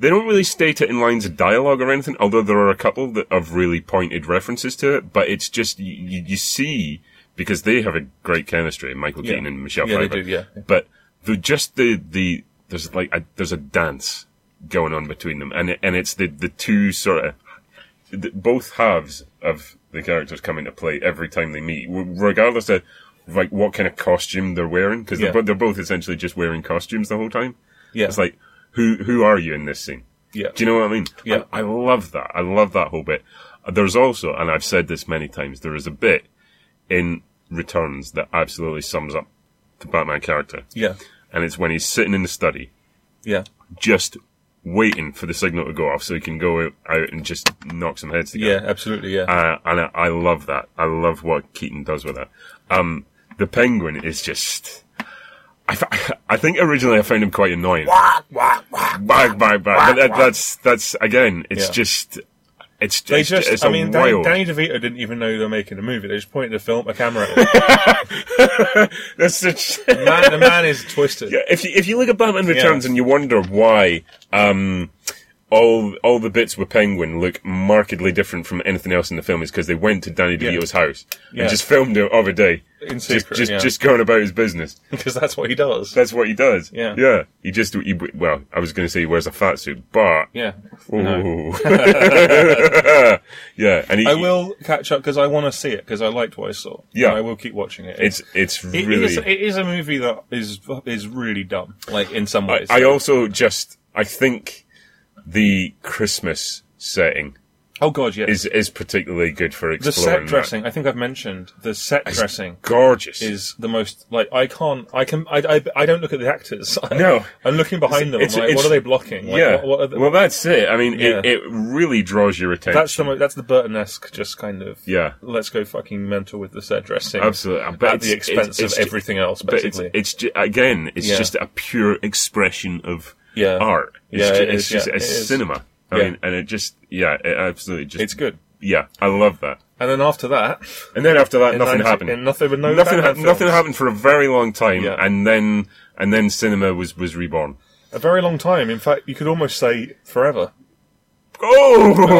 Speaker 2: They don't really state it in lines of dialogue or anything, although there are a couple that of really pointed references to it. But it's just you, you you see because they have a great chemistry, Michael
Speaker 1: Yeah.
Speaker 2: Keaton and Michelle
Speaker 1: Yeah, they
Speaker 2: Pfeiffer.
Speaker 1: do, yeah.
Speaker 2: But the just the the there's like a, there's a dance going on between them, and it, and it's the the two sort of the, both halves of the characters come into play every time they meet, w- regardless of like what kind of costume they're wearing, because
Speaker 1: Yeah.
Speaker 2: they're, bo- they're both essentially just wearing costumes the whole time.
Speaker 1: Yeah.
Speaker 2: It's like who who are you in this scene?
Speaker 1: Yeah.
Speaker 2: Do you know what I mean?
Speaker 1: Yeah.
Speaker 2: I, I love that. I love that whole bit. There's also, and I've said this many times, there is a bit in Returns that absolutely sums up the Batman character,
Speaker 1: Yeah.
Speaker 2: and it's when he's sitting in the study
Speaker 1: Yeah.
Speaker 2: just waiting for the signal to go off so he can go out and just knock some heads together.
Speaker 1: Yeah. Absolutely. Yeah.
Speaker 2: Uh, and I, I love that. I love what Keaton does with it. Um, the penguin is just. I, f- I think originally I found him quite Ah, annoying. Whack, whack, whack. But that, that's, that's, again, it's
Speaker 1: Yeah.
Speaker 2: just. It's
Speaker 1: They
Speaker 2: it's,
Speaker 1: just,
Speaker 2: it's
Speaker 1: I
Speaker 2: a
Speaker 1: mean, Danny,
Speaker 2: wild.
Speaker 1: Danny DeVito didn't even know they were making a movie. They just pointed a film, a camera at him.
Speaker 2: That's such.
Speaker 1: The man, the man is twisted.
Speaker 2: Yeah, if you if you look at Batman Returns
Speaker 1: Yeah.
Speaker 2: and you wonder why um, all all the bits with Penguin look markedly different from anything else in the film, is because they went to Danny
Speaker 1: Yeah.
Speaker 2: DeVito's house
Speaker 1: Yeah.
Speaker 2: and just filmed it every day,
Speaker 1: In
Speaker 2: just
Speaker 1: secret,
Speaker 2: just,
Speaker 1: yeah.
Speaker 2: just going about his business.
Speaker 1: Because that's what he does.
Speaker 2: That's what he does.
Speaker 1: Yeah.
Speaker 2: yeah. He just he, well, I was going to say he wears a fat suit, but
Speaker 1: yeah.
Speaker 2: Mm-hmm. Ooh. yeah, and he,
Speaker 1: I will catch up because I want to see it because I liked what I saw.
Speaker 2: Yeah.
Speaker 1: And I will keep watching it.
Speaker 2: It's it's
Speaker 1: It
Speaker 2: really.
Speaker 1: is- it is a movie that is is really dumb, like in some ways.
Speaker 2: I also just I think the Christmas setting
Speaker 1: oh god, yeah.
Speaker 2: is is particularly good for
Speaker 1: the
Speaker 2: exploring
Speaker 1: set
Speaker 2: that.
Speaker 1: dressing, I think I've mentioned the set dressing
Speaker 2: Gorgeous.
Speaker 1: is the most like I can't I can I, I, I don't look at the actors.
Speaker 2: No.
Speaker 1: I'm looking behind them.
Speaker 2: It's-
Speaker 1: I'm like,
Speaker 2: it's-
Speaker 1: what are they blocking? Like,
Speaker 2: yeah.
Speaker 1: what, what are the,
Speaker 2: well, that's it. I mean, it,
Speaker 1: Yeah.
Speaker 2: it really draws your attention.
Speaker 1: that's the mo- that's the Burton-esque just kind of
Speaker 2: yeah,
Speaker 1: Let's go fucking mental with the set dressing.
Speaker 2: absolutely. I bet
Speaker 1: At the
Speaker 2: it's- it's-
Speaker 1: expense
Speaker 2: it's
Speaker 1: of
Speaker 2: ju-
Speaker 1: everything else,
Speaker 2: But it's,
Speaker 1: basically.
Speaker 2: it's ju- again, it's
Speaker 1: Yeah.
Speaker 2: just a pure expression of
Speaker 1: Yeah.
Speaker 2: art. It's
Speaker 1: Yeah,
Speaker 2: ju-
Speaker 1: it
Speaker 2: it's
Speaker 1: is,
Speaker 2: just
Speaker 1: yeah, it
Speaker 2: it's
Speaker 1: is.
Speaker 2: cinema. I
Speaker 1: Yeah.
Speaker 2: mean, and it just yeah, it absolutely just
Speaker 1: It's good.
Speaker 2: Yeah, I love that.
Speaker 1: And then after that,
Speaker 2: And then after that, nothing
Speaker 1: 19
Speaker 2: happened.
Speaker 1: and nothing with no
Speaker 2: nothing,
Speaker 1: Batman
Speaker 2: hap-
Speaker 1: films.
Speaker 2: nothing happened for a very long time,
Speaker 1: Yeah.
Speaker 2: and then and then cinema was was reborn.
Speaker 1: a very long time. In fact, you could almost say forever.
Speaker 2: Oh,
Speaker 1: Whoa.
Speaker 2: no,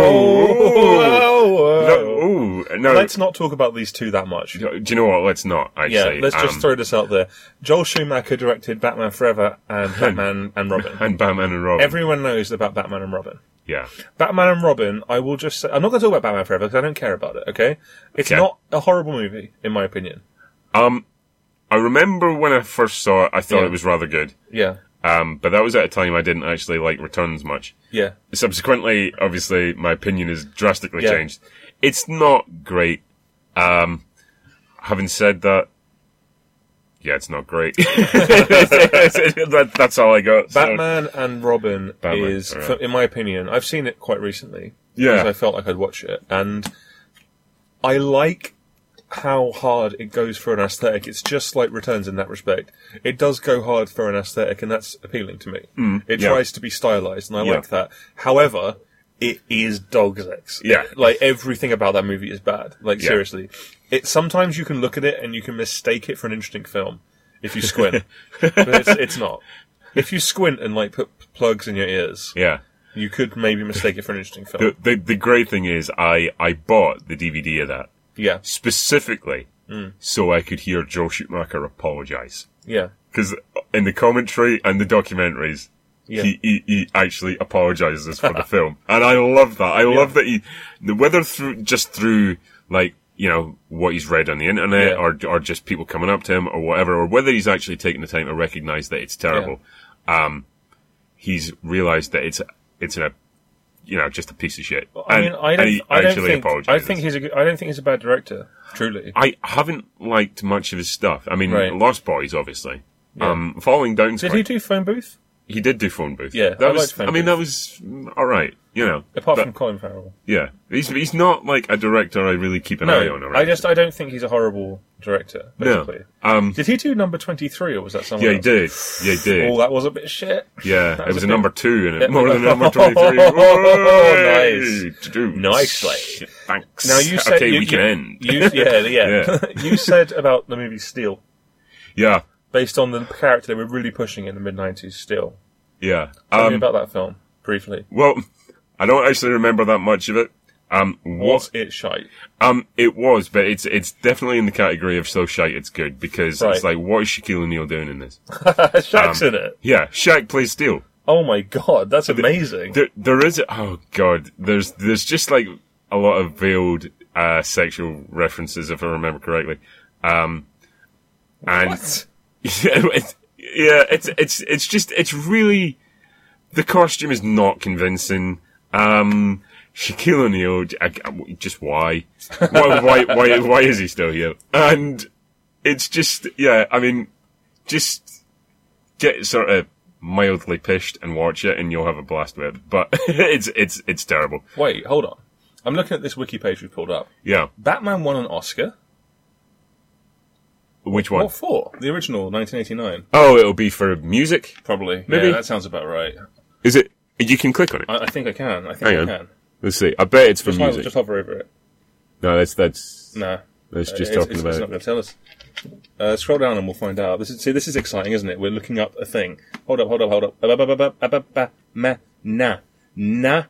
Speaker 2: Oh! ooh, no.
Speaker 1: Oh! Let's not talk about these two that much.
Speaker 2: do you know what? Let's not
Speaker 1: Yeah,
Speaker 2: actually.
Speaker 1: let's just
Speaker 2: Um,
Speaker 1: throw this out there. Joel Schumacher directed Batman Forever and Batman and Robin.
Speaker 2: and Batman and Robin.
Speaker 1: Everyone knows about Batman and Robin.
Speaker 2: yeah,
Speaker 1: Batman and Robin, I will just say, I'm not going to talk about Batman Forever because I don't care about it, okay? It's
Speaker 2: Okay.
Speaker 1: not a horrible movie, in my opinion.
Speaker 2: I remember when I first saw it, I thought
Speaker 1: Yeah.
Speaker 2: it was rather good.
Speaker 1: Yeah.
Speaker 2: Um, but that was at a time I didn't actually like returns much.
Speaker 1: Yeah.
Speaker 2: Subsequently, obviously, my opinion has drastically
Speaker 1: Yeah.
Speaker 2: changed. It's not great. Um, having said that, yeah, it's not great. That- that's all I got. so-
Speaker 1: Batman and Robin
Speaker 2: Batman,
Speaker 1: is,
Speaker 2: alright.
Speaker 1: for- in my opinion, I've seen it quite recently.
Speaker 2: Yeah.
Speaker 1: because I felt like I'd watch it, and I like how hard it goes for an aesthetic. It's just like Returns in that respect. It does go hard for an aesthetic, and that's appealing to me. it
Speaker 2: Mm, yeah.
Speaker 1: tries to be stylized, and I
Speaker 2: Yeah.
Speaker 1: like that. However, it is dog's eggs.
Speaker 2: Yeah.
Speaker 1: like everything about that movie is bad. Like
Speaker 2: Yeah.
Speaker 1: seriously, it sometimes you can look at it and you can mistake it for an interesting film if you squint, but it's, it's not. If you squint and like put p- plugs in your ears,
Speaker 2: yeah.
Speaker 1: you could maybe mistake it for an interesting film.
Speaker 2: The, the, the great thing is I, I bought the DVD of that
Speaker 1: Yeah,
Speaker 2: specifically
Speaker 1: Mm.
Speaker 2: so I could hear Joe Schumacher apologize.
Speaker 1: yeah.
Speaker 2: because in the commentary and the documentaries,
Speaker 1: Yeah.
Speaker 2: he, he he actually apologizes for the film, and I love that. I love that he, whether through just through like you know what he's read on the internet,
Speaker 1: Yeah.
Speaker 2: or or just people coming up to him or whatever, or whether he's actually taking the time to recognize that it's terrible. Um, he's realized that it's it's a you know just a piece of shit,
Speaker 1: I mean, I don't,
Speaker 2: he
Speaker 1: I don't
Speaker 2: actually
Speaker 1: think, I
Speaker 2: apologizes.
Speaker 1: think he's a good, I don't think he's a bad director. Truly,
Speaker 2: I haven't liked much of his stuff. I mean,
Speaker 1: Right.
Speaker 2: Lost Boys, obviously. Um, falling down.
Speaker 1: did he do Phone Booth?
Speaker 2: He did do phone booth.
Speaker 1: Yeah,
Speaker 2: that
Speaker 1: I
Speaker 2: was.
Speaker 1: liked Phone
Speaker 2: I mean,
Speaker 1: Booth.
Speaker 2: that was mm, all right. You know,
Speaker 1: Apart
Speaker 2: But,
Speaker 1: from Colin Farrell,
Speaker 2: yeah, he's he's not like a director I really keep an eye on.
Speaker 1: no,
Speaker 2: Around.
Speaker 1: I just I don't think he's a horrible director. Basically,
Speaker 2: no. Um,
Speaker 1: did he do number twenty three or was that someone?
Speaker 2: yeah, he
Speaker 1: else?
Speaker 2: did. Yeah, he did.
Speaker 1: Oh, that was a bit shit.
Speaker 2: yeah, it
Speaker 1: was
Speaker 2: was
Speaker 1: a
Speaker 2: a
Speaker 1: bit-
Speaker 2: number two in
Speaker 1: Yeah.
Speaker 2: it, more than a number twenty-three.
Speaker 1: Nice.
Speaker 2: Whey!
Speaker 1: Nicely.
Speaker 2: Thanks.
Speaker 1: Now you said
Speaker 2: okay,
Speaker 1: you,
Speaker 2: we
Speaker 1: you-
Speaker 2: can end.
Speaker 1: You, yeah, yeah. you said about the movie Steel,
Speaker 2: yeah,
Speaker 1: based on the character they were really pushing in the mid nineties. Steel.
Speaker 2: yeah.
Speaker 1: Tell me
Speaker 2: Um,
Speaker 1: about that film briefly.
Speaker 2: well, I don't actually remember that much of it. Um, what
Speaker 1: Was it shite?
Speaker 2: Um, it was, but it's it's definitely in the category of so shite it's good because
Speaker 1: Right.
Speaker 2: it's like, what is Shaquille O'Neal doing in this? Um,
Speaker 1: Shaq's in it.
Speaker 2: Yeah, Shaq plays steel.
Speaker 1: Oh my god, that's amazing.
Speaker 2: There, there is oh god, there's there's just like a lot of veiled uh, sexual references if I remember correctly. Um, and
Speaker 1: What?
Speaker 2: yeah, it's, yeah, it's it's it's just it's really the costume is not convincing. Um, Shaquille O'Neal, j- I- I- just why? why? Why? Why? Why is he still here? And it's just yeah. I mean, just get sort of mildly pissed and watch it, and you'll have a blast with it. But it's it's it's terrible.
Speaker 1: Wait, hold on. I'm looking at this wiki page we pulled up.
Speaker 2: Yeah,
Speaker 1: Batman won an Oscar.
Speaker 2: which one?
Speaker 1: What for? The original, 1989.
Speaker 2: Oh, it'll be for music.
Speaker 1: Probably.
Speaker 2: Maybe-
Speaker 1: Yeah, that sounds about right.
Speaker 2: Is it? You can click on it.
Speaker 1: I, I think I can. I think
Speaker 2: Hang
Speaker 1: I
Speaker 2: on.
Speaker 1: can.
Speaker 2: Let's see. I bet it's for
Speaker 1: Just, ho-
Speaker 2: music.
Speaker 1: just hover over it.
Speaker 2: no, that's that's
Speaker 1: Nah.
Speaker 2: that's just
Speaker 1: Uh, it's,
Speaker 2: talking
Speaker 1: it's,
Speaker 2: about
Speaker 1: it's
Speaker 2: it.
Speaker 1: not going to tell us. Uh, scroll down and we'll find out. This is, see, this is exciting, isn't it? We're looking up a thing. Hold up, hold up, hold up. Ba- ba- ba- ba- ba- ba- ba- ma- Na. Na.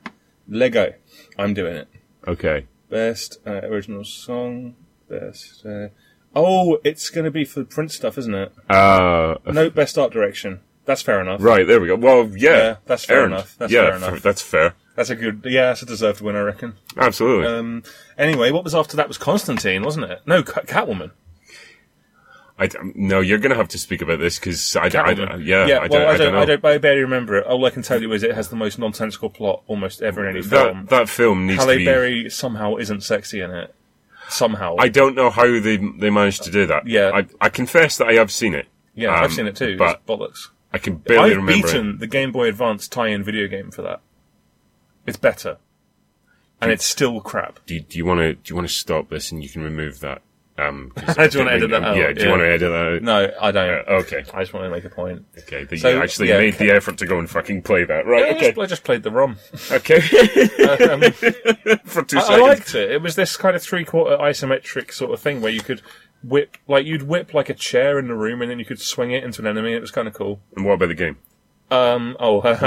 Speaker 1: Lego. I'm doing it.
Speaker 2: Okay.
Speaker 1: Best uh, original song. Best. Uh, oh, it's going to be for print stuff, isn't it?
Speaker 2: Uh,
Speaker 1: No, best art direction. That's fair enough.
Speaker 2: right there we go. Well, yeah,
Speaker 1: Yeah, that's fair
Speaker 2: Aaron.
Speaker 1: enough. That's
Speaker 2: yeah,
Speaker 1: fair enough.
Speaker 2: f- that's fair.
Speaker 1: That's a good. Yeah, that's a deserved win, I reckon.
Speaker 2: Absolutely.
Speaker 1: Um, anyway, what was after that was Constantine, wasn't it? No, Cat- Catwoman.
Speaker 2: I d- no, you're gonna have to speak about this because I, d- I d-
Speaker 1: Catwoman.
Speaker 2: yeah, I,
Speaker 1: well,
Speaker 2: d- I,
Speaker 1: I
Speaker 2: don't
Speaker 1: don't,
Speaker 2: know.
Speaker 1: I don't, I barely remember it. All I can tell you is it has the most nonsensical plot almost ever in any film.
Speaker 2: that that film needs to
Speaker 1: Halle
Speaker 2: be.
Speaker 1: Berry somehow isn't sexy in it. Somehow,
Speaker 2: I don't know how they they managed to do that.
Speaker 1: Yeah.
Speaker 2: I, I confess that I have seen it.
Speaker 1: yeah,
Speaker 2: um,
Speaker 1: I've seen it too.
Speaker 2: but-
Speaker 1: it's bollocks.
Speaker 2: I can barely
Speaker 1: I've
Speaker 2: remember
Speaker 1: beaten the Game Boy Advance tie-in video game for that. It's better, and it's still crap.
Speaker 2: it. Do, you- do you want to do you want to stop this and you can remove that? Um, 'cause
Speaker 1: Do you
Speaker 2: I
Speaker 1: wanna
Speaker 2: think we-
Speaker 1: edit that out?
Speaker 2: Yeah. Do you
Speaker 1: Yeah.
Speaker 2: want to edit that? out?
Speaker 1: No, I don't.
Speaker 2: Okay.
Speaker 1: I just want to make a point.
Speaker 2: Okay. That
Speaker 1: So,
Speaker 2: you actually
Speaker 1: yeah,
Speaker 2: made
Speaker 1: okay.
Speaker 2: the effort to go and fucking play that. Right.
Speaker 1: I,
Speaker 2: Okay.
Speaker 1: just, I just played the ROM.
Speaker 2: Okay.
Speaker 1: Um,
Speaker 2: For two
Speaker 1: I, I
Speaker 2: seconds.
Speaker 1: liked it. It was this kind of three quarter isometric sort of thing where you could whip, like you'd whip like a chair in the room, and then you could swing it into an enemy. It was kind of cool.
Speaker 2: and what about the game?
Speaker 1: Um, oh,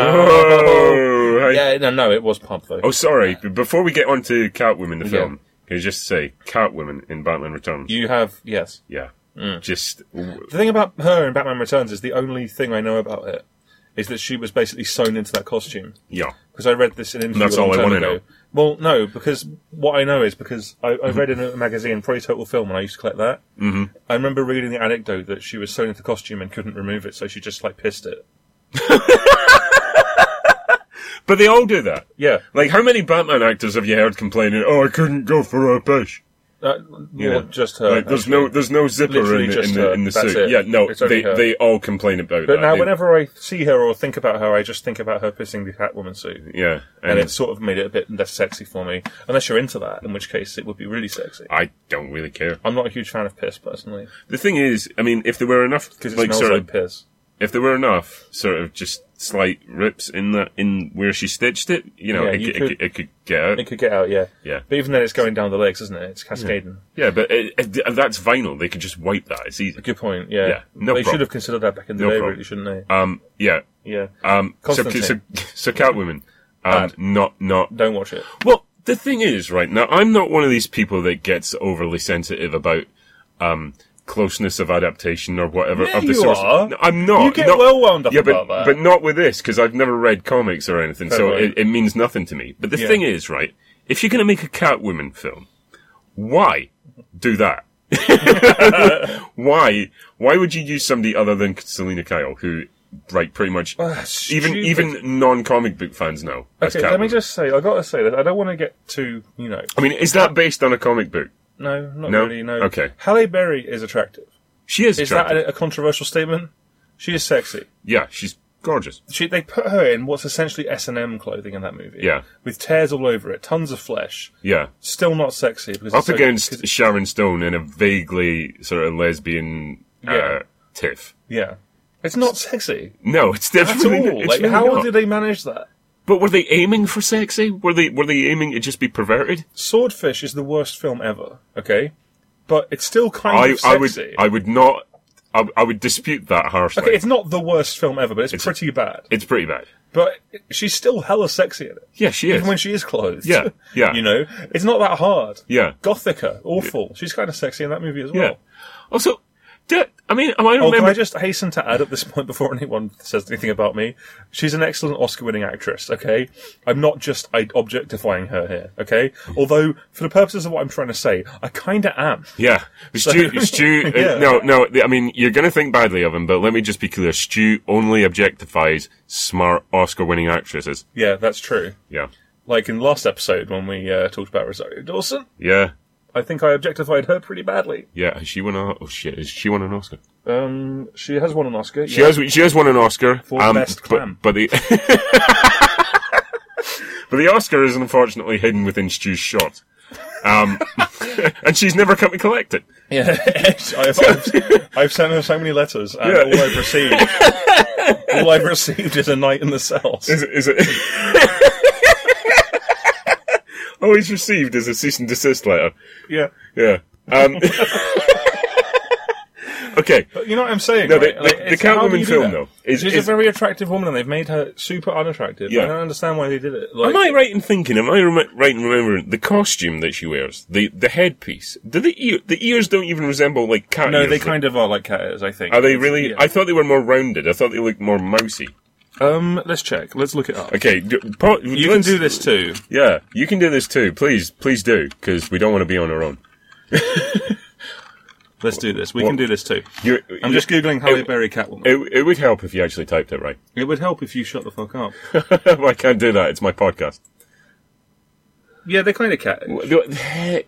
Speaker 2: Oh, I-
Speaker 1: yeah, no, no, it was pub though.
Speaker 2: Oh, sorry. b- Before we get on to Catwoman, the
Speaker 1: Yeah.
Speaker 2: film, can you just say Catwoman in Batman Returns?
Speaker 1: You have yes.
Speaker 2: yeah. Just w-
Speaker 1: The thing about her in Batman Returns is the only thing I know about it is that she was basically sewn into that costume.
Speaker 2: yeah.
Speaker 1: because I read this in an interview.
Speaker 2: That's
Speaker 1: a long
Speaker 2: all I
Speaker 1: time
Speaker 2: wanna
Speaker 1: ago.
Speaker 2: know. Mm-hmm.
Speaker 1: Well, no, because what I know is because I, I read in a magazine Pro Total Film, and I used to collect that. Mm-hmm. I remember reading the anecdote that she was sewn into costume and couldn't remove it, so she just like pissed it.
Speaker 2: But they all do that.
Speaker 1: Yeah,
Speaker 2: Like, how many Batman actors have you heard complaining? Oh, I couldn't go for a push.
Speaker 1: that,
Speaker 2: Yeah.
Speaker 1: well, uh, just her.
Speaker 2: like, there's no, there's no zipper
Speaker 1: Literally
Speaker 2: in the,
Speaker 1: just
Speaker 2: in
Speaker 1: her.
Speaker 2: the, in the
Speaker 1: That's
Speaker 2: suit.
Speaker 1: it.
Speaker 2: Yeah, no,
Speaker 1: It's
Speaker 2: they,
Speaker 1: only her.
Speaker 2: they all complain about
Speaker 1: but
Speaker 2: that.
Speaker 1: now,
Speaker 2: They-
Speaker 1: whenever I see her or think about her, I just think about her pissing the Catwoman suit.
Speaker 2: yeah, and,
Speaker 1: And it sort of made it a bit less sexy for me, unless you're into that, in which case it would be really sexy.
Speaker 2: I don't really care.
Speaker 1: I'm not a huge fan of piss personally,
Speaker 2: The thing is, I mean, if there were enough,
Speaker 1: because it
Speaker 2: like,
Speaker 1: smells
Speaker 2: sort
Speaker 1: like
Speaker 2: of,
Speaker 1: piss.
Speaker 2: if there were enough, sort of, just slight rips in that, in where she stitched it, you know,
Speaker 1: Yeah,
Speaker 2: it,
Speaker 1: you
Speaker 2: could,
Speaker 1: could-
Speaker 2: it, could, it could get out.
Speaker 1: It could get out, yeah.
Speaker 2: Yeah.
Speaker 1: But even then, it's going down the legs, isn't it? It's cascading.
Speaker 2: Yeah, but it, it, that's vinyl. They could just wipe that. It's easy.
Speaker 1: Good point. Yeah,
Speaker 2: Yeah, no
Speaker 1: they
Speaker 2: problem.
Speaker 1: should have considered that back in the
Speaker 2: No
Speaker 1: day,
Speaker 2: problem.
Speaker 1: really, shouldn't they?
Speaker 2: Um, yeah.
Speaker 1: Yeah,
Speaker 2: Um, so,
Speaker 1: Constantine.
Speaker 2: so, so Catwoman. Um,
Speaker 1: Bad.
Speaker 2: not, not.
Speaker 1: don't watch it.
Speaker 2: Well, the thing is, right now, I'm not one of these people that gets overly sensitive about, um, closeness of adaptation or whatever.
Speaker 1: Yeah,
Speaker 2: of the
Speaker 1: you
Speaker 2: source.
Speaker 1: are.
Speaker 2: No, I'm not.
Speaker 1: You get
Speaker 2: not-
Speaker 1: well wound up
Speaker 2: yeah, but,
Speaker 1: about that.
Speaker 2: but not with this, because I've never read comics or anything, so
Speaker 1: right.
Speaker 2: it, it means nothing to me. But the
Speaker 1: Yeah.
Speaker 2: thing is, right, if you're gonna make a Catwoman film, why do that? why why would you use somebody other than Selena Kyle who like pretty much even
Speaker 1: stupid.
Speaker 2: even non comic book fans know as
Speaker 1: Okay, let me
Speaker 2: Catwoman.
Speaker 1: just say, I gotta say that I don't want to get too, you know,
Speaker 2: I mean is that based on a comic book
Speaker 1: no, not
Speaker 2: No?
Speaker 1: really, no.
Speaker 2: Okay.
Speaker 1: Halle Berry is attractive.
Speaker 2: she is,
Speaker 1: Is
Speaker 2: attractive.
Speaker 1: that a, a controversial statement? She is sexy.
Speaker 2: yeah she's gorgeous
Speaker 1: She, they put her in what's essentially S and M clothing in that movie.
Speaker 2: Yeah.
Speaker 1: with tears all over it, tons of flesh.
Speaker 2: yeah
Speaker 1: Still not sexy because
Speaker 2: up
Speaker 1: it's so-
Speaker 2: against
Speaker 1: 'cause-
Speaker 2: Sharon Stone in a vaguely sort of lesbian uh,
Speaker 1: Yeah.
Speaker 2: tiff
Speaker 1: yeah, it's not sexy
Speaker 2: no it's
Speaker 1: at
Speaker 2: definitely
Speaker 1: all.
Speaker 2: it's
Speaker 1: Like,
Speaker 2: really
Speaker 1: how
Speaker 2: not.
Speaker 1: did they manage that?
Speaker 2: but were they aiming for sexy were they were they aiming to just be perverted
Speaker 1: Swordfish is the worst film ever, okay? But it's still kind
Speaker 2: I
Speaker 1: of sexy.
Speaker 2: I would I would not I, I would dispute that harshly
Speaker 1: okay, it's not the worst film ever, but it's, pretty bad.
Speaker 2: it's pretty bad.
Speaker 1: But she's still hella sexy in it,
Speaker 2: Yeah, she is.
Speaker 1: even when she is clothed.
Speaker 2: Yeah, yeah.
Speaker 1: you know, it's not that hard.
Speaker 2: yeah,
Speaker 1: Gothica, awful. She's kind of sexy in that movie as
Speaker 2: yeah.
Speaker 1: well.
Speaker 2: Also, do, I mean, am I
Speaker 1: Oh, can
Speaker 2: remember?
Speaker 1: I just hasten to add at this point before anyone says anything about me? She's an excellent Oscar-winning actress. Okay, I'm not just I, objectifying her here. Okay, although for the purposes of what I'm trying to say, I kind of am.
Speaker 2: yeah, Stu. Stu. uh,
Speaker 1: Yeah.
Speaker 2: no, no. the- I mean, you're going to think badly of him, but let me just be clear. Stu only objectifies smart Oscar-winning actresses.
Speaker 1: Yeah, that's true.
Speaker 2: Yeah,
Speaker 1: like in last episode when we uh, talked about Rosario Dawson.
Speaker 2: yeah,
Speaker 1: I think I objectified her pretty badly.
Speaker 2: yeah. Has she won a? Oh shit! Has she won an Oscar?
Speaker 1: Um, she has won an Oscar.
Speaker 2: She has. She has won an Oscar Um,
Speaker 1: For best
Speaker 2: but-
Speaker 1: clam.
Speaker 2: But, the. But the Oscar is unfortunately hidden within Stu's shot, um, and she's never come to collect it.
Speaker 1: yeah. I've, I've, I've sent her so many letters, and
Speaker 2: Yeah.
Speaker 1: all I've received, all I've received is a night in the cells.
Speaker 2: Is it? Is it? Oh, he's received as a cease and desist letter.
Speaker 1: Yeah.
Speaker 2: Yeah. Um, okay.
Speaker 1: But you know what I'm saying?
Speaker 2: No, the-
Speaker 1: right?
Speaker 2: the-
Speaker 1: Like,
Speaker 2: the
Speaker 1: it's- how do
Speaker 2: Catwoman
Speaker 1: you do
Speaker 2: film,
Speaker 1: that?
Speaker 2: though, is-
Speaker 1: she's
Speaker 2: is-
Speaker 1: a very attractive woman, and they've made her super unattractive.
Speaker 2: Yeah.
Speaker 1: I don't understand why they did it.
Speaker 2: Am
Speaker 1: Like,
Speaker 2: I right in thinking? Am I rem- right in remembering the costume that she wears? The the headpiece. Do the ear, the ears don't even resemble like cat
Speaker 1: no,
Speaker 2: ears.
Speaker 1: they kind of are like cat ears, I think.
Speaker 2: Are they really?
Speaker 1: Yeah.
Speaker 2: I thought they were more rounded. I thought they looked more mousy.
Speaker 1: um, let's check. Let's look it up.
Speaker 2: Okay, d- po-
Speaker 1: You can
Speaker 2: let's-
Speaker 1: do this too.
Speaker 2: Yeah, you can do this too. Please, please do, because we don't want to be on our own.
Speaker 1: Let's do this. We
Speaker 2: What-
Speaker 1: can do this too.
Speaker 2: You're,
Speaker 1: I'm just googling Halle Berry Catwoman. It,
Speaker 2: It, it would help if you actually typed it right.
Speaker 1: would help if you shut the fuck up.
Speaker 2: I can't do that. It's my podcast.
Speaker 1: yeah, they're kind of cat.
Speaker 2: What- do- mm,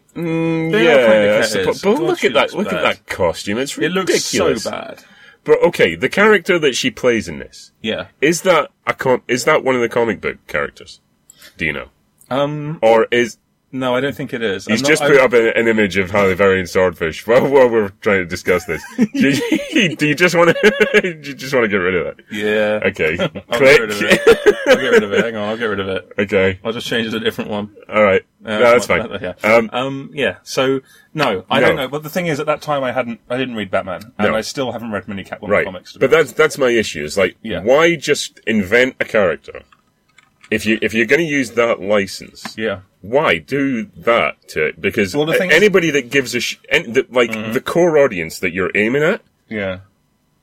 Speaker 1: They are kind of
Speaker 2: yeah, I
Speaker 1: cat
Speaker 2: suppose-
Speaker 1: ears.
Speaker 2: but look at
Speaker 1: God,
Speaker 2: that!
Speaker 1: she
Speaker 2: Look
Speaker 1: looks
Speaker 2: at
Speaker 1: bad.
Speaker 2: that costume. It's
Speaker 1: It looks
Speaker 2: ridiculous.
Speaker 1: so bad.
Speaker 2: But okay, the character that she plays in this
Speaker 1: Yeah.
Speaker 2: is that a com- is that one of the comic book characters? Do you know?
Speaker 1: Um.
Speaker 2: Or is
Speaker 1: No, I don't think it is.
Speaker 2: He's
Speaker 1: I'm not-
Speaker 2: just
Speaker 1: I-
Speaker 2: put up an, an image of Halle Berry and Swordfish while, while we're trying to discuss this. do, you, do you just want to? you just want to get rid of that?
Speaker 1: Yeah.
Speaker 2: Okay,
Speaker 1: I'll get rid of
Speaker 2: click.
Speaker 1: it. I'll get rid of it. Hang on, I'll get rid of it.
Speaker 2: Okay,
Speaker 1: I'll just change it to a different one.
Speaker 2: all right.
Speaker 1: Uh,
Speaker 2: no, that's fine.
Speaker 1: Yeah.
Speaker 2: Um,
Speaker 1: Um, yeah. So no, I
Speaker 2: No.
Speaker 1: don't know. But the thing is, at that time, I hadn't, I didn't read Batman, and
Speaker 2: No.
Speaker 1: I still haven't read many Catwoman
Speaker 2: right,
Speaker 1: comics. to be
Speaker 2: but that's that's my issue. Is like,
Speaker 1: Yeah.
Speaker 2: why just invent a character if you if you're going to use that license?
Speaker 1: honest. yeah,
Speaker 2: why do that to it? Because
Speaker 1: Well, the thing is- Mm-hmm.
Speaker 2: anybody that gives a sh- any, the, like the core audience that you're aiming at
Speaker 1: yeah.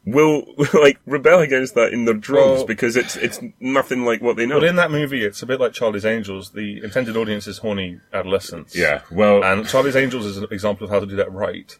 Speaker 2: will like rebel against that in their droves
Speaker 1: Well-
Speaker 2: because it's it's nothing like what they know.
Speaker 1: But in that movie, it's a bit like Charlie's Angels. The intended audience is horny adolescents.
Speaker 2: yeah, well,
Speaker 1: And Charlie's Angels is an example of how to do that right.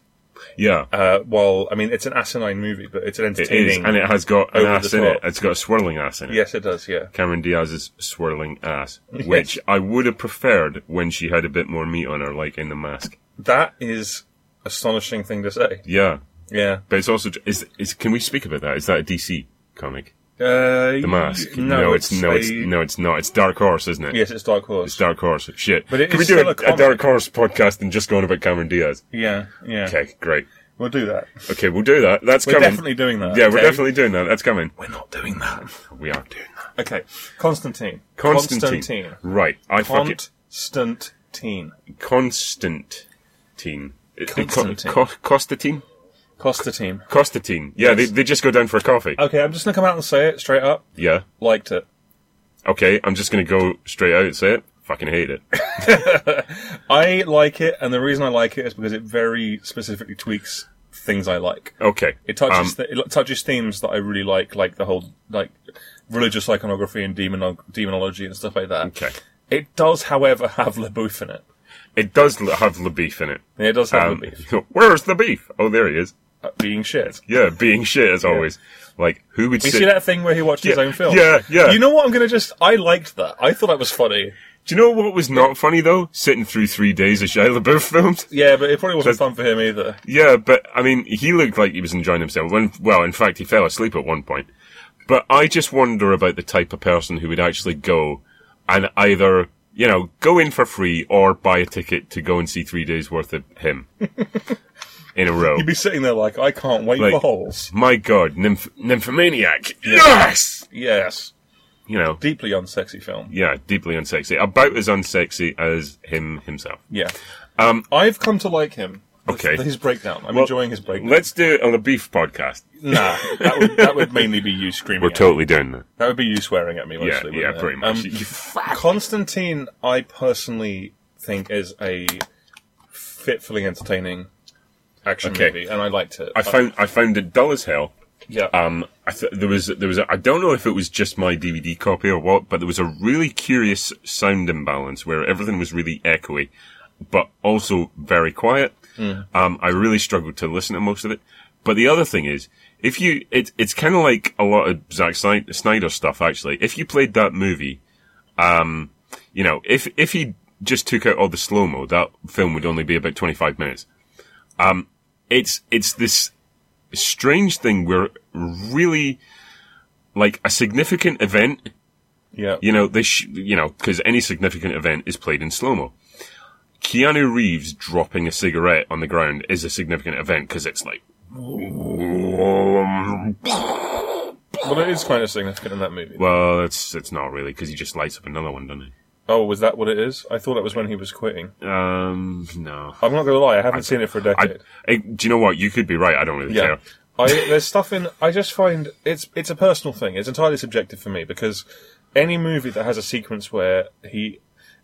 Speaker 2: yeah,
Speaker 1: Uh, well, I mean, it's an asinine movie, but it's an
Speaker 2: it is,
Speaker 1: entertaining.
Speaker 2: and it has got an
Speaker 1: over the
Speaker 2: ass in it.
Speaker 1: top.
Speaker 2: It's got a swirling ass in it.
Speaker 1: yes, it does. Yeah.
Speaker 2: Cameron Diaz's swirling ass, which I would have preferred when she had a bit more meat on her, like in the mask.
Speaker 1: That is astonishing thing to say.
Speaker 2: Yeah,
Speaker 1: Yeah.
Speaker 2: but it's also is is can we speak about that? Is that a DC comic?
Speaker 1: Uh,
Speaker 2: The mask?
Speaker 1: No,
Speaker 2: it's, no, it's
Speaker 1: a-
Speaker 2: no, it's not. It's Dark Horse, isn't it?
Speaker 1: Yes, it's Dark Horse.
Speaker 2: It's Dark Horse. Shit.
Speaker 1: But it
Speaker 2: Can
Speaker 1: is
Speaker 2: we do
Speaker 1: still
Speaker 2: a,
Speaker 1: a comic.
Speaker 2: Dark Horse podcast and just go on about Cameron Diaz?
Speaker 1: yeah, yeah.
Speaker 2: Okay, great.
Speaker 1: We'll do that.
Speaker 2: Okay, we'll do that. That's
Speaker 1: We're
Speaker 2: coming.
Speaker 1: definitely doing that.
Speaker 2: yeah, we're
Speaker 1: okay?
Speaker 2: definitely doing that. That's coming.
Speaker 1: We're not doing that.
Speaker 2: We are doing that.
Speaker 1: Okay, Constantine.
Speaker 2: Constantine.
Speaker 1: Constantine.
Speaker 2: Right. I fucking
Speaker 1: Constantine.
Speaker 2: Constantine. Uh, Co-
Speaker 1: Constantine.
Speaker 2: Co- Costatine?
Speaker 1: Constantine.
Speaker 2: Costatine. Yeah, they, they just go down for a coffee.
Speaker 1: Okay, I'm just gonna come out and say it straight up.
Speaker 2: yeah.
Speaker 1: Liked it.
Speaker 2: Okay, I'm just gonna go straight out and say it. Fucking hate it.
Speaker 1: I like it, and the reason I like it is because it very specifically tweaks things I like.
Speaker 2: Okay.
Speaker 1: It touches
Speaker 2: Um,
Speaker 1: th- it touches themes that I really like, like the whole like religious iconography and demono- demonology and stuff like that.
Speaker 2: Okay.
Speaker 1: It does, however, have LaBouffe in it.
Speaker 2: it does l- have the beef in it.
Speaker 1: It does have
Speaker 2: Um,
Speaker 1: LaBouffe
Speaker 2: where's the beef? Oh, there he is.
Speaker 1: uh, being shit.
Speaker 2: Yeah, being shit as always. Like, who would
Speaker 1: You
Speaker 2: sit-
Speaker 1: see that thing where he watched his
Speaker 2: Yeah,
Speaker 1: own film?
Speaker 2: yeah, yeah.
Speaker 1: You know what? I'm gonna just. I liked that. I thought that was funny.
Speaker 2: Do you know what was not funny though? Sitting through three days of Shia LaBeouf films.
Speaker 1: Yeah, but it probably wasn't fun for him either.
Speaker 2: Yeah, but I mean, he looked like he was enjoying himself. When, well, in fact, he fell asleep at one point. But I just wonder about the type of person who would actually go and either, you know, go in for free or buy a ticket to go and see three days worth of him in a row.
Speaker 1: He'd be sitting there like, I can't wait
Speaker 2: Like-
Speaker 1: for holes.
Speaker 2: My God, nymph- nymphomaniac. Yes!
Speaker 1: Yes,
Speaker 2: You know,
Speaker 1: deeply unsexy film.
Speaker 2: yeah, deeply unsexy. About as unsexy as him himself.
Speaker 1: Yeah. Um, I've come to like him.
Speaker 2: Okay.
Speaker 1: His breakdown. I'm enjoying his breakdown.
Speaker 2: Let's do it on the beef podcast.
Speaker 1: nah, that would, that would mainly be you screaming.
Speaker 2: We're
Speaker 1: at me.
Speaker 2: totally doing that.
Speaker 1: That would be you swearing at me mostly.
Speaker 2: Yeah,
Speaker 1: wouldn't
Speaker 2: yeah,
Speaker 1: it?
Speaker 2: pretty much.
Speaker 1: Um,
Speaker 2: You
Speaker 1: Constantine, I personally think is a fitfully entertaining action
Speaker 2: Okay.
Speaker 1: movie, and I liked it. Uh,
Speaker 2: I found I found it dull as hell.
Speaker 1: yeah,
Speaker 2: Um, I th- there was there was a, I don't know if it was just my DVD copy or what, but there was a really curious sound imbalance where everything was really echoey, but also very quiet. Um, I really struggled to listen to most of it. But the other thing is, if you it, it's kind of like a lot of Zack Sni- Snyder stuff actually. If you played that movie, um, you know, if if he just took out all the slow mo, that film would only be about twenty five minutes. Um, it's it's this strange thing where really like a significant event
Speaker 1: yeah,
Speaker 2: you know they sh- you know because any significant event is played in slow mo keanu reeves dropping a cigarette on the ground is a significant event because it's like
Speaker 1: Well, it is kind of significant in that movie.
Speaker 2: well it's it's not really because he just lights up another one doesn't he
Speaker 1: Oh, was that what it is? I thought that was when he was quitting.
Speaker 2: Um, no.
Speaker 1: I'm not going to lie, I haven't seen it for a
Speaker 2: I,
Speaker 1: decade.
Speaker 2: I, do you know what? You could be right. I don't really
Speaker 1: yeah.
Speaker 2: care.
Speaker 1: I, there's stuff in. I just find it's it's a personal thing. It's entirely subjective for me because any movie that has a sequence where he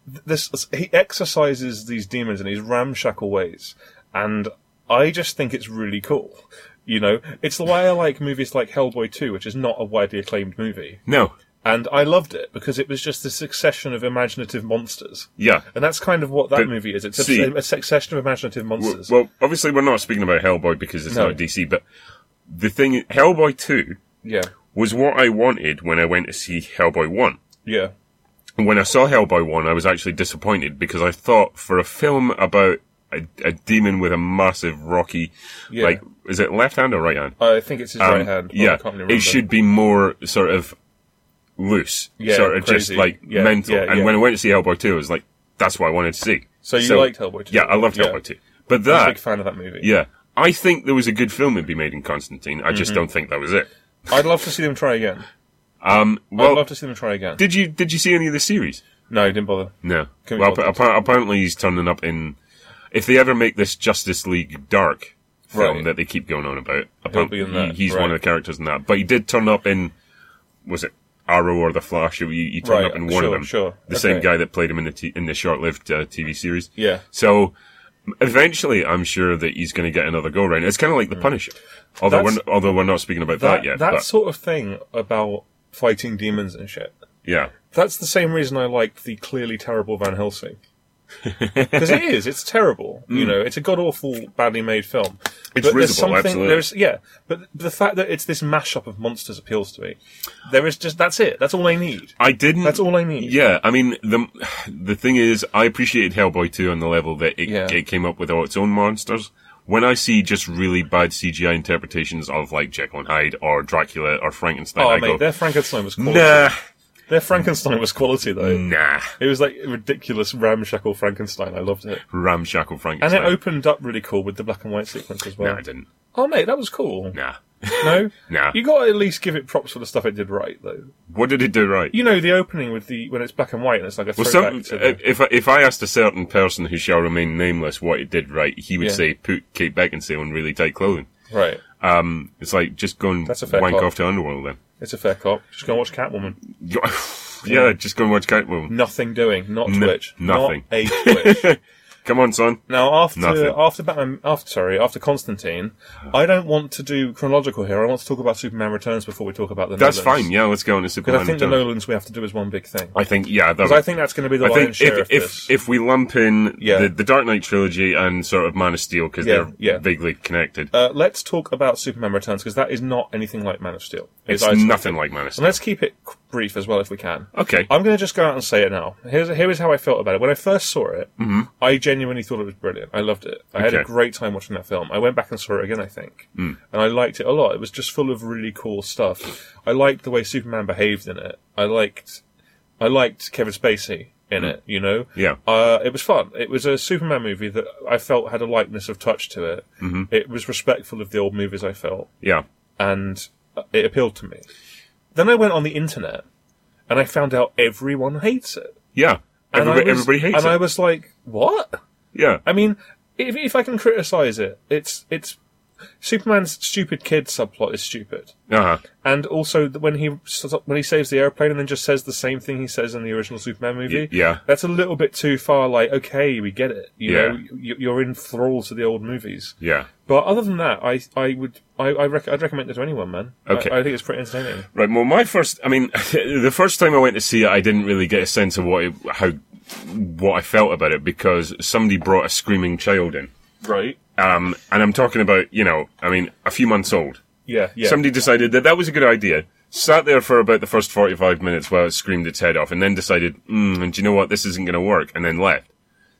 Speaker 1: th- this he exercises these demons in these ramshackle ways, and I just think it's really cool. You know, it's the way I like movies like Hellboy 2, which is not a widely acclaimed movie.
Speaker 2: No.
Speaker 1: And I loved it because it was just a succession of imaginative monsters.
Speaker 2: Yeah.
Speaker 1: And that's kind of what that
Speaker 2: But,
Speaker 1: movie is. It's a,
Speaker 2: see-
Speaker 1: a succession of imaginative
Speaker 2: Well,
Speaker 1: monsters.
Speaker 2: well, obviously we're not speaking about Hellboy because it's
Speaker 1: No.
Speaker 2: not DC, but the thing, is- Hellboy 2
Speaker 1: yeah.
Speaker 2: was what I wanted when I went to see Hellboy 1.
Speaker 1: Yeah.
Speaker 2: And when I saw Hellboy 1, I was actually disappointed because I thought for a film about a, a demon with a massive rocky,
Speaker 1: Yeah.
Speaker 2: like, is it left hand or right hand?
Speaker 1: I think it's his
Speaker 2: Um,
Speaker 1: right hand. Oh, I
Speaker 2: yeah,
Speaker 1: can't really
Speaker 2: it
Speaker 1: remember.
Speaker 2: should be more sort of loose,
Speaker 1: Yeah,
Speaker 2: sort of just
Speaker 1: crazy.
Speaker 2: like
Speaker 1: Yeah,
Speaker 2: mental.
Speaker 1: yeah,
Speaker 2: and
Speaker 1: yeah.
Speaker 2: when I went to see Hellboy 2, I was like, that's what I wanted to see.
Speaker 1: So you liked Hellboy 2?
Speaker 2: Yeah, I loved
Speaker 1: Yeah.
Speaker 2: Hellboy 2. But
Speaker 1: I'm a
Speaker 2: that,
Speaker 1: big fan of that movie.
Speaker 2: yeah, I think there was a good film that'd be made in Constantine. I
Speaker 1: Mm-hmm.
Speaker 2: just don't think that was it.
Speaker 1: I'd love to see them try again.
Speaker 2: Um,
Speaker 1: I'd
Speaker 2: well,
Speaker 1: love to see them try again.
Speaker 2: did you did you see any of the series?
Speaker 1: no, didn't bother.
Speaker 2: No.
Speaker 1: Can we
Speaker 2: Well,
Speaker 1: bother
Speaker 2: appa- appa- apparently he's turning up in. If they ever make this Justice League Dark film
Speaker 1: Right.
Speaker 2: that they keep going on about,
Speaker 1: be
Speaker 2: apparently
Speaker 1: in that,
Speaker 2: he- he's one
Speaker 1: right.
Speaker 2: of the characters in that. But he did turn up in. Was it Arrow or the Flash? You, you turned
Speaker 1: Right,
Speaker 2: up in one
Speaker 1: sure,
Speaker 2: of them.
Speaker 1: sure.
Speaker 2: The same
Speaker 1: Okay.
Speaker 2: guy that played him in the t- in the short-lived uh, TV series.
Speaker 1: Yeah.
Speaker 2: So eventually, I'm sure that he's going to get another go round. It's kind of like the Punisher, although we're
Speaker 1: Hmm. That's-
Speaker 2: n- although we're not speaking about that,
Speaker 1: That,
Speaker 2: yet.
Speaker 1: that
Speaker 2: but-
Speaker 1: sort of thing about fighting demons and shit.
Speaker 2: yeah.
Speaker 1: That's the same reason I liked the clearly terrible Van Helsing. Because it is, it's terrible. You know, it's a god awful, badly made film.
Speaker 2: Mm. It's
Speaker 1: there's
Speaker 2: risible, absolutely.
Speaker 1: There's, yeah, but the fact that it's this mashup of monsters appeals to me. There is just that's it. That's all I need.
Speaker 2: I didn't.
Speaker 1: That's all I need.
Speaker 2: Yeah, I mean the the thing is, I appreciated Hellboy 2 on the level that it,
Speaker 1: Yeah.
Speaker 2: it came up with all its own monsters. When I see just really bad CGI interpretations of like Jekyll and Hyde or Dracula or Frankenstein,
Speaker 1: Oh
Speaker 2: I
Speaker 1: mate,
Speaker 2: go,
Speaker 1: their Frankenstein was quality.
Speaker 2: nah,
Speaker 1: Their Frankenstein was quality though.
Speaker 2: nah,
Speaker 1: It was like ridiculous ramshackle Frankenstein. I loved it,
Speaker 2: ramshackle
Speaker 1: and
Speaker 2: Frankenstein.
Speaker 1: it opened up really cool with the black and white sequence as well.
Speaker 2: nah, I didn't.
Speaker 1: oh mate, that was cool.
Speaker 2: Nah,
Speaker 1: No,
Speaker 2: Nah.
Speaker 1: you got to at least give it props for the stuff it did right though.
Speaker 2: what did it do right?
Speaker 1: You know the opening with the when it's black and white and it's like a
Speaker 2: Well,
Speaker 1: throwback
Speaker 2: some, uh,
Speaker 1: to the,
Speaker 2: if I, if I asked a certain person who shall remain nameless what it did right, he would
Speaker 1: Yeah.
Speaker 2: say put Kate Beckinsale in really tight clothing.
Speaker 1: right.
Speaker 2: Um, it's like just go and
Speaker 1: That's a fair
Speaker 2: wank
Speaker 1: call.
Speaker 2: off to Underworld then.
Speaker 1: It's a fair cop. Just go and watch Catwoman.
Speaker 2: yeah, just go and watch Catwoman.
Speaker 1: Nothing doing. Not Twitch.
Speaker 2: nothing.
Speaker 1: Not a Twitch.
Speaker 2: Come on, son.
Speaker 1: Now, after
Speaker 2: Nothing.
Speaker 1: after Batman, after sorry, after Constantine, I don't want to do chronological here. I want to talk about Superman Returns before we talk about the.
Speaker 2: That's
Speaker 1: Nolans.
Speaker 2: fine. Yeah, let's go on to Superman.
Speaker 1: Because I think the
Speaker 2: Returns.
Speaker 1: Nolans we have to do as one big thing.
Speaker 2: I think yeah. That,
Speaker 1: Because I think that's going to be the
Speaker 2: I
Speaker 1: lion's
Speaker 2: think
Speaker 1: share of
Speaker 2: if
Speaker 1: this.
Speaker 2: if, if we lump in
Speaker 1: Yeah.
Speaker 2: the, the Dark Knight trilogy and sort of Man of Steel because
Speaker 1: Yeah,
Speaker 2: they're
Speaker 1: yeah.
Speaker 2: vaguely connected,
Speaker 1: uh, let's talk about Superman Returns because that is not anything like Man of Steel.
Speaker 2: it's
Speaker 1: isolated.
Speaker 2: nothing like Man of
Speaker 1: And
Speaker 2: Steel.
Speaker 1: let's keep it c- brief as well if we can.
Speaker 2: Okay.
Speaker 1: I'm going to just go out and say it now. Here's here is how I felt about it. When I first saw it, I genuinely thought it was brilliant. I loved it. I had a
Speaker 2: Mm-hmm. Okay.
Speaker 1: great time watching that film. I went back and saw it again, I think, mm. and I liked it a lot. It was just full of really cool stuff. I liked the way Superman behaved in it. I liked, I liked Kevin Spacey in
Speaker 2: Mm.
Speaker 1: it. You know,
Speaker 2: Yeah.
Speaker 1: Uh, it was fun. It was a Superman movie that I felt had a likeness of touch to it.
Speaker 2: Mm-hmm.
Speaker 1: It was respectful of the old movies. I felt
Speaker 2: yeah.
Speaker 1: and uh, it appealed to me. Then I went on the internet and I found out everyone hates it.
Speaker 2: Yeah.
Speaker 1: And I
Speaker 2: Everybody,
Speaker 1: was-
Speaker 2: everybody hates
Speaker 1: And
Speaker 2: it.
Speaker 1: I was like, what?
Speaker 2: yeah.
Speaker 1: I mean, if, if I can criticize it, it's it's Superman's stupid kid subplot is stupid,
Speaker 2: Uh-huh.
Speaker 1: and also th- when he s- when he saves the airplane and then just says the same thing he says in the original Superman movie,
Speaker 2: Y- yeah.
Speaker 1: that's a little bit too far. Like, okay, we get it. You
Speaker 2: Yeah.
Speaker 1: know, you, you're in thrall to the old movies.
Speaker 2: Yeah.
Speaker 1: But other than that, I I would I, I rec- I'd recommend it to anyone, man. I-
Speaker 2: Okay.
Speaker 1: I, think it's pretty entertaining.
Speaker 2: Right. Well, my first. I mean, the first time I went to see it, I didn't really get a sense of what it, how what I felt about it because somebody brought a screaming child in.
Speaker 1: Right.
Speaker 2: Um, and I'm talking about, you know, I mean, a few months old.
Speaker 1: Yeah. Yeah.
Speaker 2: Somebody decided that that was a good idea, sat there for about the first 45 minutes while it screamed its head off, and then decided, mm, and do you know what, this isn't going to work, and then left.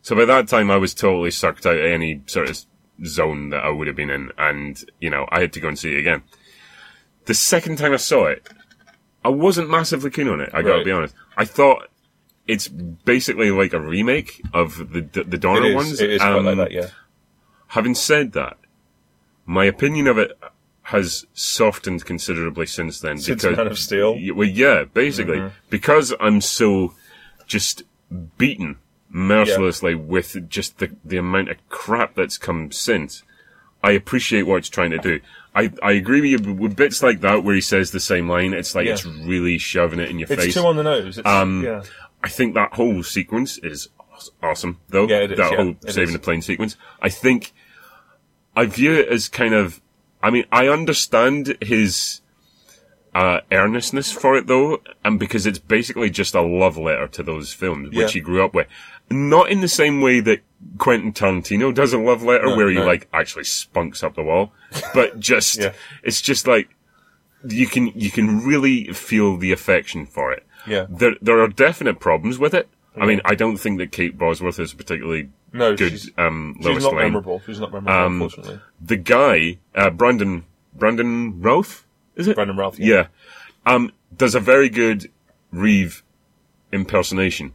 Speaker 2: So by that time, I was totally sucked out of any sort of zone that I would have been in, and, you know, I had to go and see it again. The second time I saw it, I wasn't massively keen on it, I gotta
Speaker 1: Right.
Speaker 2: be honest. I thought it's basically like a remake of the, the, the Donner
Speaker 1: it is,
Speaker 2: ones.
Speaker 1: it is quite like
Speaker 2: um,
Speaker 1: that. Yeah.
Speaker 2: Having said that, my opinion of it has softened considerably since then.
Speaker 1: Since Man of Steel. Mm-hmm.
Speaker 2: Y- well, yeah, basically because I'm so just beaten mercilessly with just the, the amount of crap that's come since. I appreciate what it's trying to do. I, I agree with you with bits like that where he says the same line. It's like
Speaker 1: Yeah.
Speaker 2: it's really shoving it in your
Speaker 1: It's
Speaker 2: face.
Speaker 1: too on the nose. It's,
Speaker 2: Um,
Speaker 1: yeah.
Speaker 2: I think that whole sequence is aw- awesome, though.
Speaker 1: Yeah, it is,
Speaker 2: That
Speaker 1: yeah,
Speaker 2: whole
Speaker 1: it
Speaker 2: saving
Speaker 1: is.
Speaker 2: the plane sequence. I think I view it as kind of. I mean, I understand his uh, earnestness for it, though, and because it's basically just a love letter to those films which he
Speaker 1: Yeah.
Speaker 2: grew up with. Not in the same way that Quentin Tarantino does a love letter, where he
Speaker 1: no.
Speaker 2: like actually spunks up the wall, but just
Speaker 1: Yeah.
Speaker 2: it's just like you can you can really feel the affection for it.
Speaker 1: Yeah.
Speaker 2: There there are definite problems with it. I mean, I don't think that Kate Bosworth is particularly
Speaker 1: Mm. No,
Speaker 2: good
Speaker 1: she's-
Speaker 2: um
Speaker 1: She's
Speaker 2: Lois
Speaker 1: not
Speaker 2: Lane. Um,
Speaker 1: memorable. She's not memorable, unfortunately.
Speaker 2: The guy, uh, Brandon Brandon Routh, is it?
Speaker 1: Brandon Ralph.
Speaker 2: Yeah. Um does a very good Reeve impersonation.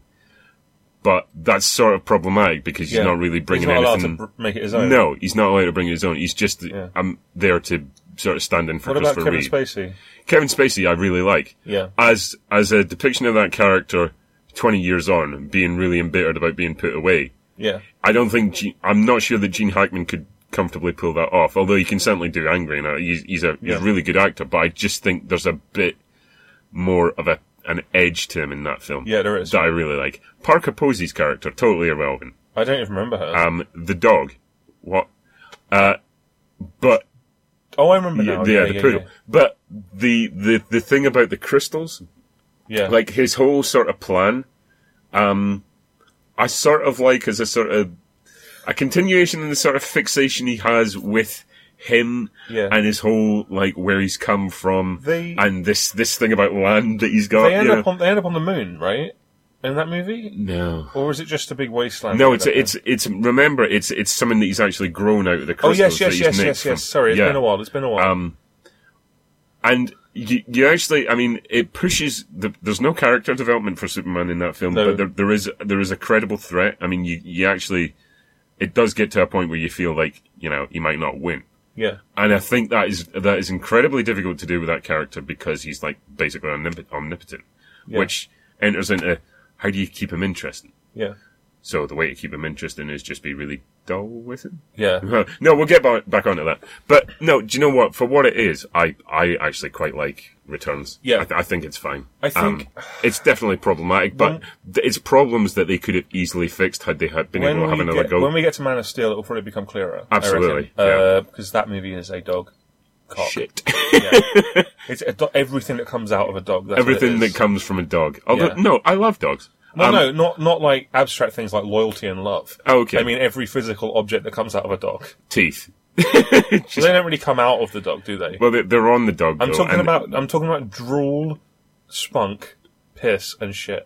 Speaker 2: But that's sort of problematic because he's
Speaker 1: Yeah.
Speaker 2: not really bringing
Speaker 1: He's not allowed
Speaker 2: anything
Speaker 1: to br- make it his own.
Speaker 2: no, he's not allowed to bring his own. He's just
Speaker 1: Yeah.
Speaker 2: um, there to sort of stand in for
Speaker 1: What about
Speaker 2: Christopher
Speaker 1: Kevin
Speaker 2: Reeve.
Speaker 1: Spacey?
Speaker 2: Kevin Spacey, I really like.
Speaker 1: Yeah.
Speaker 2: As as a depiction of that character, twenty years on, being really embittered about being put away.
Speaker 1: Yeah.
Speaker 2: I don't think Gene, I'm not sure that Gene Hackman could comfortably pull that off. Although he can certainly do angry. Now he's he's a he's
Speaker 1: Yeah.
Speaker 2: a really good actor, but I just think there's a bit more of a an edge to him in that film.
Speaker 1: Yeah, there is.
Speaker 2: That I really like. Parker Posey's character totally irrelevant
Speaker 1: I don't even remember her.
Speaker 2: um, the dog. What? Uh, but
Speaker 1: oh, I remember now.
Speaker 2: yeah,
Speaker 1: Yeah,
Speaker 2: the
Speaker 1: yeah,
Speaker 2: poodle. But the, the the thing about the crystals,
Speaker 1: Yeah. yeah.
Speaker 2: like his whole sort of plan, um, I sort of like as a sort of a continuation in the sort of fixation he has with him
Speaker 1: Yeah.
Speaker 2: and his whole like where he's come from
Speaker 1: They-
Speaker 2: and this this thing about land that he's got.
Speaker 1: they end
Speaker 2: you know.
Speaker 1: up on they end up on the moon, right? In that movie,
Speaker 2: no.
Speaker 1: or is it just a big wasteland?
Speaker 2: No,
Speaker 1: they
Speaker 2: it's
Speaker 1: end up
Speaker 2: it's it's remember it's it's something that he's actually grown out of the
Speaker 1: in? Oh
Speaker 2: crystals.
Speaker 1: yes,
Speaker 2: that
Speaker 1: yes,
Speaker 2: he's
Speaker 1: yes,
Speaker 2: nicked
Speaker 1: yes,
Speaker 2: from-
Speaker 1: yes. Sorry, it's
Speaker 2: Yeah.
Speaker 1: been a while. It's been a while.
Speaker 2: Um, and you, you actually, I mean, it pushes. The, there's no character development for Superman in that film,
Speaker 1: No.
Speaker 2: but there, there is there is a credible threat. I mean, you you actually, it does get to a point where you feel like you know he might not win,
Speaker 1: yeah,
Speaker 2: and I think that is that is incredibly difficult to do with that character because he's like basically omnip- omnipotent,
Speaker 1: Yeah.
Speaker 2: which enters into how do you keep him interesting.
Speaker 1: yeah,
Speaker 2: So the way to keep him interesting is just be really dull with him.
Speaker 1: yeah.
Speaker 2: Huh. no, we'll get back, back onto that. But no, do you know what? For what it is, I, I actually quite like returns.
Speaker 1: Yeah.
Speaker 2: I, th- I think it's fine. Um,
Speaker 1: I think-
Speaker 2: it's definitely problematic, but th- it's problems that they could have easily fixed had they had been
Speaker 1: When
Speaker 2: able to have
Speaker 1: we,
Speaker 2: another
Speaker 1: get,
Speaker 2: go.
Speaker 1: when we get to Man of Steel, it will probably become clearer. I reckon.
Speaker 2: Absolutely, yeah.
Speaker 1: uh, because that movie is a dog. Cock.
Speaker 2: Shit.
Speaker 1: Yeah. it's a do- everything that comes out of a dog. That's what it
Speaker 2: Everything
Speaker 1: is.
Speaker 2: that comes from a dog. Although,
Speaker 1: Yeah.
Speaker 2: no, I love dogs.
Speaker 1: No,
Speaker 2: Um,
Speaker 1: no, not not like abstract things like loyalty and love.
Speaker 2: Oh, okay.
Speaker 1: I mean every physical object that comes out of a dog.
Speaker 2: Teeth.
Speaker 1: So they don't really come out of the dog, do they?
Speaker 2: Well, they- they're on the dog.
Speaker 1: I'm
Speaker 2: though,
Speaker 1: talking
Speaker 2: and
Speaker 1: about I'm talking about drool, spunk, piss, and shit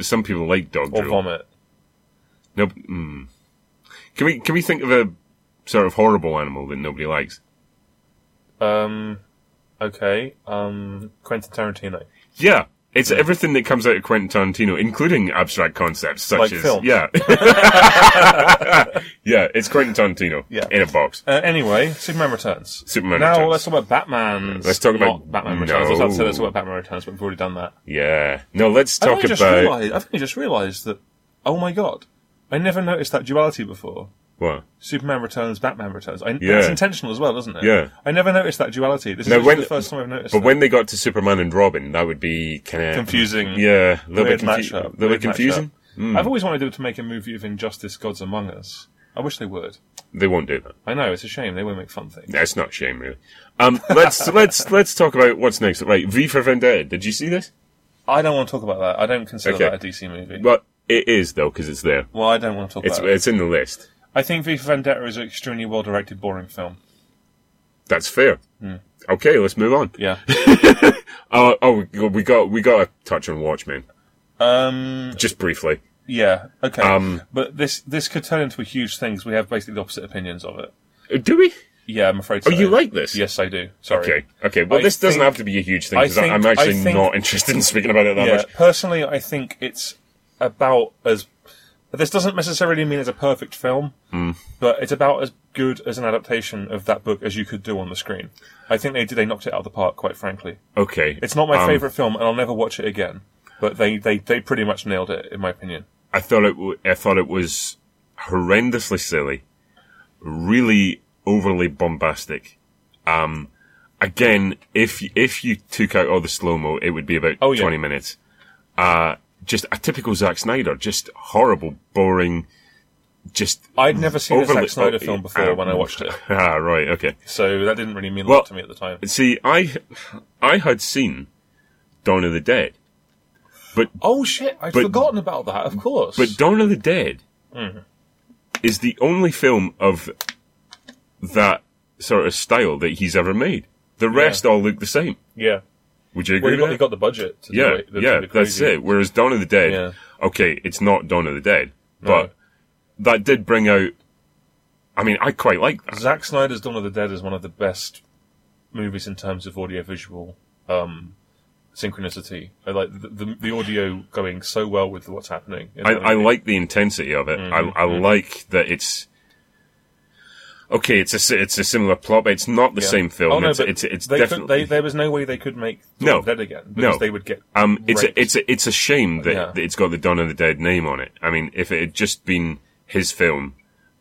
Speaker 2: Some people like dog
Speaker 1: or
Speaker 2: drool.
Speaker 1: vomit.
Speaker 2: No, mm. Can we can we think of a sort of horrible animal that nobody likes?
Speaker 1: Um, okay. Um, Quentin Tarantino.
Speaker 2: Yeah. It's everything that comes out of Quentin Tarantino, including abstract concepts such
Speaker 1: Like
Speaker 2: as
Speaker 1: film.
Speaker 2: yeah, yeah. It's Quentin Tarantino
Speaker 1: Yeah.
Speaker 2: in a box.
Speaker 1: Uh, anyway, Superman Returns.
Speaker 2: Superman
Speaker 1: now
Speaker 2: Returns.
Speaker 1: let's talk about Batman.
Speaker 2: Let's talk about-
Speaker 1: Not Batman Returns. I was
Speaker 2: No.
Speaker 1: about to say let's talk about Batman Returns, but we've already done that.
Speaker 2: Yeah. No, let's
Speaker 1: I
Speaker 2: talk
Speaker 1: think I
Speaker 2: about.
Speaker 1: just realized. I think I just realized that. Oh my god, I never noticed that duality before.
Speaker 2: What?
Speaker 1: Superman Returns, Batman Returns. I,
Speaker 2: Yeah.
Speaker 1: That's intentional as well, isn't it?
Speaker 2: Yeah.
Speaker 1: I never noticed that duality. This
Speaker 2: Now,
Speaker 1: is
Speaker 2: when-
Speaker 1: the first time I've noticed.
Speaker 2: But
Speaker 1: that.
Speaker 2: when they got to Superman and Robin, that would be kind of
Speaker 1: confusing.
Speaker 2: Yeah, a little
Speaker 1: Weird
Speaker 2: bit confusing.
Speaker 1: matchup.
Speaker 2: little bit
Speaker 1: Weird
Speaker 2: confusing.
Speaker 1: matchup. I've always wanted them to make a movie of Injustice: Gods Among Us. I wish they would.
Speaker 2: They won't do that.
Speaker 1: I know it's a shame they won't make fun things.
Speaker 2: That's not a shame, really. Um, let's let's let's talk about what's next. Right, V for Vendetta. Did you see this?
Speaker 1: I don't want to talk about that. I don't consider
Speaker 2: Okay.
Speaker 1: that a DC movie.
Speaker 2: Well, it is though because it's there.
Speaker 1: Well, I don't want to talk
Speaker 2: It's
Speaker 1: about it.
Speaker 2: it's in the list.
Speaker 1: I think V for Vendetta is an extremely well-directed, boring film.
Speaker 2: That's fair.
Speaker 1: Hmm.
Speaker 2: Okay, let's move on.
Speaker 1: Yeah.
Speaker 2: Oh, oh, we got- we got we got a touch on Watchmen
Speaker 1: um.
Speaker 2: just briefly.
Speaker 1: Yeah. Okay.
Speaker 2: Um,
Speaker 1: but this this could turn into a huge thing because we have basically the opposite opinions of it.
Speaker 2: Uh, Do we?
Speaker 1: Yeah, I'm afraid.
Speaker 2: Oh,
Speaker 1: So.
Speaker 2: you like this?
Speaker 1: Yes, I do. Sorry.
Speaker 2: Okay. Okay. Well,
Speaker 1: Uh, I
Speaker 2: this doesn't
Speaker 1: think-
Speaker 2: have to be a huge thing
Speaker 1: I
Speaker 2: because I'm
Speaker 1: think- I
Speaker 2: actually
Speaker 1: think-
Speaker 2: not interested in speaking about it that
Speaker 1: Yeah,
Speaker 2: much.
Speaker 1: personally, I think it's about as. This doesn't necessarily mean it's a perfect film,
Speaker 2: Hmm.
Speaker 1: but it's about as good as an adaptation of that book as you could do on the screen. I think they did. They knocked it out of the park, quite frankly.
Speaker 2: Okay.
Speaker 1: It's not my
Speaker 2: Um,
Speaker 1: favorite film, and I'll never watch it again. But they, they, they pretty much nailed it, in my opinion.
Speaker 2: I thought it. w- I thought it was horrendously silly, really overly bombastic. Um, again, if y- if you took out all the slow mo, it would be about
Speaker 1: Oh,
Speaker 2: twenty
Speaker 1: yeah.
Speaker 2: minutes. Uh, just a typical Zack Snyder, just horrible, boring, just
Speaker 1: I'd never seen a
Speaker 2: overly-
Speaker 1: Zack Snyder
Speaker 2: oh,
Speaker 1: film
Speaker 2: yeah,
Speaker 1: before
Speaker 2: um,
Speaker 1: when I watched it,
Speaker 2: ah, right, okay.
Speaker 1: so that didn't really mean a
Speaker 2: Well-
Speaker 1: lot to me at the time.
Speaker 2: See, I I had seen Dawn of the Dead,
Speaker 1: Oh shit! I'd
Speaker 2: But-
Speaker 1: forgotten about that. Of course.
Speaker 2: But Dawn of the Dead
Speaker 1: Mm-hmm.
Speaker 2: is the only film of that sort of style that he's ever made. The rest all look the same.
Speaker 1: yeah.
Speaker 2: Would you agree?
Speaker 1: Well, he
Speaker 2: with
Speaker 1: got, he
Speaker 2: that?
Speaker 1: got the budget. To
Speaker 2: yeah,
Speaker 1: do it, to
Speaker 2: yeah,
Speaker 1: do the
Speaker 2: that's
Speaker 1: crazy.
Speaker 2: it. Whereas Dawn of the Dead,
Speaker 1: Yeah.
Speaker 2: okay, it's not Dawn of the Dead,
Speaker 1: No.
Speaker 2: but that did bring out. I mean, I quite like that.
Speaker 1: Zack Snyder's Dawn of the Dead is one of the best movies in terms of audiovisual um, synchronicity. I like the, the, the audio going so well with what's happening. in
Speaker 2: I,
Speaker 1: that
Speaker 2: I
Speaker 1: movie.
Speaker 2: like the intensity of it.
Speaker 1: Mm-hmm,
Speaker 2: I, I like that it's okay. It's a si- it's a similar plot, but it's not the
Speaker 1: Yeah.
Speaker 2: same film.
Speaker 1: Oh, no,
Speaker 2: it's,
Speaker 1: but
Speaker 2: it's it's
Speaker 1: they could-
Speaker 2: definitely
Speaker 1: they, there was no way they could make Dawn
Speaker 2: No.
Speaker 1: of the Dead again because
Speaker 2: No.
Speaker 1: they would get.
Speaker 2: Um, it's
Speaker 1: raped.
Speaker 2: a, it's a, it's a shame that,
Speaker 1: Yeah.
Speaker 2: that it's got the Dawn of the Dead name on it. I mean, if it had just been his film,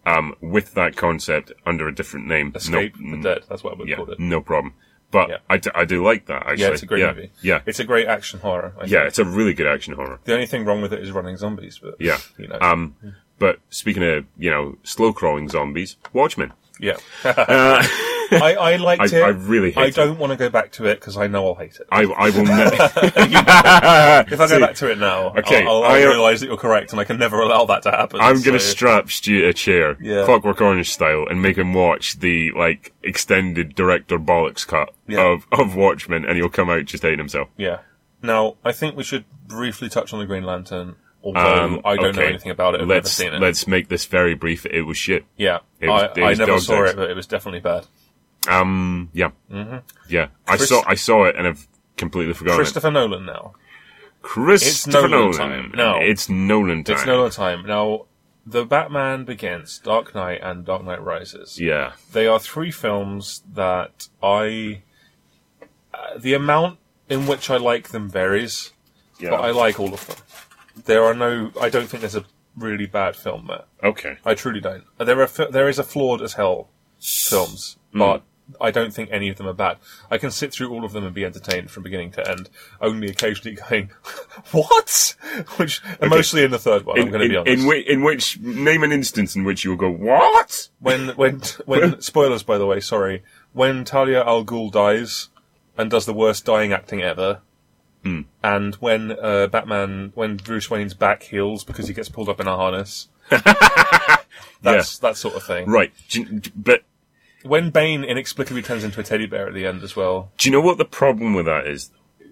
Speaker 2: um, with that concept under a different name,
Speaker 1: Escape
Speaker 2: no,
Speaker 1: the Dead. That's what I would
Speaker 2: Mm. yeah,
Speaker 1: call it.
Speaker 2: no problem. But
Speaker 1: Yeah.
Speaker 2: I, d- I do like that actually.
Speaker 1: Yeah, it's a great
Speaker 2: yeah,
Speaker 1: movie.
Speaker 2: Yeah,
Speaker 1: It's a great action horror. I
Speaker 2: yeah,
Speaker 1: think.
Speaker 2: it's a really good action horror.
Speaker 1: The only thing wrong with it is running zombies, but
Speaker 2: Yeah.
Speaker 1: you know,
Speaker 2: Um, but speaking of you know slow crawling zombies, Watchmen.
Speaker 1: yeah. I, I liked
Speaker 2: uh, I,
Speaker 1: it.
Speaker 2: I really hate.
Speaker 1: I
Speaker 2: it.
Speaker 1: don't want to go back to it because I know I'll hate it.
Speaker 2: I, I will never.
Speaker 1: If I go back to it now,
Speaker 2: Okay,
Speaker 1: I'll, I'll, I'll
Speaker 2: I- uh,
Speaker 1: realise that you're correct, and I can never allow that to happen.
Speaker 2: I'm gonna
Speaker 1: so-
Speaker 2: strap Stu to a chair,
Speaker 1: Yeah.
Speaker 2: Clockwork Orange style, and make him watch the like extended director bollocks cut
Speaker 1: Yeah.
Speaker 2: of of Watchmen, and he'll come out just hating himself.
Speaker 1: yeah. Now, I think we should briefly touch on the Green Lantern, although
Speaker 2: Um,
Speaker 1: Oh, I don't know
Speaker 2: okay.
Speaker 1: anything about it. I've
Speaker 2: let's
Speaker 1: never seen it.
Speaker 2: let's make this very brief. It was shit.
Speaker 1: yeah,
Speaker 2: it was- it
Speaker 1: I, I
Speaker 2: was
Speaker 1: never
Speaker 2: dog
Speaker 1: saw
Speaker 2: days.
Speaker 1: it, but it was definitely bad.
Speaker 2: Um, yeah, mm-hmm. yeah. I
Speaker 1: Chris-
Speaker 2: saw I saw it, and I've completely forgotten.
Speaker 1: Christopher Nolan now.
Speaker 2: it. Christopher
Speaker 1: Nolan time. No.
Speaker 2: it's Nolan time.
Speaker 1: It's Nolan time. Now, The Batman Begins, Dark Knight, and Dark Knight Rises.
Speaker 2: Yeah,
Speaker 1: They are three films that I. Uh, the amount in which I like them varies.
Speaker 2: yeah.
Speaker 1: but I like all of them. There are no. I don't think there's a really bad film there.
Speaker 2: okay.
Speaker 1: I truly don't. There are fi- there is a flawed as hell films,
Speaker 2: Mm.
Speaker 1: but I don't think any of them are bad. I can sit through all of them and be entertained from beginning to end. Only occasionally going, what? Which and mostly in the third one. I'm
Speaker 2: In,
Speaker 1: going to be
Speaker 2: in,
Speaker 1: honest.
Speaker 2: in, whi- in which name an instance in which you'll go what?
Speaker 1: when when when spoilers by the way, sorry. When Talia al Ghul dies and does the worst dying acting ever,
Speaker 2: Hmm.
Speaker 1: and when uh, Batman when Bruce Wayne's back heals because he gets pulled up in a harness. That's that sort of thing.
Speaker 2: Right, Do you- but
Speaker 1: When Bane inexplicably turns into a teddy bear at the end as well.
Speaker 2: do you know what the problem with that is?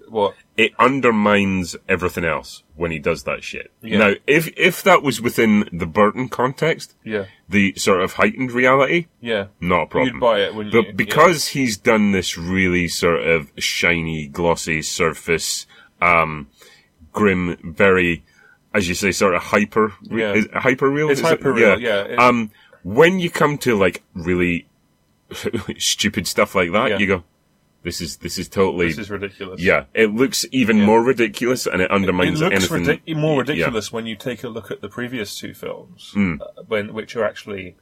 Speaker 1: What?
Speaker 2: it undermines everything else when he does that shit.
Speaker 1: Yeah.
Speaker 2: Now, if if that was within the Burton context,
Speaker 1: Yeah,
Speaker 2: the sort of heightened reality,
Speaker 1: yeah.
Speaker 2: not a problem.
Speaker 1: You'd buy it, wouldn't you?
Speaker 2: but because he's done this really sort of shiny, glossy surface, um, grim, very, as you say, sort of hyper,
Speaker 1: Yeah.
Speaker 2: is, hyper real.
Speaker 1: It's hyperreal, yeah, it-
Speaker 2: Um, when you come to like really stupid stuff like that,
Speaker 1: Yeah.
Speaker 2: you go, "This is this is totally
Speaker 1: yeah. this is ridiculous.
Speaker 2: yeah, it looks even more ridiculous, and it
Speaker 1: It
Speaker 2: undermines
Speaker 1: looks
Speaker 2: anything.
Speaker 1: ridic- more ridiculous when you take a look at the previous two films,
Speaker 2: Hmm.
Speaker 1: uh, when which are actually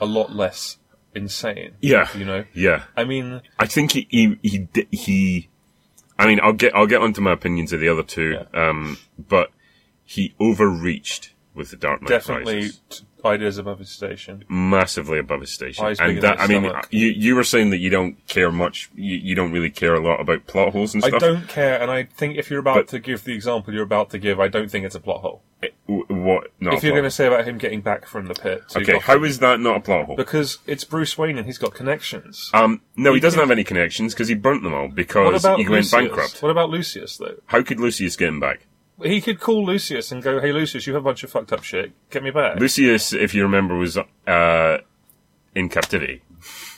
Speaker 1: a lot less insane.
Speaker 2: Yeah.
Speaker 1: you know.
Speaker 2: Yeah,
Speaker 1: I mean,
Speaker 2: I think he he he. di- he I mean, I'll get I'll get onto my opinions of the other two, um, but he overreached with the Dark Knight
Speaker 1: definitely
Speaker 2: Rises.
Speaker 1: t- ideas above his station.
Speaker 2: massively above his station,
Speaker 1: Eyes bigger
Speaker 2: and that
Speaker 1: than
Speaker 2: I
Speaker 1: his
Speaker 2: mean,
Speaker 1: stomach.
Speaker 2: you you were saying that you don't care much, you, you don't really care a lot about plot holes and
Speaker 1: I
Speaker 2: stuff.
Speaker 1: don't care, and I think if you're about
Speaker 2: But-
Speaker 1: to give the example you're about to give, I don't think it's a plot hole.
Speaker 2: W- what? Not
Speaker 1: if you're
Speaker 2: a
Speaker 1: going to
Speaker 2: plot.
Speaker 1: say about him getting back from the pit, to
Speaker 2: okay,
Speaker 1: Gotham-
Speaker 2: how is that not a plot hole?
Speaker 1: because it's Bruce Wayne and he's got connections.
Speaker 2: Um, no, he doesn't
Speaker 1: can-
Speaker 2: have any connections because he burnt them all
Speaker 1: what
Speaker 2: because
Speaker 1: about
Speaker 2: he went
Speaker 1: Lucius?
Speaker 2: bankrupt.
Speaker 1: What about Lucius though?
Speaker 2: How could Lucius get him back?
Speaker 1: He could call Lucius and go, "Hey, Lucius, you have a bunch of fucked up shit. Get me back."
Speaker 2: Lucius, if you remember, was uh, in captivity.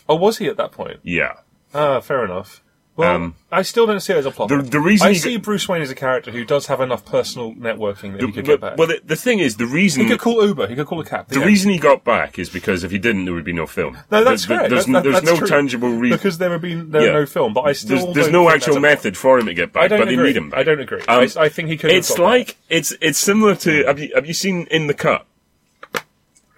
Speaker 1: or was he at that point?
Speaker 2: Yeah.
Speaker 1: Ah, fair enough. Well,
Speaker 2: Um,
Speaker 1: I still don't see it as a plot.
Speaker 2: the- the reason
Speaker 1: I
Speaker 2: he
Speaker 1: see Bruce Wayne as a character who does have enough personal networking that he could get back.
Speaker 2: Well, the, the thing is, the reason
Speaker 1: he could call Uber. He could call a cab.
Speaker 2: The reason he got back is because if he didn't, there would be no film.
Speaker 1: No, that's
Speaker 2: There- there-
Speaker 1: correct.
Speaker 2: There's,
Speaker 1: That-
Speaker 2: n-
Speaker 1: that-
Speaker 2: there's
Speaker 1: that's
Speaker 2: no
Speaker 1: true.
Speaker 2: tangible reason.
Speaker 1: because there have been there
Speaker 2: Yeah.
Speaker 1: are no film, but I still
Speaker 2: There's, there's
Speaker 1: don't
Speaker 2: no
Speaker 1: think that's
Speaker 2: actual
Speaker 1: a-
Speaker 2: method for him to get back,
Speaker 1: I don't
Speaker 2: but
Speaker 1: agree.
Speaker 2: they need him back.
Speaker 1: I don't agree.
Speaker 2: Um,
Speaker 1: I, I think he could. have
Speaker 2: it's
Speaker 1: got
Speaker 2: like it's it's similar to have you, have you seen in the cut?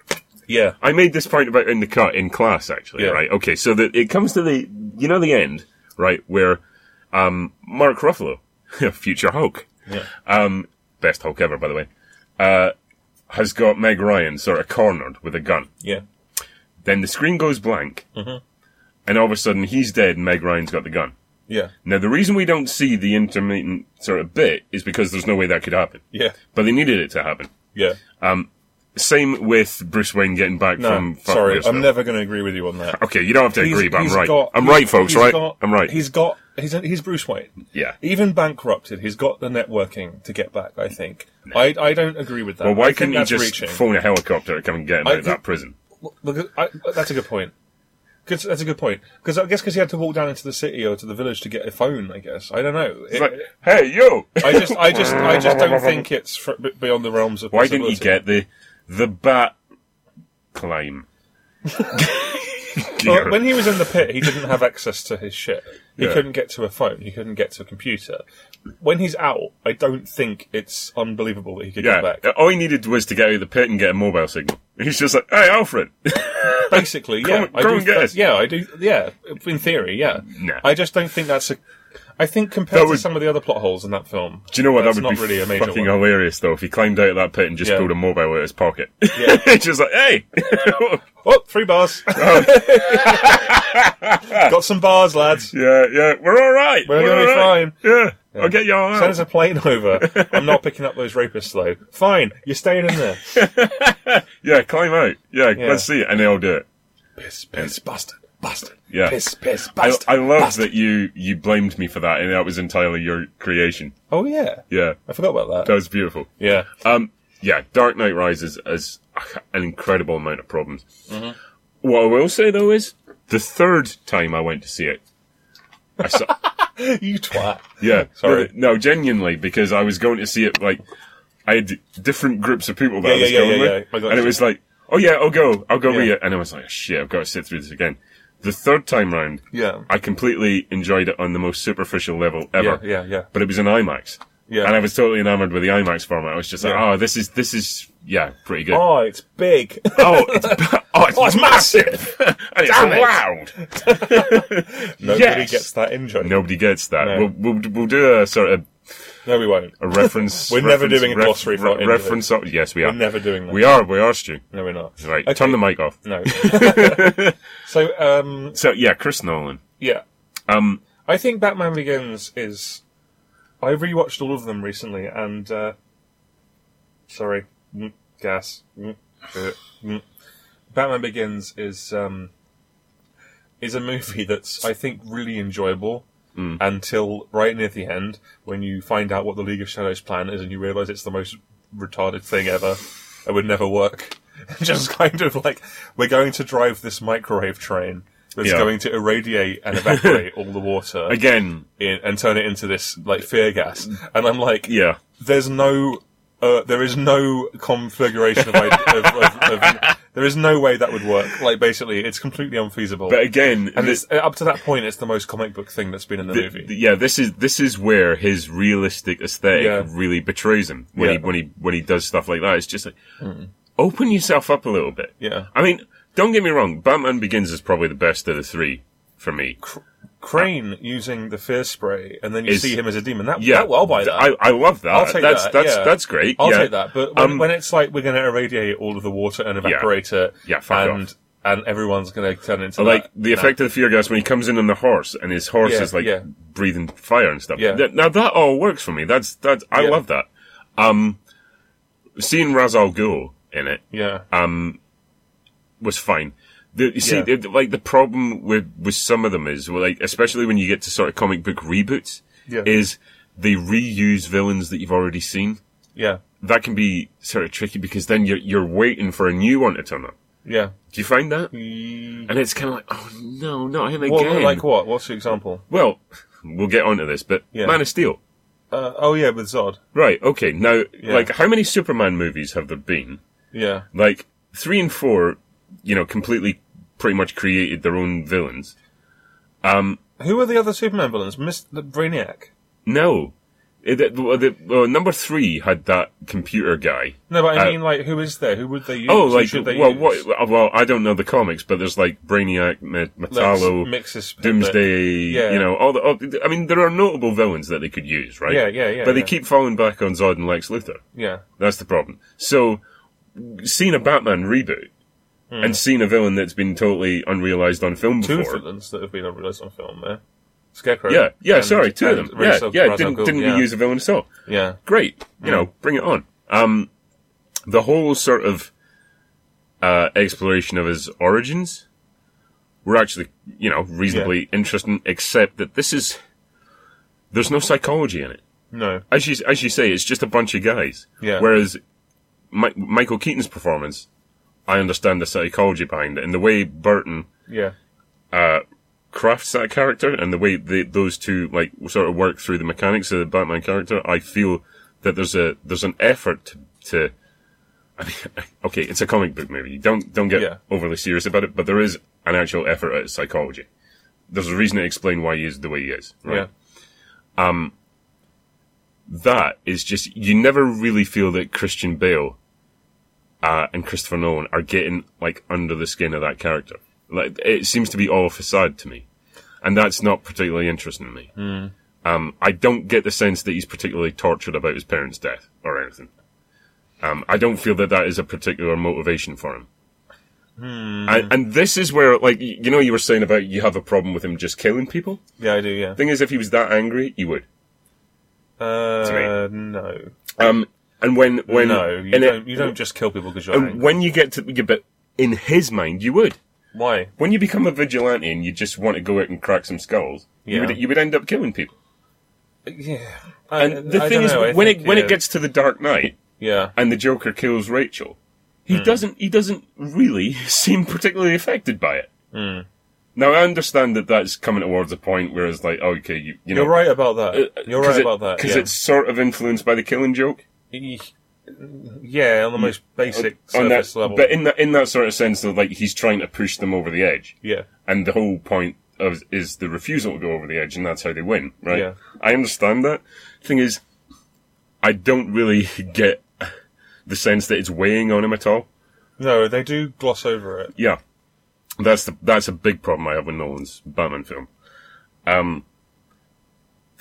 Speaker 1: that. yeah,
Speaker 2: I made this point about in the cut in class actually,
Speaker 1: Yeah.
Speaker 2: right? Okay, so that it comes to the you know the end, right, where um, Mark Ruffalo, future Hulk,
Speaker 1: yeah,
Speaker 2: um, best Hulk ever by the way, uh, has got Meg Ryan sort of cornered with a gun.
Speaker 1: yeah.
Speaker 2: Then the screen goes blank,
Speaker 1: Mm-hmm.
Speaker 2: and all of a sudden he's dead, and Meg Ryan's got the gun.
Speaker 1: Yeah,
Speaker 2: Now, the reason we don't see the intermittent sort of bit is because there's no way that could happen.
Speaker 1: yeah,
Speaker 2: But they needed it to happen.
Speaker 1: yeah.
Speaker 2: Same with Bruce Wayne getting back
Speaker 1: No,
Speaker 2: from. from
Speaker 1: sorry,
Speaker 2: Brazil.
Speaker 1: I'm never going to agree with you on that.
Speaker 2: Okay, you don't have to
Speaker 1: He's-
Speaker 2: agree, but I'm
Speaker 1: he's
Speaker 2: right.
Speaker 1: got-
Speaker 2: I'm
Speaker 1: he's-
Speaker 2: right, folks.
Speaker 1: he's
Speaker 2: Right,
Speaker 1: got-
Speaker 2: I'm right.
Speaker 1: He's got he's he's Bruce Wayne.
Speaker 2: Yeah.
Speaker 1: Even bankrupted, he's got the networking to get back. I think. I I don't agree with that.
Speaker 2: well,
Speaker 1: I
Speaker 2: why
Speaker 1: think
Speaker 2: couldn't he
Speaker 1: that's
Speaker 2: just
Speaker 1: reaching.
Speaker 2: phone a helicopter to come and get him
Speaker 1: I
Speaker 2: out of
Speaker 1: think-
Speaker 2: that prison?
Speaker 1: Look, I, that's a good point. 'Cause- that's a good point. Because I guess because he had to walk down into the city or to the village to get a phone. I guess I don't know. It-
Speaker 2: It's like, hey, yo!
Speaker 1: I just, I just, I just don't think it's fr- b- beyond the realms of.
Speaker 2: why didn't he
Speaker 1: possibility.
Speaker 2: get the the bat climb?
Speaker 1: Well, when he was in the pit, he didn't have access to his shit. He
Speaker 2: Yeah.
Speaker 1: couldn't get to a phone. He couldn't get to a computer. When he's out, I don't think it's unbelievable that he could
Speaker 2: yeah,
Speaker 1: get back.
Speaker 2: all he needed was to get out of the pit and get a mobile signal. He's just like, hey, Alfred!
Speaker 1: Basically, yeah,
Speaker 2: Come-
Speaker 1: I
Speaker 2: come
Speaker 1: do,
Speaker 2: and get us.
Speaker 1: yeah, I do, yeah. In theory, yeah.
Speaker 2: Nah.
Speaker 1: I just don't think that's a. I think compared
Speaker 2: That
Speaker 1: to
Speaker 2: would-
Speaker 1: some of the other plot holes in that film,
Speaker 2: Do you know what?
Speaker 1: that's
Speaker 2: that would
Speaker 1: not
Speaker 2: be
Speaker 1: really a major
Speaker 2: fucking
Speaker 1: one.
Speaker 2: hilarious, though, if he climbed out of that pit and just
Speaker 1: Yeah.
Speaker 2: pulled a mobile out of his pocket.
Speaker 1: Yeah.
Speaker 2: just like, hey!
Speaker 1: Oh, three bars. Got some bars, lads.
Speaker 2: yeah, yeah, we're all right.
Speaker 1: We're gonna be
Speaker 2: alright. Yeah, I'll get you all
Speaker 1: Send us
Speaker 2: out.
Speaker 1: a plane over. I'm not picking up those rapists, though. Fine, you're staying in there.
Speaker 2: Yeah, climb out. Yeah,
Speaker 1: Yeah.
Speaker 2: let's see it. And they all do it.
Speaker 1: Piss, piss, bastard, bastard.
Speaker 2: Yeah.
Speaker 1: Piss, piss,
Speaker 2: I,
Speaker 1: bastard.
Speaker 2: I love
Speaker 1: bastard.
Speaker 2: that you, you blamed me for that, and that was entirely your creation.
Speaker 1: Oh, yeah.
Speaker 2: Yeah,
Speaker 1: I forgot about
Speaker 2: that
Speaker 1: that.
Speaker 2: was beautiful.
Speaker 1: Yeah.
Speaker 2: Um, yeah, Dark Knight Rises has an incredible amount of problems.
Speaker 1: Mm-hmm.
Speaker 2: What I will say though is the third time I went to see it, I saw,
Speaker 1: you twat.
Speaker 2: yeah,
Speaker 1: Sorry.
Speaker 2: no, no, genuinely because I was going to see it like I had different groups of people that
Speaker 1: Yeah,
Speaker 2: I was
Speaker 1: yeah, yeah,
Speaker 2: going
Speaker 1: yeah,
Speaker 2: with,
Speaker 1: yeah. I got
Speaker 2: and it
Speaker 1: you.
Speaker 2: was like, oh yeah, I'll go, I'll go with
Speaker 1: Yeah.
Speaker 2: you, and I was like, shit, I've got to sit through this again. The third time round,
Speaker 1: Yeah.
Speaker 2: I completely enjoyed it on the most superficial level
Speaker 1: Yeah,
Speaker 2: ever.
Speaker 1: yeah, yeah.
Speaker 2: But it was an IMAX.
Speaker 1: Yeah.
Speaker 2: And I was totally enamored with the IMAX format. I was just like,
Speaker 1: Yeah.
Speaker 2: oh, this is, this is, yeah, pretty good.
Speaker 1: Oh, it's big.
Speaker 2: Oh, it's, oh, it's,
Speaker 1: Oh, it's massive.
Speaker 2: and it's
Speaker 1: Damn it.
Speaker 2: loud.
Speaker 1: Nobody
Speaker 2: Yes.
Speaker 1: gets that in joke.
Speaker 2: Nobody gets that.
Speaker 1: No.
Speaker 2: We'll, we'll, we'll do a sort of
Speaker 1: No, we won't.
Speaker 2: a reference.
Speaker 1: We're never
Speaker 2: reference-
Speaker 1: doing a glossary for any of it.
Speaker 2: reference. Of, yes, we are.
Speaker 1: We're never doing that.
Speaker 2: We are. We are, Stu.
Speaker 1: No, we're not.
Speaker 2: Right.
Speaker 1: Okay.
Speaker 2: Turn the mic off.
Speaker 1: No. so, um,
Speaker 2: So yeah, Chris Nolan.
Speaker 1: yeah.
Speaker 2: Um,
Speaker 1: I think Batman Begins is. I rewatched all of them recently, and uh, sorry, Mm, gas. Mm, uh, mm. Batman Begins is um, is a movie that's I think really enjoyable until right near the end when you find out what the League of Shadows plan is, and you realise it's the most retarded thing ever. It would never work. Just kind of like we're going to drive this microwave train that's
Speaker 2: Yeah.
Speaker 1: going to irradiate and evaporate all the water
Speaker 2: again,
Speaker 1: in and turn it into this like fear gas. And I'm like,
Speaker 2: yeah.
Speaker 1: there's no, uh, there is no configuration of, ide- of, of, of there is no way that would work. Like basically, it's completely unfeasible.
Speaker 2: But again,
Speaker 1: and
Speaker 2: the-
Speaker 1: it's, uh, up to that point, it's the most comic book thing that's been in the,
Speaker 2: the-
Speaker 1: movie.
Speaker 2: the- yeah, this is this is where his realistic aesthetic
Speaker 1: Yeah.
Speaker 2: really betrays him when he
Speaker 1: Yeah.
Speaker 2: when he when he does stuff like that. It's just like open yourself up a little bit.
Speaker 1: Yeah.
Speaker 2: I mean, don't get me wrong. Batman Begins is probably the best of the three for me.
Speaker 1: Crane using the fear spray, and then you
Speaker 2: Is-
Speaker 1: see him as a demon. That,
Speaker 2: Yeah,
Speaker 1: that well, I'll buy that.
Speaker 2: I, I love that.
Speaker 1: I'll take
Speaker 2: that's,
Speaker 1: that,
Speaker 2: That's
Speaker 1: yeah.
Speaker 2: that's great.
Speaker 1: I'll
Speaker 2: yeah.
Speaker 1: take that. But when,
Speaker 2: Um,
Speaker 1: when it's like we're going to irradiate all of the water and evaporate it,
Speaker 2: Yeah, fuck
Speaker 1: and and everyone's going to turn into
Speaker 2: like
Speaker 1: that.
Speaker 2: the effect of the fear gas when he comes in on the horse and his horse
Speaker 1: Yeah,
Speaker 2: is like
Speaker 1: yeah.
Speaker 2: breathing fire and stuff.
Speaker 1: Yeah.
Speaker 2: Th- now that all works for me. That's that's I
Speaker 1: Yeah.
Speaker 2: love that. Um, seeing Ra's al Ghul in it
Speaker 1: yeah,
Speaker 2: uh, was fine. The, you see,
Speaker 1: Yeah.
Speaker 2: the- like the problem with with some of them is well, like especially when you get to sort of comic book reboots,
Speaker 1: Yeah.
Speaker 2: is they reuse villains that you've already seen.
Speaker 1: yeah,
Speaker 2: That can be sort of tricky because then you're you're waiting for a new one to turn up.
Speaker 1: yeah.
Speaker 2: Do you find that? And it's kind of like, oh no, not him again.
Speaker 1: What, like what? What's the example?
Speaker 2: well, We'll get onto this, but
Speaker 1: Yeah.
Speaker 2: Man of Steel.
Speaker 1: Uh, oh yeah, with Zod.
Speaker 2: Right, okay. Now,
Speaker 1: Yeah.
Speaker 2: like, how many Superman movies have there been?
Speaker 1: Yeah,
Speaker 2: Like, three and four, you know, completely pretty much created their own villains.
Speaker 1: who are the other Superman villains? Mister Brainiac.
Speaker 2: No. It, the, the, well, number three had that computer guy.
Speaker 1: No, but I
Speaker 2: Uh,
Speaker 1: mean, like, who is there? Who would they use?
Speaker 2: Oh,
Speaker 1: Who
Speaker 2: like,
Speaker 1: should they
Speaker 2: well,
Speaker 1: use?
Speaker 2: what, well, I don't know the comics, but there's like Brainiac, Me-
Speaker 1: Let's
Speaker 2: Metallo,
Speaker 1: mix this-
Speaker 2: Doomsday,
Speaker 1: Yeah.
Speaker 2: you know, all the, all, I mean, there are notable villains that they could use, right?
Speaker 1: Yeah, yeah, yeah,
Speaker 2: But
Speaker 1: yeah.
Speaker 2: they keep falling back on Zod and Lex Luthor.
Speaker 1: Yeah,
Speaker 2: That's the problem. So, seeing a Batman reboot and seeing a villain that's been totally unrealized on film
Speaker 1: Hmm. two
Speaker 2: before.
Speaker 1: villains that have been unrealized on film there. Scarecrow.
Speaker 2: Yeah, yeah,
Speaker 1: and-
Speaker 2: sorry, two of
Speaker 1: and
Speaker 2: them. Yeah,
Speaker 1: Ra's al-
Speaker 2: yeah,
Speaker 1: Ra's al
Speaker 2: didn't,
Speaker 1: Ghul,
Speaker 2: didn't
Speaker 1: yeah.
Speaker 2: reuse a villain at all.
Speaker 1: Yeah,
Speaker 2: great. You know, bring it on. Um, the whole sort of uh, exploration of his origins were actually, you know, reasonably interesting, except that this is there's no psychology in it.
Speaker 1: no,
Speaker 2: As you as you say, it's just a bunch of guys.
Speaker 1: Yeah.
Speaker 2: Whereas Mi- Michael Keaton's performance, I understand the psychology behind it, and the way Burton
Speaker 1: yeah,
Speaker 2: crafts that character and the way they, those two like sort of work through the mechanics of the Batman character, I feel that there's a there's an effort to. to I mean, okay, it's a comic book movie. Don't don't get
Speaker 1: Yeah.
Speaker 2: overly serious about it, but there is an actual effort at psychology. There's a reason to explain why he is the way he is. Right?
Speaker 1: yeah.
Speaker 2: That is just you never really feel that Christian Bale uh, and Christopher Nolan are getting like under the skin of that character. Like it seems to be all facade to me, and that's not particularly interesting to me. Um, I don't get the sense that he's particularly tortured about his parents' death or anything. Um, I don't feel that that is a particular motivation for him. And, and this is where, like, y- you know, you were saying about you have a problem with him just killing people.
Speaker 1: Yeah, I do. Yeah.
Speaker 2: Thing is, if he was that angry, he would.
Speaker 1: Uh, no,
Speaker 2: Um, and when when
Speaker 1: Mm, no, you
Speaker 2: and it-
Speaker 1: don't. you don't just kill people because you're
Speaker 2: And
Speaker 1: angry.
Speaker 2: when you get to, yeah, but in his mind, you would.
Speaker 1: Why?
Speaker 2: When you become a vigilante and you just want to go out and crack some skulls, you,
Speaker 1: Yeah.
Speaker 2: would, you would end up killing people.
Speaker 1: Yeah.
Speaker 2: And the
Speaker 1: Uh, I
Speaker 2: thing
Speaker 1: don't
Speaker 2: is,
Speaker 1: know, I
Speaker 2: when
Speaker 1: think,
Speaker 2: it when
Speaker 1: yeah,
Speaker 2: it gets to the Dark Knight
Speaker 1: yeah,
Speaker 2: and the Joker kills Rachel, he
Speaker 1: Mm.
Speaker 2: doesn't he doesn't really seem particularly affected by it.
Speaker 1: Mm.
Speaker 2: Now I understand that that's coming towards a point where it's like, okay, you, you know,
Speaker 1: you're right about that.
Speaker 2: Uh,
Speaker 1: You're right about that.
Speaker 2: because
Speaker 1: yeah.
Speaker 2: it's sort of influenced by the Killing Joke.
Speaker 1: yeah, on the most basic
Speaker 2: Mm, on
Speaker 1: surface
Speaker 2: that,
Speaker 1: level.
Speaker 2: but in that in that sort of sense that like he's trying to push them over the edge.
Speaker 1: yeah,
Speaker 2: and the whole point of is the refusal to go over the edge, and that's how they win, right?
Speaker 1: Yeah.
Speaker 2: I understand that. Thing is, I don't really get the sense that it's weighing on him at all.
Speaker 1: no, they do gloss over it.
Speaker 2: Yeah, that's the that's a big problem I have with Nolan's Batman film. Um,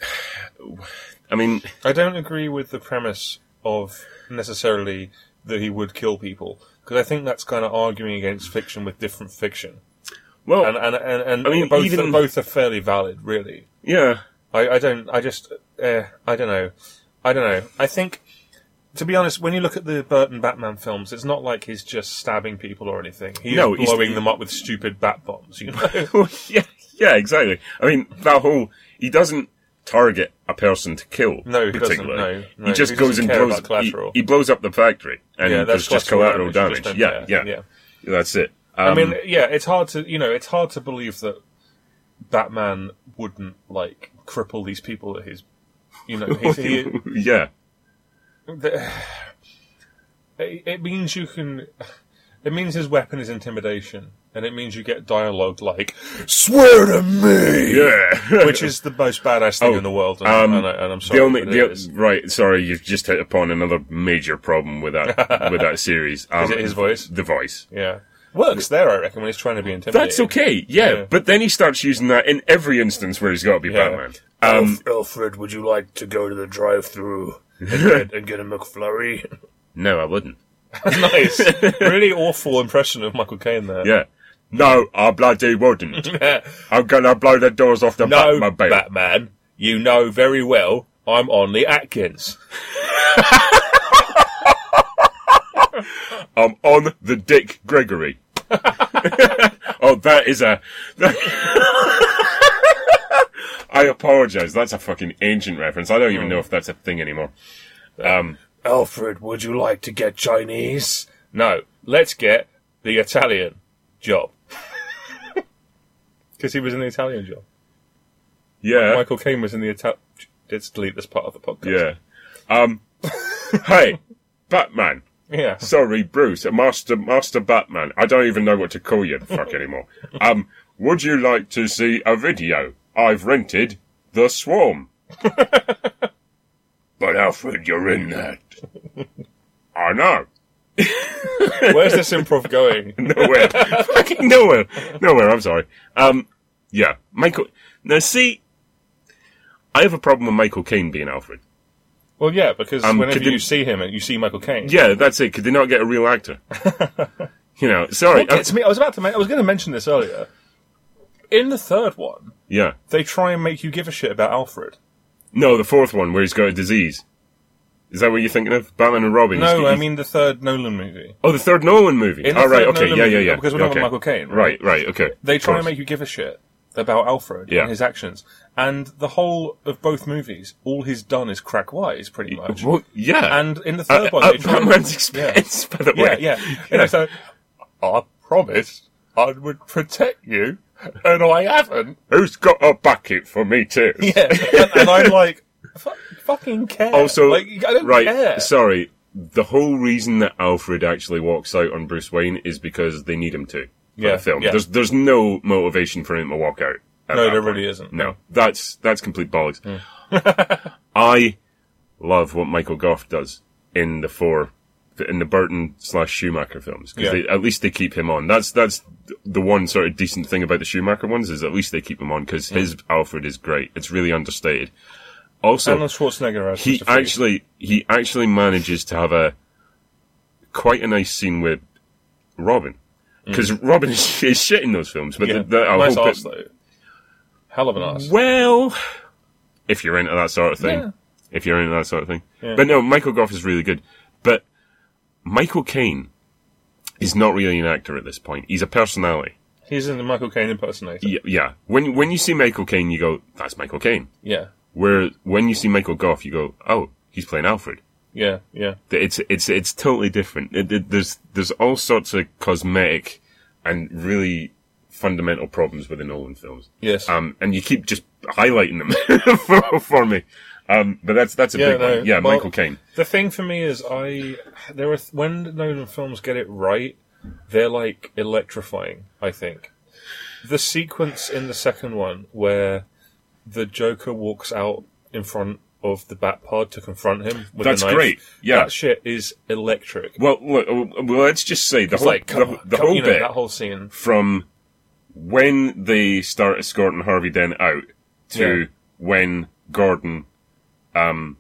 Speaker 2: I mean,
Speaker 1: I don't agree with the premise of necessarily that he would kill people because I think that's kind of arguing against fiction with different fiction,
Speaker 2: well,
Speaker 1: and and and, and
Speaker 2: I mean,
Speaker 1: both
Speaker 2: even-
Speaker 1: both are fairly valid, really.
Speaker 2: yeah,
Speaker 1: I, I don't. I just. Uh, I don't know. I don't know. I think, to be honest, when you look at the Burton Batman films, it's not like he's just stabbing people or anything. He's
Speaker 2: No, he's-
Speaker 1: blowing them up with stupid bat bombs. You know.
Speaker 2: Well, yeah, yeah, exactly. I mean, that whole he doesn't target a person to kill.
Speaker 1: No, he doesn't,
Speaker 2: particularly.
Speaker 1: no, no,
Speaker 2: he just
Speaker 1: he doesn't
Speaker 2: goes and
Speaker 1: care
Speaker 2: blows.
Speaker 1: about collateral.
Speaker 2: He, he blows up the factory, and there's just collateral damage.
Speaker 1: you
Speaker 2: yeah,
Speaker 1: just
Speaker 2: yeah,
Speaker 1: don't care.
Speaker 2: that's it. Um,
Speaker 1: I mean, yeah, it's hard to you know, it's hard to believe that Batman wouldn't like cripple these people that he's, you know, he's, he,
Speaker 2: yeah,
Speaker 1: the, it, it means you can. It means his weapon is intimidation, and it means you get dialogue like "Swear to me,"
Speaker 2: yeah.
Speaker 1: which is the most badass thing
Speaker 2: Oh,
Speaker 1: in the world. And,
Speaker 2: um,
Speaker 1: and, I, and I'm sorry,
Speaker 2: the only
Speaker 1: but it
Speaker 2: the,
Speaker 1: is. Is
Speaker 2: right. Sorry, you've just hit upon another major problem with that with that series. Um,
Speaker 1: it his voice.
Speaker 2: The voice.
Speaker 1: Yeah, works there, I reckon, when he's trying to be intimidating.
Speaker 2: That's okay, yeah,
Speaker 1: Yeah.
Speaker 2: But then he starts using that in every instance where he's got to be
Speaker 1: Yeah.
Speaker 2: Batman.
Speaker 1: Um,
Speaker 3: Alf- Alfred, would you like to go to the drive-through and get, and get a McFlurry?
Speaker 2: No, I wouldn't.
Speaker 1: nice, really awful impression of Michael Caine there.
Speaker 2: Yeah. No, I bloody wouldn't. I'm gonna blow the doors off the
Speaker 1: No,
Speaker 2: Batmobile.
Speaker 1: Batman, you know very well I'm on the Atkins.
Speaker 2: I'm on the Dick Gregory. oh, that is a. I apologise. That's a fucking ancient reference. I don't even know if that's a thing anymore.
Speaker 3: Alfred, would you like to get Chinese?
Speaker 1: No, let's get the Italian job. Because he was in the Italian job.
Speaker 2: Yeah.
Speaker 1: Michael Caine was in the attack. Let's delete this part of the podcast.
Speaker 2: yeah. Um, hey, Batman.
Speaker 1: Yeah.
Speaker 2: Sorry, Bruce, uh, Master Master Batman. I don't even know what to call you the fuck anymore. Um, would you like to see a video? I've rented The Swarm. but Alfred, you're in that. I know.
Speaker 1: Where's this improv going?
Speaker 2: Nowhere. Fucking nowhere. Nowhere, I'm sorry. Um, yeah. Michael. Now, see, I have a problem with Michael Caine being Alfred.
Speaker 1: Well, yeah, because
Speaker 2: Um,
Speaker 1: whenever
Speaker 2: could you-
Speaker 1: you see him, you see Michael Caine.
Speaker 2: Yeah, that's it. Could they not get a real actor? you know, sorry.
Speaker 1: What gets me, I was about to, ma- I was going to mention this earlier. In the third one,
Speaker 2: yeah.
Speaker 1: they try and make you give a shit about Alfred.
Speaker 2: No, the fourth one where he's got a disease. Is that what you're thinking of? Batman and Robin? He's-
Speaker 1: No, I
Speaker 2: he's-
Speaker 1: mean the third Nolan movie.
Speaker 2: Oh, the third Nolan movie.
Speaker 1: In the
Speaker 2: oh, right,
Speaker 1: third
Speaker 2: okay,
Speaker 1: Nolan
Speaker 2: yeah, yeah,
Speaker 1: movie,
Speaker 2: yeah.
Speaker 1: because we're talking
Speaker 2: okay.
Speaker 1: about Michael Caine,
Speaker 2: Right, right,
Speaker 1: right?
Speaker 2: okay.
Speaker 1: They try
Speaker 2: Of
Speaker 1: and
Speaker 2: course.
Speaker 1: make you give a shit about Alfred
Speaker 2: Yeah.
Speaker 1: and his actions. And the whole of both movies, all he's done is crack wise, pretty much.
Speaker 2: Well, yeah.
Speaker 1: And in the third
Speaker 2: at,
Speaker 1: one,
Speaker 2: at
Speaker 1: they try and-
Speaker 2: Batman's expense, by the
Speaker 1: Yeah,
Speaker 2: way.
Speaker 1: yeah. You know, so
Speaker 2: Ah,
Speaker 1: I promised I would protect you, and I haven't.
Speaker 2: Who's got a bucket for me too?
Speaker 1: Yeah, and, and I'm like, "Fu- fucking care.
Speaker 2: Also,
Speaker 1: like, I don't
Speaker 2: Oh, right,
Speaker 1: care.
Speaker 2: sorry. The whole reason that Alfred actually walks out on Bruce Wayne is because they need him to. for
Speaker 1: Yeah,
Speaker 2: the film.
Speaker 1: yeah.
Speaker 2: There's there's no motivation for him to walk out. at
Speaker 1: no,
Speaker 2: that
Speaker 1: there
Speaker 2: point.
Speaker 1: really isn't.
Speaker 2: No, that's that's complete bollocks. I love what Michael Goff does in the four, in the Burton slash Schumacher films because
Speaker 1: Yeah.
Speaker 2: at least they keep him on. That's that's the one sort of decent thing about the Schumacher ones is at least they keep him on because his Alfred is great. It's really understated. Also,
Speaker 1: Arnold Schwarzenegger as
Speaker 2: he
Speaker 1: Mr. Freeze.
Speaker 2: actually he actually manages to have a quite a nice scene with Robin because Robin is, is shit in those films, but
Speaker 1: Mm. yeah.
Speaker 2: the, the, our
Speaker 1: nice
Speaker 2: whole bit-
Speaker 1: arse though. Hell of an arse.
Speaker 2: well, if you're into that sort of thing,
Speaker 1: Yeah.
Speaker 2: if you're into that sort of thing, but no, Michael Goff is really good. But Michael Caine is not really an actor at this point. He's a personality.
Speaker 1: He's in the Michael Caine impersonator.
Speaker 2: Y- yeah. When when you see Michael Caine, you go, "That's Michael Caine."
Speaker 1: Yeah,
Speaker 2: Where when you see Michael Goff, you go, "Oh, he's playing Alfred."
Speaker 1: yeah, yeah.
Speaker 2: Th- It's it's it's totally different. It- it- there's there's all sorts of cosmetic and really fundamental problems with the Nolan films.
Speaker 1: Yes.
Speaker 2: Um, and you keep just highlighting them for, for me. Um, but that's that's a
Speaker 1: Yeah,
Speaker 2: big
Speaker 1: no,
Speaker 2: one. Yeah,
Speaker 1: well-
Speaker 2: Michael Caine.
Speaker 1: The thing for me is, I there are th- when the Nolan films get it right, they're like electrifying. I think the sequence in the second one where the Joker walks out in front of the Batpod to confront him with
Speaker 2: That's
Speaker 1: a knife,
Speaker 2: great, yeah.
Speaker 1: that shit is electric.
Speaker 2: Well, look, uh, well, let's just say the
Speaker 1: It's
Speaker 2: whole
Speaker 1: like come
Speaker 2: the,
Speaker 1: on,
Speaker 2: the
Speaker 1: come-
Speaker 2: whole
Speaker 1: you know,
Speaker 2: bit
Speaker 1: that whole scene.
Speaker 2: from when they start escorting Harvey Dent out to
Speaker 1: Yeah.
Speaker 2: when Gordon, um,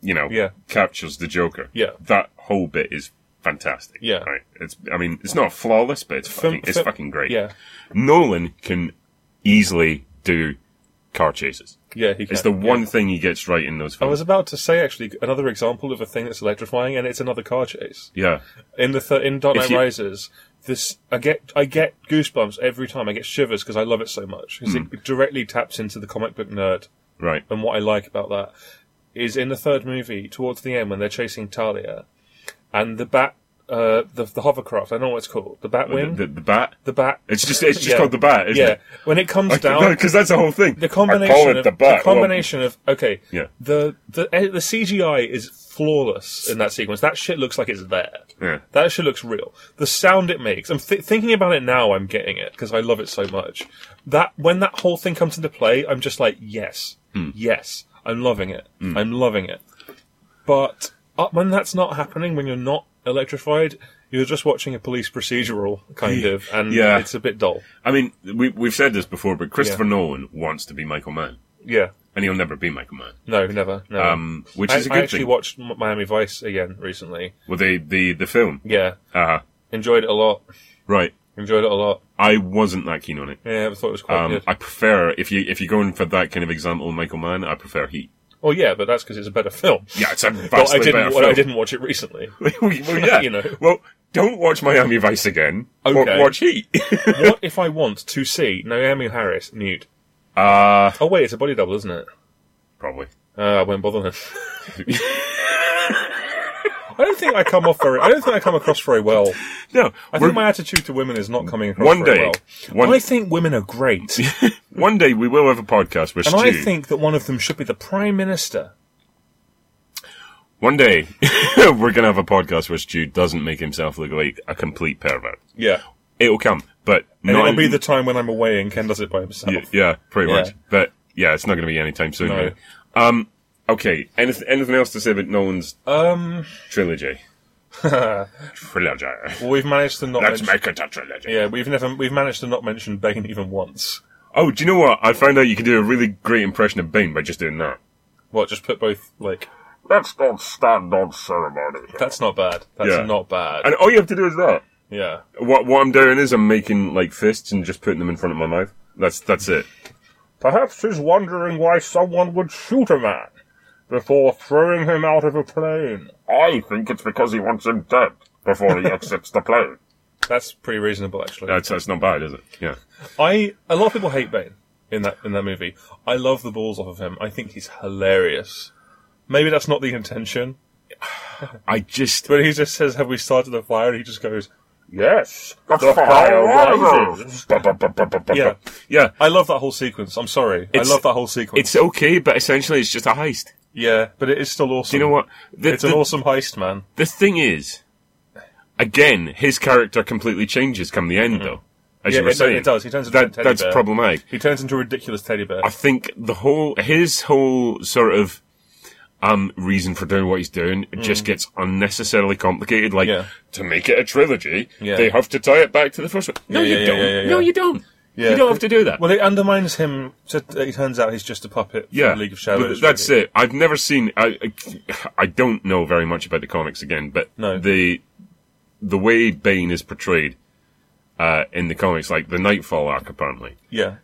Speaker 2: you know,
Speaker 1: Yeah.
Speaker 2: captures the Joker.
Speaker 1: Yeah.
Speaker 2: that whole bit is fantastic.
Speaker 1: Yeah.
Speaker 2: right. It's I mean, it's not flawless, but it's fucking, it's
Speaker 1: Fil-
Speaker 2: fucking great.
Speaker 1: Yeah,
Speaker 2: Nolan can easily do car chases.
Speaker 1: yeah. He
Speaker 2: It's the
Speaker 1: can, yeah.
Speaker 2: one thing he gets right in those
Speaker 1: I
Speaker 2: films.
Speaker 1: was about to say actually another example of a thing that's electrifying, and it's another car chase.
Speaker 2: yeah.
Speaker 1: in the th- in Dark
Speaker 2: If
Speaker 1: Knight
Speaker 2: you-
Speaker 1: Rises. This I get I get goosebumps every time. I get shivers because I love it so much. 'Cause
Speaker 2: Hmm.
Speaker 1: It directly taps into the comic book nerd,
Speaker 2: Right.
Speaker 1: and what I like about that is in the third movie, towards the end when they're chasing Talia, and the bat, uh, the, the hovercraft. I don't know what it's called. The bat wing.
Speaker 2: The,
Speaker 1: The,
Speaker 2: the bat.
Speaker 1: bat.
Speaker 2: It's just it's just
Speaker 1: Yeah.
Speaker 2: called the bat, isn't
Speaker 1: yeah.
Speaker 2: it?
Speaker 1: When it comes down,
Speaker 2: because that's the whole thing.
Speaker 1: the combination
Speaker 2: I call it
Speaker 1: of
Speaker 2: the bat.
Speaker 1: combination of okay
Speaker 2: Yeah.
Speaker 1: the the eh, the CGI is flawless in that sequence that shit looks like it's there
Speaker 2: Yeah.
Speaker 1: that shit looks real the sound it makes I'm th- thinking about it now I'm getting it because I love it so much that when that whole thing comes into play I'm just like yes
Speaker 2: Hmm.
Speaker 1: yes I'm loving it I'm loving it but uh, when that's not happening when you're not electrified you're just watching a police procedural kind of and
Speaker 2: Yeah.
Speaker 1: it's a bit dull
Speaker 2: I mean, we, we've said this before, but Christopher
Speaker 1: Yeah.
Speaker 2: Nolan wants to be Michael Mann,
Speaker 1: yeah
Speaker 2: and he'll never be Michael Mann,
Speaker 1: no never no
Speaker 2: um, which
Speaker 1: I,
Speaker 2: is a
Speaker 1: I
Speaker 2: good
Speaker 1: actually
Speaker 2: thing.
Speaker 1: watched M- Miami Vice again recently.
Speaker 2: well, the the the film,
Speaker 1: Yeah,
Speaker 2: uh,
Speaker 1: enjoyed it a lot.
Speaker 2: right?
Speaker 1: Enjoyed it a lot.
Speaker 2: I wasn't that keen on it.
Speaker 1: Yeah, I thought it was quite
Speaker 2: Um,
Speaker 1: good.
Speaker 2: I prefer if you if you're going for that kind of example, of Michael Mann. I prefer Heat.
Speaker 1: Oh yeah, but that's because it's a better film.
Speaker 2: Yeah, it's a
Speaker 1: But I
Speaker 2: vastly better
Speaker 1: didn't. Well,
Speaker 2: film.
Speaker 1: I didn't watch it recently.
Speaker 2: well, yeah.
Speaker 1: You know.
Speaker 2: Well, don't watch Miami Vice again. Wa-
Speaker 1: Okay.
Speaker 2: Watch Heat.
Speaker 1: what if I want to see Naomi Harris nude?
Speaker 2: uh,
Speaker 1: Oh wait, it's a body double, isn't it?
Speaker 2: probably.
Speaker 1: Uh, I won't bother then. I don't think I come off very. I don't think I come across very well.
Speaker 2: No,
Speaker 1: I
Speaker 2: we're-
Speaker 1: think my attitude to women is not coming across
Speaker 2: One
Speaker 1: very
Speaker 2: day,
Speaker 1: well.
Speaker 2: one-
Speaker 1: I think women are great, and
Speaker 2: one day we will have a podcast with
Speaker 1: I
Speaker 2: Stu.
Speaker 1: think that one of them should be the prime minister.
Speaker 2: one day we're gonna have a podcast where Stu doesn't make himself look like a complete pervert.
Speaker 1: Yeah,
Speaker 2: It'll come, but
Speaker 1: and
Speaker 2: not
Speaker 1: it'll be the time when I'm away and Ken does it by himself.
Speaker 2: Y- Yeah, pretty
Speaker 1: Yeah.
Speaker 2: much. But yeah, it's not going to be anytime soon.
Speaker 1: No.
Speaker 2: really. Um, okay. Anything, anything else to say about Nolan's
Speaker 1: Um,
Speaker 2: trilogy? trilogy.
Speaker 1: well, we've managed to not.
Speaker 2: Let's
Speaker 1: mention-
Speaker 2: make it a trilogy.
Speaker 1: yeah, we've never we've managed to not mention Bane even once.
Speaker 2: Oh, do you know what? I found out you can do a really great impression of Bane by just doing that.
Speaker 1: What? Just put both like
Speaker 2: Let's not stand on ceremony.
Speaker 1: that's not bad. That's
Speaker 2: Yeah.
Speaker 1: not bad.
Speaker 2: And all you have to do is that.
Speaker 1: yeah.
Speaker 2: What what I'm doing is I'm making like fists and just putting them in front of my mouth. That's that's it.
Speaker 1: Perhaps he's wondering why someone would shoot a man before throwing him out of a plane.
Speaker 2: I think it's because he wants him dead before he exits the plane.
Speaker 1: That's pretty reasonable, actually.
Speaker 2: That's that's not bad, is it? Yeah.
Speaker 1: I a lot of people hate Bane in that in that movie. I love the balls off of him. I think he's hilarious. Maybe that's not the intention,
Speaker 2: I just
Speaker 1: but he just says, "Have we started the fire?" And he just goes,
Speaker 2: Yes, the,
Speaker 3: fire
Speaker 1: "Yeah."
Speaker 2: Yeah,
Speaker 1: I love that whole sequence. I'm sorry,
Speaker 2: It's-
Speaker 1: I love that whole sequence.
Speaker 2: it's okay, but essentially it's just a heist.
Speaker 1: yeah, but it is still
Speaker 2: Do
Speaker 1: awesome.
Speaker 2: you know what? The,
Speaker 1: It's
Speaker 2: the,
Speaker 1: an awesome heist, man.
Speaker 2: the thing is, again, his character completely changes come the end, though. As
Speaker 1: Mm-hmm. Yeah,
Speaker 2: you were
Speaker 1: it,
Speaker 2: saying,
Speaker 1: it does. He turns into a
Speaker 2: that,
Speaker 1: teddy
Speaker 2: that's
Speaker 1: bear.
Speaker 2: problematic.
Speaker 1: He turns into a ridiculous teddy bear.
Speaker 2: I think the whole his whole sort of um reason for doing what he's doing just gets unnecessarily complicated. Like
Speaker 1: Mm. Yeah.
Speaker 2: to make it a trilogy,
Speaker 1: Yeah.
Speaker 2: they have to tie it back to the first one. No,
Speaker 1: Yeah,
Speaker 2: you
Speaker 1: yeah, yeah,
Speaker 2: don't.
Speaker 1: yeah, yeah,
Speaker 2: No,
Speaker 1: yeah.
Speaker 2: you don't.
Speaker 1: Yeah.
Speaker 2: You don't have to do that.
Speaker 1: Well, it undermines him. To, it turns out he's just a puppet. For
Speaker 2: yeah,
Speaker 1: the League of Shadows.
Speaker 2: but that's it. I've never seen. I, I I don't know very much about the comics again, but
Speaker 1: No.
Speaker 2: the the way Bane is portrayed uh, in the comics, like the Nightfall arc, apparently
Speaker 1: Yeah,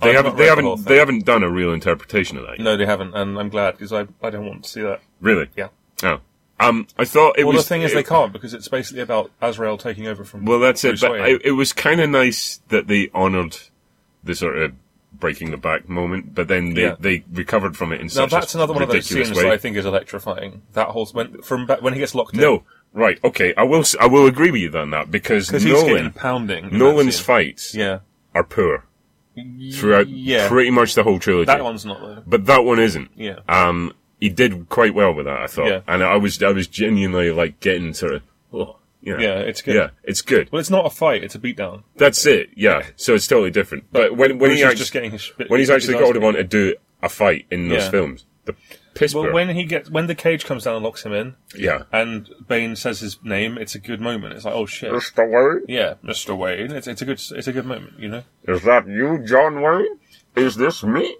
Speaker 2: they
Speaker 1: I've
Speaker 2: haven't
Speaker 1: Oh, not
Speaker 2: they
Speaker 1: read the
Speaker 2: haven't
Speaker 1: whole
Speaker 2: they
Speaker 1: thing.
Speaker 2: haven't done a real interpretation of that. yet.
Speaker 1: No, they haven't, and I'm glad because I I don't want to see that.
Speaker 2: Really?
Speaker 1: Yeah.
Speaker 2: Oh. Um, I thought it
Speaker 1: Well,
Speaker 2: was.
Speaker 1: the thing is,
Speaker 2: it-
Speaker 1: they can't because it's basically about Azrael taking over from.
Speaker 2: Well, that's it.
Speaker 1: Bruce
Speaker 2: But
Speaker 1: Wayne.
Speaker 2: it, it was kind of nice that they honoured the sort of breaking the back moment, but then they,
Speaker 1: Yeah.
Speaker 2: they recovered from it in
Speaker 1: now
Speaker 2: such
Speaker 1: that's
Speaker 2: a
Speaker 1: another one of those
Speaker 2: ridiculous
Speaker 1: scenes
Speaker 2: way.
Speaker 1: that I think is electrifying. That whole when from back, when he gets locked in.
Speaker 2: No, right? Okay, I will. s- I will agree with you on that because
Speaker 1: because he's
Speaker 2: Nolan,
Speaker 1: getting pounding. in that
Speaker 2: Nolan's
Speaker 1: scene.
Speaker 2: fights
Speaker 1: yeah,
Speaker 2: are poor throughout
Speaker 1: yeah.
Speaker 2: pretty much the whole trilogy.
Speaker 1: that one's not though.
Speaker 2: but that one isn't.
Speaker 1: Yeah.
Speaker 2: Um, he did quite well with that, I thought,
Speaker 1: Yeah.
Speaker 2: and I was I was genuinely like getting sort of, oh, you know.
Speaker 1: Yeah, it's good.
Speaker 2: yeah, it's good.
Speaker 1: Well, it's not a fight; it's a beatdown.
Speaker 2: That's it. Yeah, so it's totally different. But when when
Speaker 1: Bruce
Speaker 2: he
Speaker 1: is
Speaker 2: actually,
Speaker 1: just getting his spit-
Speaker 2: when he's
Speaker 1: his
Speaker 2: actually
Speaker 1: ass
Speaker 2: got
Speaker 1: kicked.
Speaker 2: on to do a fight in those
Speaker 1: Yeah.
Speaker 2: films, the piss
Speaker 1: Well,
Speaker 2: poor.
Speaker 1: when he gets when the cage comes down and locks him in,
Speaker 2: yeah.
Speaker 1: and Bane says his name, it's a good moment. It's like, oh shit,
Speaker 2: Mr. Wayne,
Speaker 1: yeah, Mister Wayne. It's, it's a good it's a good moment, you know.
Speaker 2: is that you, John Wayne? Is this me?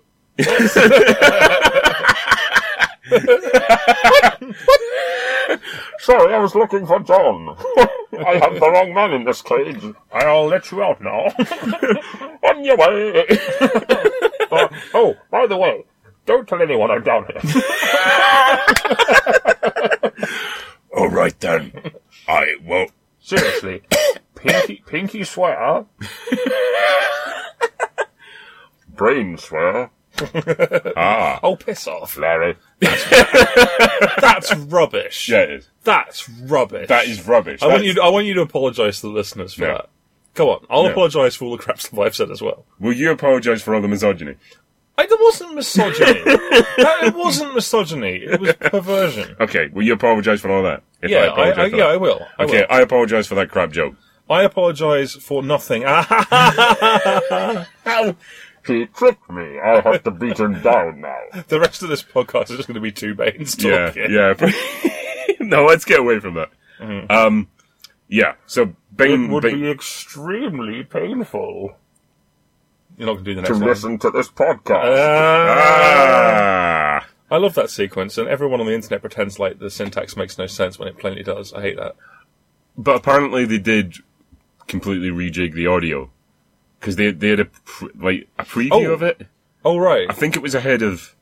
Speaker 3: Sorry, I was looking for John. I have the wrong man in this cage.
Speaker 1: I'll let you out now.
Speaker 3: On your way. oh, oh, by the way, don't tell anyone I'm down here.
Speaker 2: All right then, I won't.
Speaker 3: Seriously, pinky, pinky sweater.
Speaker 2: Brain swear. ah,
Speaker 1: oh, piss off!
Speaker 2: Larry.
Speaker 1: That's rubbish.
Speaker 2: Yeah, it is.
Speaker 1: That's rubbish.
Speaker 2: That is rubbish.
Speaker 1: I want
Speaker 2: That's-
Speaker 1: you. To, I want you to apologise to the listeners for
Speaker 2: Yeah.
Speaker 1: that. Come on, I'll
Speaker 2: Yeah.
Speaker 1: apologise for all the crap that I've said as well.
Speaker 2: Will you apologise for all the misogyny?
Speaker 1: I, that wasn't misogyny. that, it wasn't misogyny. It was perversion.
Speaker 2: Okay, will you apologise for all that? If
Speaker 1: Yeah, I,
Speaker 2: apologise
Speaker 1: I,
Speaker 2: for
Speaker 1: yeah,
Speaker 2: that?
Speaker 1: I will. I
Speaker 2: Okay,
Speaker 1: will.
Speaker 2: I apologise for that crap joke.
Speaker 1: I apologise for nothing.
Speaker 3: He tricked me. I have to beat him down now.
Speaker 1: the rest of this podcast is just going to be two Banes
Speaker 2: Yeah,
Speaker 1: talking.
Speaker 2: yeah. no, let's get away from that. Um, yeah. So Bane,
Speaker 3: It
Speaker 1: Mm,
Speaker 3: would
Speaker 2: Bane-
Speaker 3: be extremely painful
Speaker 1: You're not going to do the
Speaker 3: to
Speaker 1: next one.
Speaker 3: listen to this podcast.
Speaker 2: Uh, ah,
Speaker 1: I love that sequence, and everyone on the internet pretends like the syntax makes no sense when it plainly does. I hate that.
Speaker 2: but apparently they did completely rejig the audio because they they had a pr- like a preview
Speaker 1: Oh.
Speaker 2: of it.
Speaker 1: Oh, right.
Speaker 2: I think it was ahead of.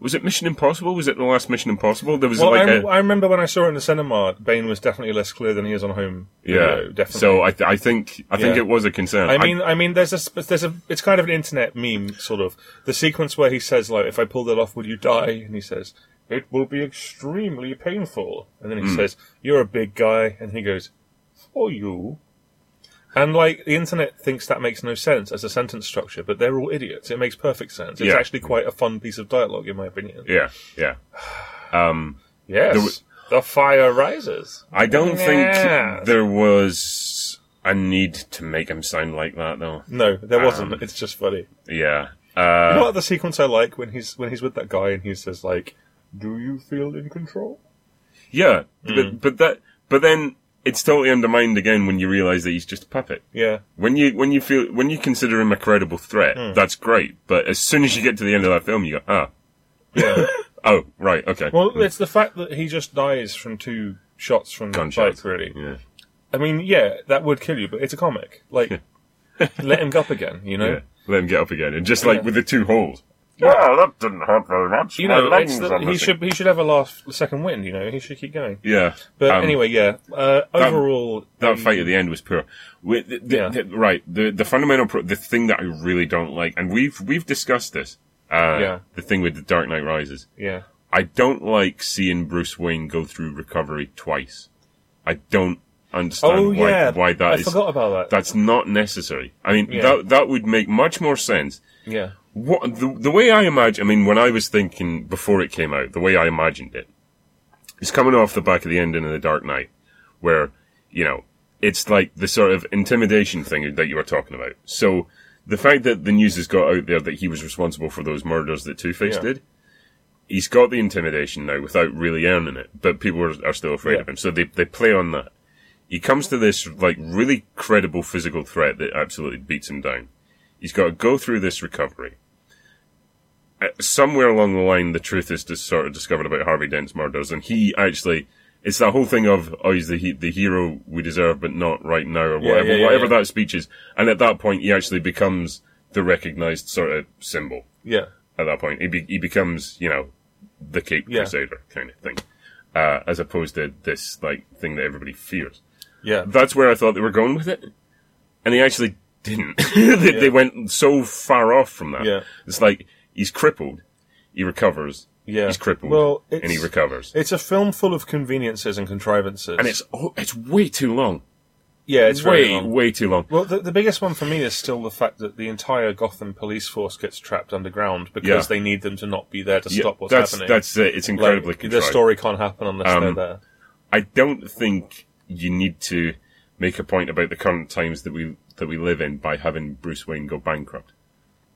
Speaker 2: Was it Mission Impossible? Was it the last Mission Impossible? There was
Speaker 1: Well,
Speaker 2: like
Speaker 1: I,
Speaker 2: a
Speaker 1: I remember when I saw it in the cinema, Bane was definitely less clear than he is on home.
Speaker 2: yeah.
Speaker 1: video, definitely.
Speaker 2: So I th- I think I think
Speaker 1: Yeah.
Speaker 2: it was a concern.
Speaker 1: I mean, I mean, there's a, sp- there's a, it's kind of an internet meme, sort of. The sequence where he says, like, if I pull that off, would you die? And he says, It will be extremely painful. And then he says, You're a big guy. And he goes, For you. And like the internet thinks that makes no sense as a sentence structure, but they're all idiots. It makes perfect sense. It's
Speaker 2: Yeah.
Speaker 1: actually quite a fun piece of dialogue, in my opinion.
Speaker 2: Yeah, yeah.
Speaker 1: Yes,
Speaker 2: There wa-
Speaker 1: the fire rises.
Speaker 2: I don't
Speaker 1: Yes.
Speaker 2: think there was a need to make him sound like that, though.
Speaker 1: No, there wasn't. it's just funny.
Speaker 2: Yeah. Uh,
Speaker 1: You know what the sequence I like when he's when he's with that guy and he says like, "Do you feel in control?"
Speaker 2: yeah,
Speaker 1: Hmm.
Speaker 2: but, but that, but then it's totally undermined again when you realize that he's just a puppet.
Speaker 1: Yeah,
Speaker 2: When you when you feel when you consider him a credible threat,
Speaker 1: Hmm.
Speaker 2: that's great. But as soon as you get to the end of that film, you go, ah,
Speaker 1: yeah.
Speaker 2: oh, right, okay,
Speaker 1: well, it's the fact that he just dies from two shots from the
Speaker 2: Gunshots.
Speaker 1: bike. Really,
Speaker 2: yeah,
Speaker 1: I mean, yeah, that would kill you, but it's a comic. Like, let him go up again. You know,
Speaker 2: yeah. Let him get up again, and just like with the two holes.
Speaker 3: Well, that didn't hurt very much.
Speaker 1: you
Speaker 3: My
Speaker 1: know,
Speaker 3: lungs
Speaker 1: it's the,
Speaker 3: are
Speaker 1: he
Speaker 3: missing.
Speaker 1: should he should have a last second wind. You know, he should keep going.
Speaker 2: Yeah,
Speaker 1: But
Speaker 2: Um,
Speaker 1: anyway, yeah. Uh, overall,
Speaker 2: that
Speaker 1: the-
Speaker 2: fight at the end was poor. With the, the,
Speaker 1: Yeah.
Speaker 2: the- right, the the fundamental pro- the thing that I really don't like, and we've we've discussed this. Uh,
Speaker 1: Yeah.
Speaker 2: The thing with the Dark Knight Rises,
Speaker 1: yeah.
Speaker 2: I don't like seeing Bruce Wayne go through recovery twice. I don't understand
Speaker 1: Oh
Speaker 2: why
Speaker 1: yeah,
Speaker 2: why that
Speaker 1: I
Speaker 2: is.
Speaker 1: forgot about that.
Speaker 2: That's not necessary. I mean,
Speaker 1: Yeah.
Speaker 2: that that would make much more sense.
Speaker 1: Yeah,
Speaker 2: What the, the way I imagine, I mean, when I was thinking before it came out, the way I imagined it is coming off the back of the ending of The Dark Knight, where, you know, it's like the sort of intimidation thing that you were talking about. So the fact that the news has got out there that he was responsible for those murders that Two Face
Speaker 1: Yeah.
Speaker 2: did, he's got the intimidation now without really earning it, but people are, are still afraid
Speaker 1: Yeah.
Speaker 2: of him. So they, they play on that. He comes to this, like, really credible physical threat that absolutely beats him down. He's got to go through this recovery. Uh, Somewhere along the line, the truth is just sort of discovered about Harvey Dent's murders, and he actually. It's that whole thing of, oh, he's the, he, the hero we deserve, but not right now, or whatever,
Speaker 1: yeah, yeah,
Speaker 2: whatever
Speaker 1: yeah.
Speaker 2: that speech is. And at that point, he actually becomes the recognized sort of symbol
Speaker 1: yeah,
Speaker 2: at that point. He, be- he becomes, you know, the Cape
Speaker 1: Yeah.
Speaker 2: Crusader kind of thing, uh, as opposed to this like thing that everybody fears.
Speaker 1: yeah.
Speaker 2: That's where I thought they were going with it, and they actually didn't. they, they went so far off from that.
Speaker 1: Yeah.
Speaker 2: It's like he's crippled, he recovers.
Speaker 1: Yeah.
Speaker 2: he's crippled,
Speaker 1: Well,
Speaker 2: and he
Speaker 1: it's-
Speaker 2: recovers.
Speaker 1: It's a film full of conveniences and contrivances,
Speaker 2: and it's oh, it's way too long.
Speaker 1: yeah, it's very
Speaker 2: way
Speaker 1: long.
Speaker 2: way too long.
Speaker 1: Well, the, the biggest one for me is still the fact that the entire Gotham police force gets trapped underground because
Speaker 2: Yeah.
Speaker 1: they need them to not be there to
Speaker 2: Yeah,
Speaker 1: stop what's
Speaker 2: that's
Speaker 1: happening.
Speaker 2: that's it. It's
Speaker 1: Like,
Speaker 2: incredibly
Speaker 1: the
Speaker 2: contrived.
Speaker 1: story can't happen unless
Speaker 2: Um,
Speaker 1: they're there.
Speaker 2: I don't think you need to make a point about the current times that we that we live in by having Bruce Wayne go bankrupt.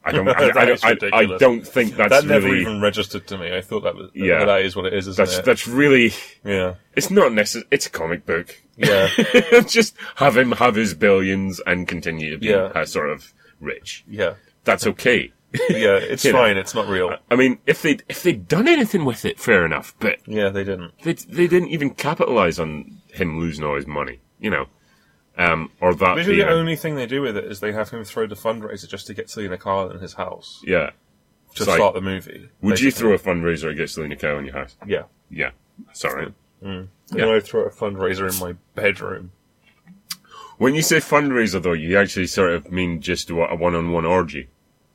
Speaker 2: I don't. I,
Speaker 1: That
Speaker 2: I,
Speaker 1: is
Speaker 2: don't- I- I,
Speaker 1: ridiculous.
Speaker 2: don't think that's
Speaker 1: That never
Speaker 2: really.
Speaker 1: even registered to me. I thought that was
Speaker 2: Yeah.
Speaker 1: that is what it is, isn't
Speaker 2: that's
Speaker 1: it?
Speaker 2: that's really.
Speaker 1: yeah,
Speaker 2: It's not necessary. It's a comic book.
Speaker 1: yeah,
Speaker 2: Just have him have his billions and continue to be
Speaker 1: Yeah.
Speaker 2: uh, sort of rich.
Speaker 1: yeah,
Speaker 2: That's okay.
Speaker 1: yeah. It's
Speaker 2: You know.
Speaker 1: fine. It's not real.
Speaker 2: I mean, if they if they'd done anything with it, fair enough. But
Speaker 1: Yeah, they didn't.
Speaker 2: they they didn't even capitalize on him losing all his money. You know, um, or that
Speaker 1: Literally,
Speaker 2: being-
Speaker 1: the only thing they do with it is they have him throw the fundraiser just to get Selena Kyle in his house
Speaker 2: yeah.
Speaker 1: to
Speaker 2: It's like-
Speaker 1: start the movie.
Speaker 2: Would you throw
Speaker 1: basically.
Speaker 2: a fundraiser against Luna Cow in your house?
Speaker 1: Yeah.
Speaker 2: Yeah. Sorry.
Speaker 1: And I throw a fundraiser in my bedroom.
Speaker 2: When you say fundraiser, though, you actually sort of mean just what, a one-on-one orgy.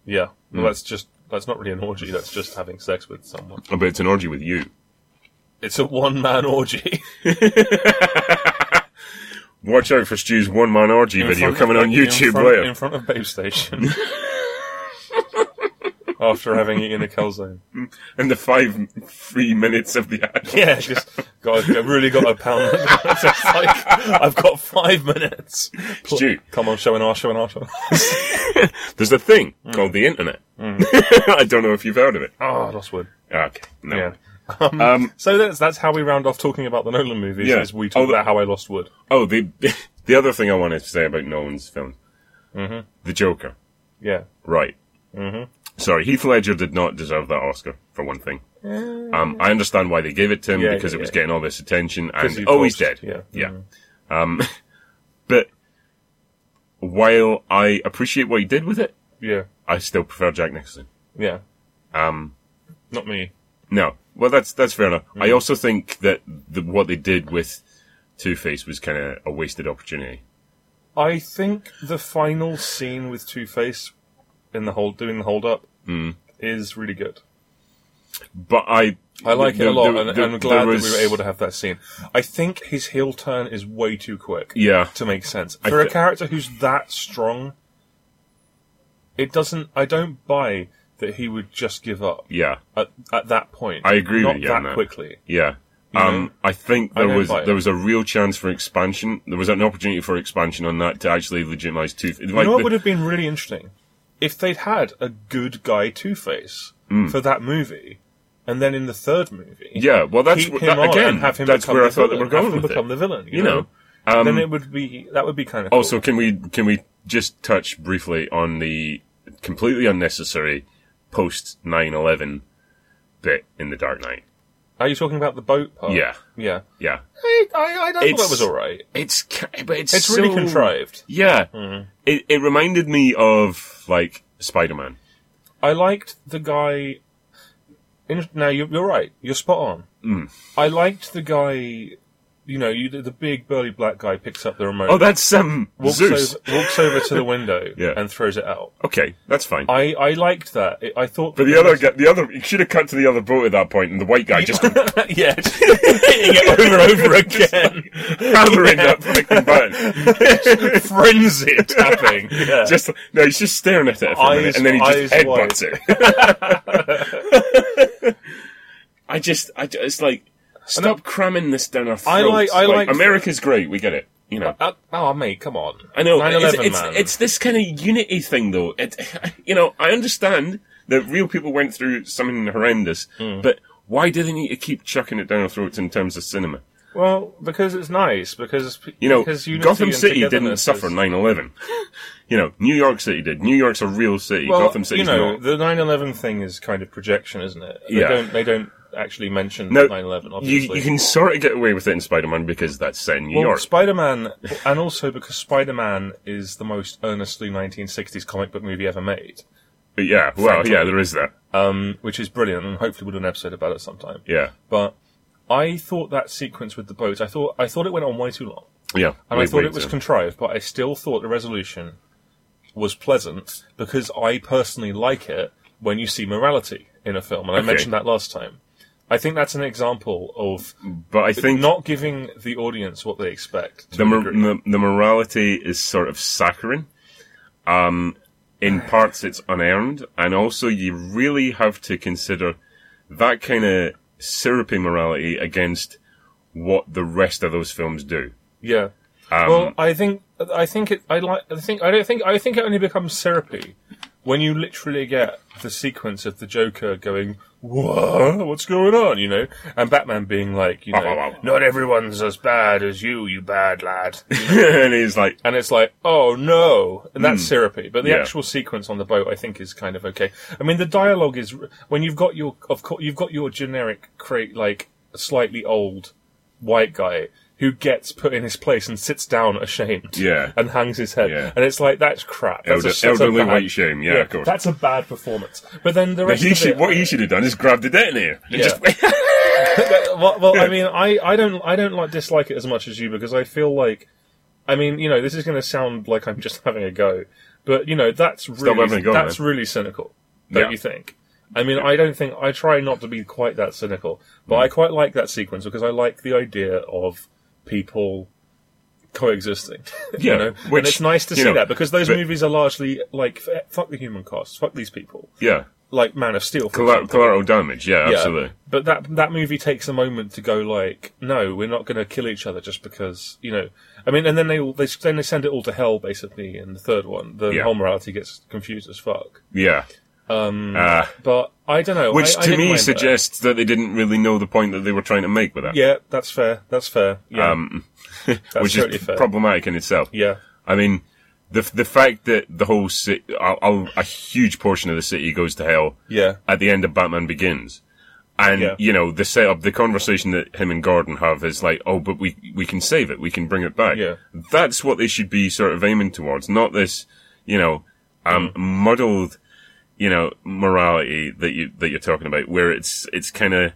Speaker 1: Yeah.
Speaker 2: Hmm.
Speaker 1: Well, that's just that's not really an orgy. That's just having sex with someone.
Speaker 2: Oh, But it's an orgy with you.
Speaker 1: It's a one man orgy.
Speaker 2: Watch out for Stu's one-man orgy video coming on YouTube
Speaker 1: in front,
Speaker 2: later.
Speaker 1: in front of Babe Station. After having eaten a calzone.
Speaker 2: and the five free minutes of the ad.
Speaker 1: Yeah, just God, I've really got a pound. It's just like, I've got five minutes. Pl-
Speaker 2: Stu.
Speaker 1: come on, show and off, show and off. show and off.
Speaker 2: There's a thing
Speaker 1: Mm.
Speaker 2: called the internet. I don't know if you've heard of it.
Speaker 1: Oh, I lost word.
Speaker 2: Okay. No.
Speaker 1: Yeah.
Speaker 2: Um,
Speaker 1: So that's that's how we round off talking about the Nolan movies.
Speaker 2: Yeah.
Speaker 1: Is we talk
Speaker 2: Oh, the-
Speaker 1: about how I lost wood.
Speaker 2: oh, the the other thing I wanted to say about Nolan's films,
Speaker 1: Mm-hmm.
Speaker 2: the Joker.
Speaker 1: Yeah.
Speaker 2: Right. Mm-hmm. Sorry, Heath Ledger did not deserve that Oscar for one thing. Um, I understand why they gave it to him
Speaker 1: Yeah,
Speaker 2: because
Speaker 1: yeah,
Speaker 2: it was
Speaker 1: yeah.
Speaker 2: getting all this attention and
Speaker 1: 'Cause he
Speaker 2: oh, he's dead.
Speaker 1: boxed, yeah. Mm-hmm.
Speaker 2: Um, but while I appreciate what he did with it,
Speaker 1: Yeah.
Speaker 2: I still prefer Jack Nicholson.
Speaker 1: Yeah. Um. Not me.
Speaker 2: No, well, that's that's fair enough.
Speaker 1: Mm-hmm.
Speaker 2: I also think that the, what they did with Two Face was kind of a wasted opportunity.
Speaker 1: I think the final Mm. scene with Two Face in the hold doing the hold up is really good.
Speaker 2: But I,
Speaker 1: I like it
Speaker 2: there-
Speaker 1: a lot,
Speaker 2: there-
Speaker 1: and
Speaker 2: there-
Speaker 1: I'm glad
Speaker 2: there
Speaker 1: that
Speaker 2: was-
Speaker 1: we were able to have that scene. I think his heel turn is way too quick
Speaker 2: Yeah,
Speaker 1: to make sense
Speaker 2: I
Speaker 1: for
Speaker 2: thi-
Speaker 1: a character who's that strong. It doesn't. I don't buy that he would just give up
Speaker 2: yeah,
Speaker 1: at, at that point.
Speaker 2: I agree
Speaker 1: Not
Speaker 2: with you
Speaker 1: that
Speaker 2: on that.
Speaker 1: quickly.
Speaker 2: yeah. Um, I think
Speaker 1: I
Speaker 2: there
Speaker 1: don't
Speaker 2: was
Speaker 1: buy it.
Speaker 2: there was a real chance for expansion. There was an opportunity for expansion on that to actually legitimize two. Like
Speaker 1: you know what
Speaker 2: the-
Speaker 1: would have been really interesting if they'd had a good guy Two Face for that movie, and then in the third movie,
Speaker 2: Mm. yeah, well, that's
Speaker 1: keep
Speaker 2: wh-
Speaker 1: him
Speaker 2: that,
Speaker 1: on
Speaker 2: again.
Speaker 1: and have him
Speaker 2: that's
Speaker 1: become
Speaker 2: where
Speaker 1: the
Speaker 2: I thought that
Speaker 1: villain,
Speaker 2: we're going
Speaker 1: have him
Speaker 2: with
Speaker 1: become
Speaker 2: it.
Speaker 1: the villain. You,
Speaker 2: you
Speaker 1: know,
Speaker 2: know, um, oh,
Speaker 1: then it would be that would be kind of
Speaker 2: Also, can we can we just touch briefly on the completely unnecessary post 9/11 bit in the Dark Knight?
Speaker 1: Are you talking about the boat part?
Speaker 2: Yeah.
Speaker 1: yeah.
Speaker 2: Yeah,
Speaker 1: I, I, I don't
Speaker 2: It's-
Speaker 1: thought it was all right.
Speaker 2: it's ca- but it's
Speaker 1: It's really
Speaker 2: so-
Speaker 1: contrived. Mm-hmm.
Speaker 2: Yeah, it it reminded me of like Spider Man.
Speaker 1: I liked the guy. In, now you're, you're right. You're spot on.
Speaker 2: Mm.
Speaker 1: I liked the guy. You know, you, the big burly black guy picks up the remote.
Speaker 2: Oh, that's um
Speaker 1: walks
Speaker 2: Zeus.
Speaker 1: over walks over to the window
Speaker 2: Yeah.
Speaker 1: and throws it out.
Speaker 2: Okay, that's fine.
Speaker 1: I, I liked that. It, I thought,
Speaker 2: but the other guy, the other, you should have cut to the other boat at that point, and the white guy just
Speaker 1: yeah, just hitting it over and over again,
Speaker 2: hammering that fucking button.
Speaker 1: frenzied tapping. Yeah.
Speaker 2: Just no, he's just staring at it for a minute,
Speaker 1: Eyes-
Speaker 2: and then he
Speaker 1: eyes
Speaker 2: just headbutts it. I just, I ju- it's like, stop cramming this down our throats.
Speaker 1: I like- I like-
Speaker 2: America's great. We get it. You know,
Speaker 1: Uh, oh mate, come on!
Speaker 2: I know. It's,
Speaker 1: 9/11,
Speaker 2: it's,
Speaker 1: man.
Speaker 2: it's this kind of unity thing, though. It, you know, I understand that real people went through something horrendous,
Speaker 1: Hmm.
Speaker 2: but why do they need to keep chucking it down our throats in terms of cinema?
Speaker 1: well because it's nice because
Speaker 2: You know,
Speaker 1: because unity
Speaker 2: Gotham
Speaker 1: and
Speaker 2: City didn't
Speaker 1: togetherness
Speaker 2: suffer
Speaker 1: is-
Speaker 2: 9-11. You know, New York City did. New York's a real city.
Speaker 1: Well,
Speaker 2: Gotham City's
Speaker 1: you know,
Speaker 2: not.
Speaker 1: the 9/11 thing is kind of projection, isn't it? They
Speaker 2: Yeah.
Speaker 1: don't they don't actually mention
Speaker 2: No,
Speaker 1: 9/11.
Speaker 2: You,
Speaker 1: Obviously,
Speaker 2: you can sort of get away with it in Spider-Man because that's set in New
Speaker 1: Well,
Speaker 2: York.
Speaker 1: Spider Man, and also because Spider Man is the most earnestly 1960s comic book movie ever made,
Speaker 2: but yeah, well, yeah, there is that.
Speaker 1: um, which is brilliant, and hopefully we'll do an episode about it sometime.
Speaker 2: Yeah,
Speaker 1: But I thought that sequence with the boat, I thought I thought it went on way too long,
Speaker 2: yeah.
Speaker 1: and I
Speaker 2: Wait,
Speaker 1: thought
Speaker 2: wait, uh,
Speaker 1: it was
Speaker 2: so-
Speaker 1: contrived, but I still thought the resolution was pleasant because I personally like it when you see morality in a film, and I
Speaker 2: Okay.
Speaker 1: mentioned that last time. I think that's an example of
Speaker 2: but I think
Speaker 1: not giving the audience what they expect. to
Speaker 2: the,
Speaker 1: a
Speaker 2: mor-
Speaker 1: degree.
Speaker 2: the the morality is sort of saccharine. Um, in parts, it's unearned, and also you really have to consider that kind of syrupy morality against what the rest of those films do.
Speaker 1: Yeah. well, I think I think it. I like. I think I don't think. I think it only becomes syrupy when you literally get the sequence of the Joker going, "What? What's going on?" You know, and Batman being like, "You know, not everyone's as bad as you, you bad lad."
Speaker 2: and he's like,
Speaker 1: And it's like, "Oh no!" And that's syrupy. But the
Speaker 2: Hmm. Yeah.
Speaker 1: actual sequence on the boat, I think, is kind of okay. I mean, the dialogue is when you've got your of course you've got your generic crate like slightly old white guy who gets put in his place and sits down ashamed.
Speaker 2: Yeah.
Speaker 1: and hangs his head.
Speaker 2: Yeah.
Speaker 1: And it's like that's crap. That's
Speaker 2: Elder-
Speaker 1: a, that's a
Speaker 2: elderly
Speaker 1: bad-
Speaker 2: white shame. Yeah, of course.
Speaker 1: That's a bad performance. But then the
Speaker 2: But
Speaker 1: rest
Speaker 2: he
Speaker 1: of
Speaker 2: should,
Speaker 1: it,
Speaker 2: what he should have done is grabbed the detonator. and
Speaker 1: Yeah.
Speaker 2: just-
Speaker 1: well, well, I mean, I, I don't I don't like dislike it as much as you because I feel like, I mean, you know, this is going to sound like I'm just having a go, but you know, that's
Speaker 2: having
Speaker 1: really
Speaker 2: a go,
Speaker 1: that's
Speaker 2: man.
Speaker 1: really cynical, don't
Speaker 2: Yeah.
Speaker 1: you think? I mean, I don't think I try not to be quite that cynical, but
Speaker 2: Mm.
Speaker 1: I quite like that sequence because I like the idea of people coexisting.
Speaker 2: Yeah,
Speaker 1: you know,
Speaker 2: which,
Speaker 1: and it's nice to
Speaker 2: you
Speaker 1: see
Speaker 2: know,
Speaker 1: that because those
Speaker 2: but-
Speaker 1: movies are largely like f- fuck the human costs, fuck these people,
Speaker 2: yeah.
Speaker 1: like Man of Steel. For
Speaker 2: Collateral,
Speaker 1: example.
Speaker 2: collateral damage. Yeah,
Speaker 1: Yeah.
Speaker 2: absolutely.
Speaker 1: But that that movie takes a moment to go like, no, we're not going to kill each other just because you know. I mean, and then they all they then they send it all to hell basically in the third one. The
Speaker 2: Yeah.
Speaker 1: whole morality gets confused as fuck.
Speaker 2: Yeah. Um,
Speaker 1: But I don't know.
Speaker 2: which
Speaker 1: I- I
Speaker 2: to
Speaker 1: didn't
Speaker 2: me
Speaker 1: mind that.
Speaker 2: suggests that they didn't really know the point that they were trying to make with that.
Speaker 1: Yeah, that's fair. That's fair. Yeah,
Speaker 2: um,
Speaker 1: that's
Speaker 2: which
Speaker 1: totally
Speaker 2: is
Speaker 1: fair.
Speaker 2: problematic in itself.
Speaker 1: yeah,
Speaker 2: I mean, the the fact that the whole city, a, a, a huge portion of the city goes to hell
Speaker 1: yeah,
Speaker 2: at the end of Batman Begins, and
Speaker 1: Yeah.
Speaker 2: you know the setup, the conversation that him and Gordon have is like, oh, but we we can save it, we can bring it back.
Speaker 1: Yeah.
Speaker 2: that's what they should be sort of aiming towards, not this, you know, um,
Speaker 1: Mm-hmm.
Speaker 2: muddled, you know, morality that you that you're talking about, where it's it's kind of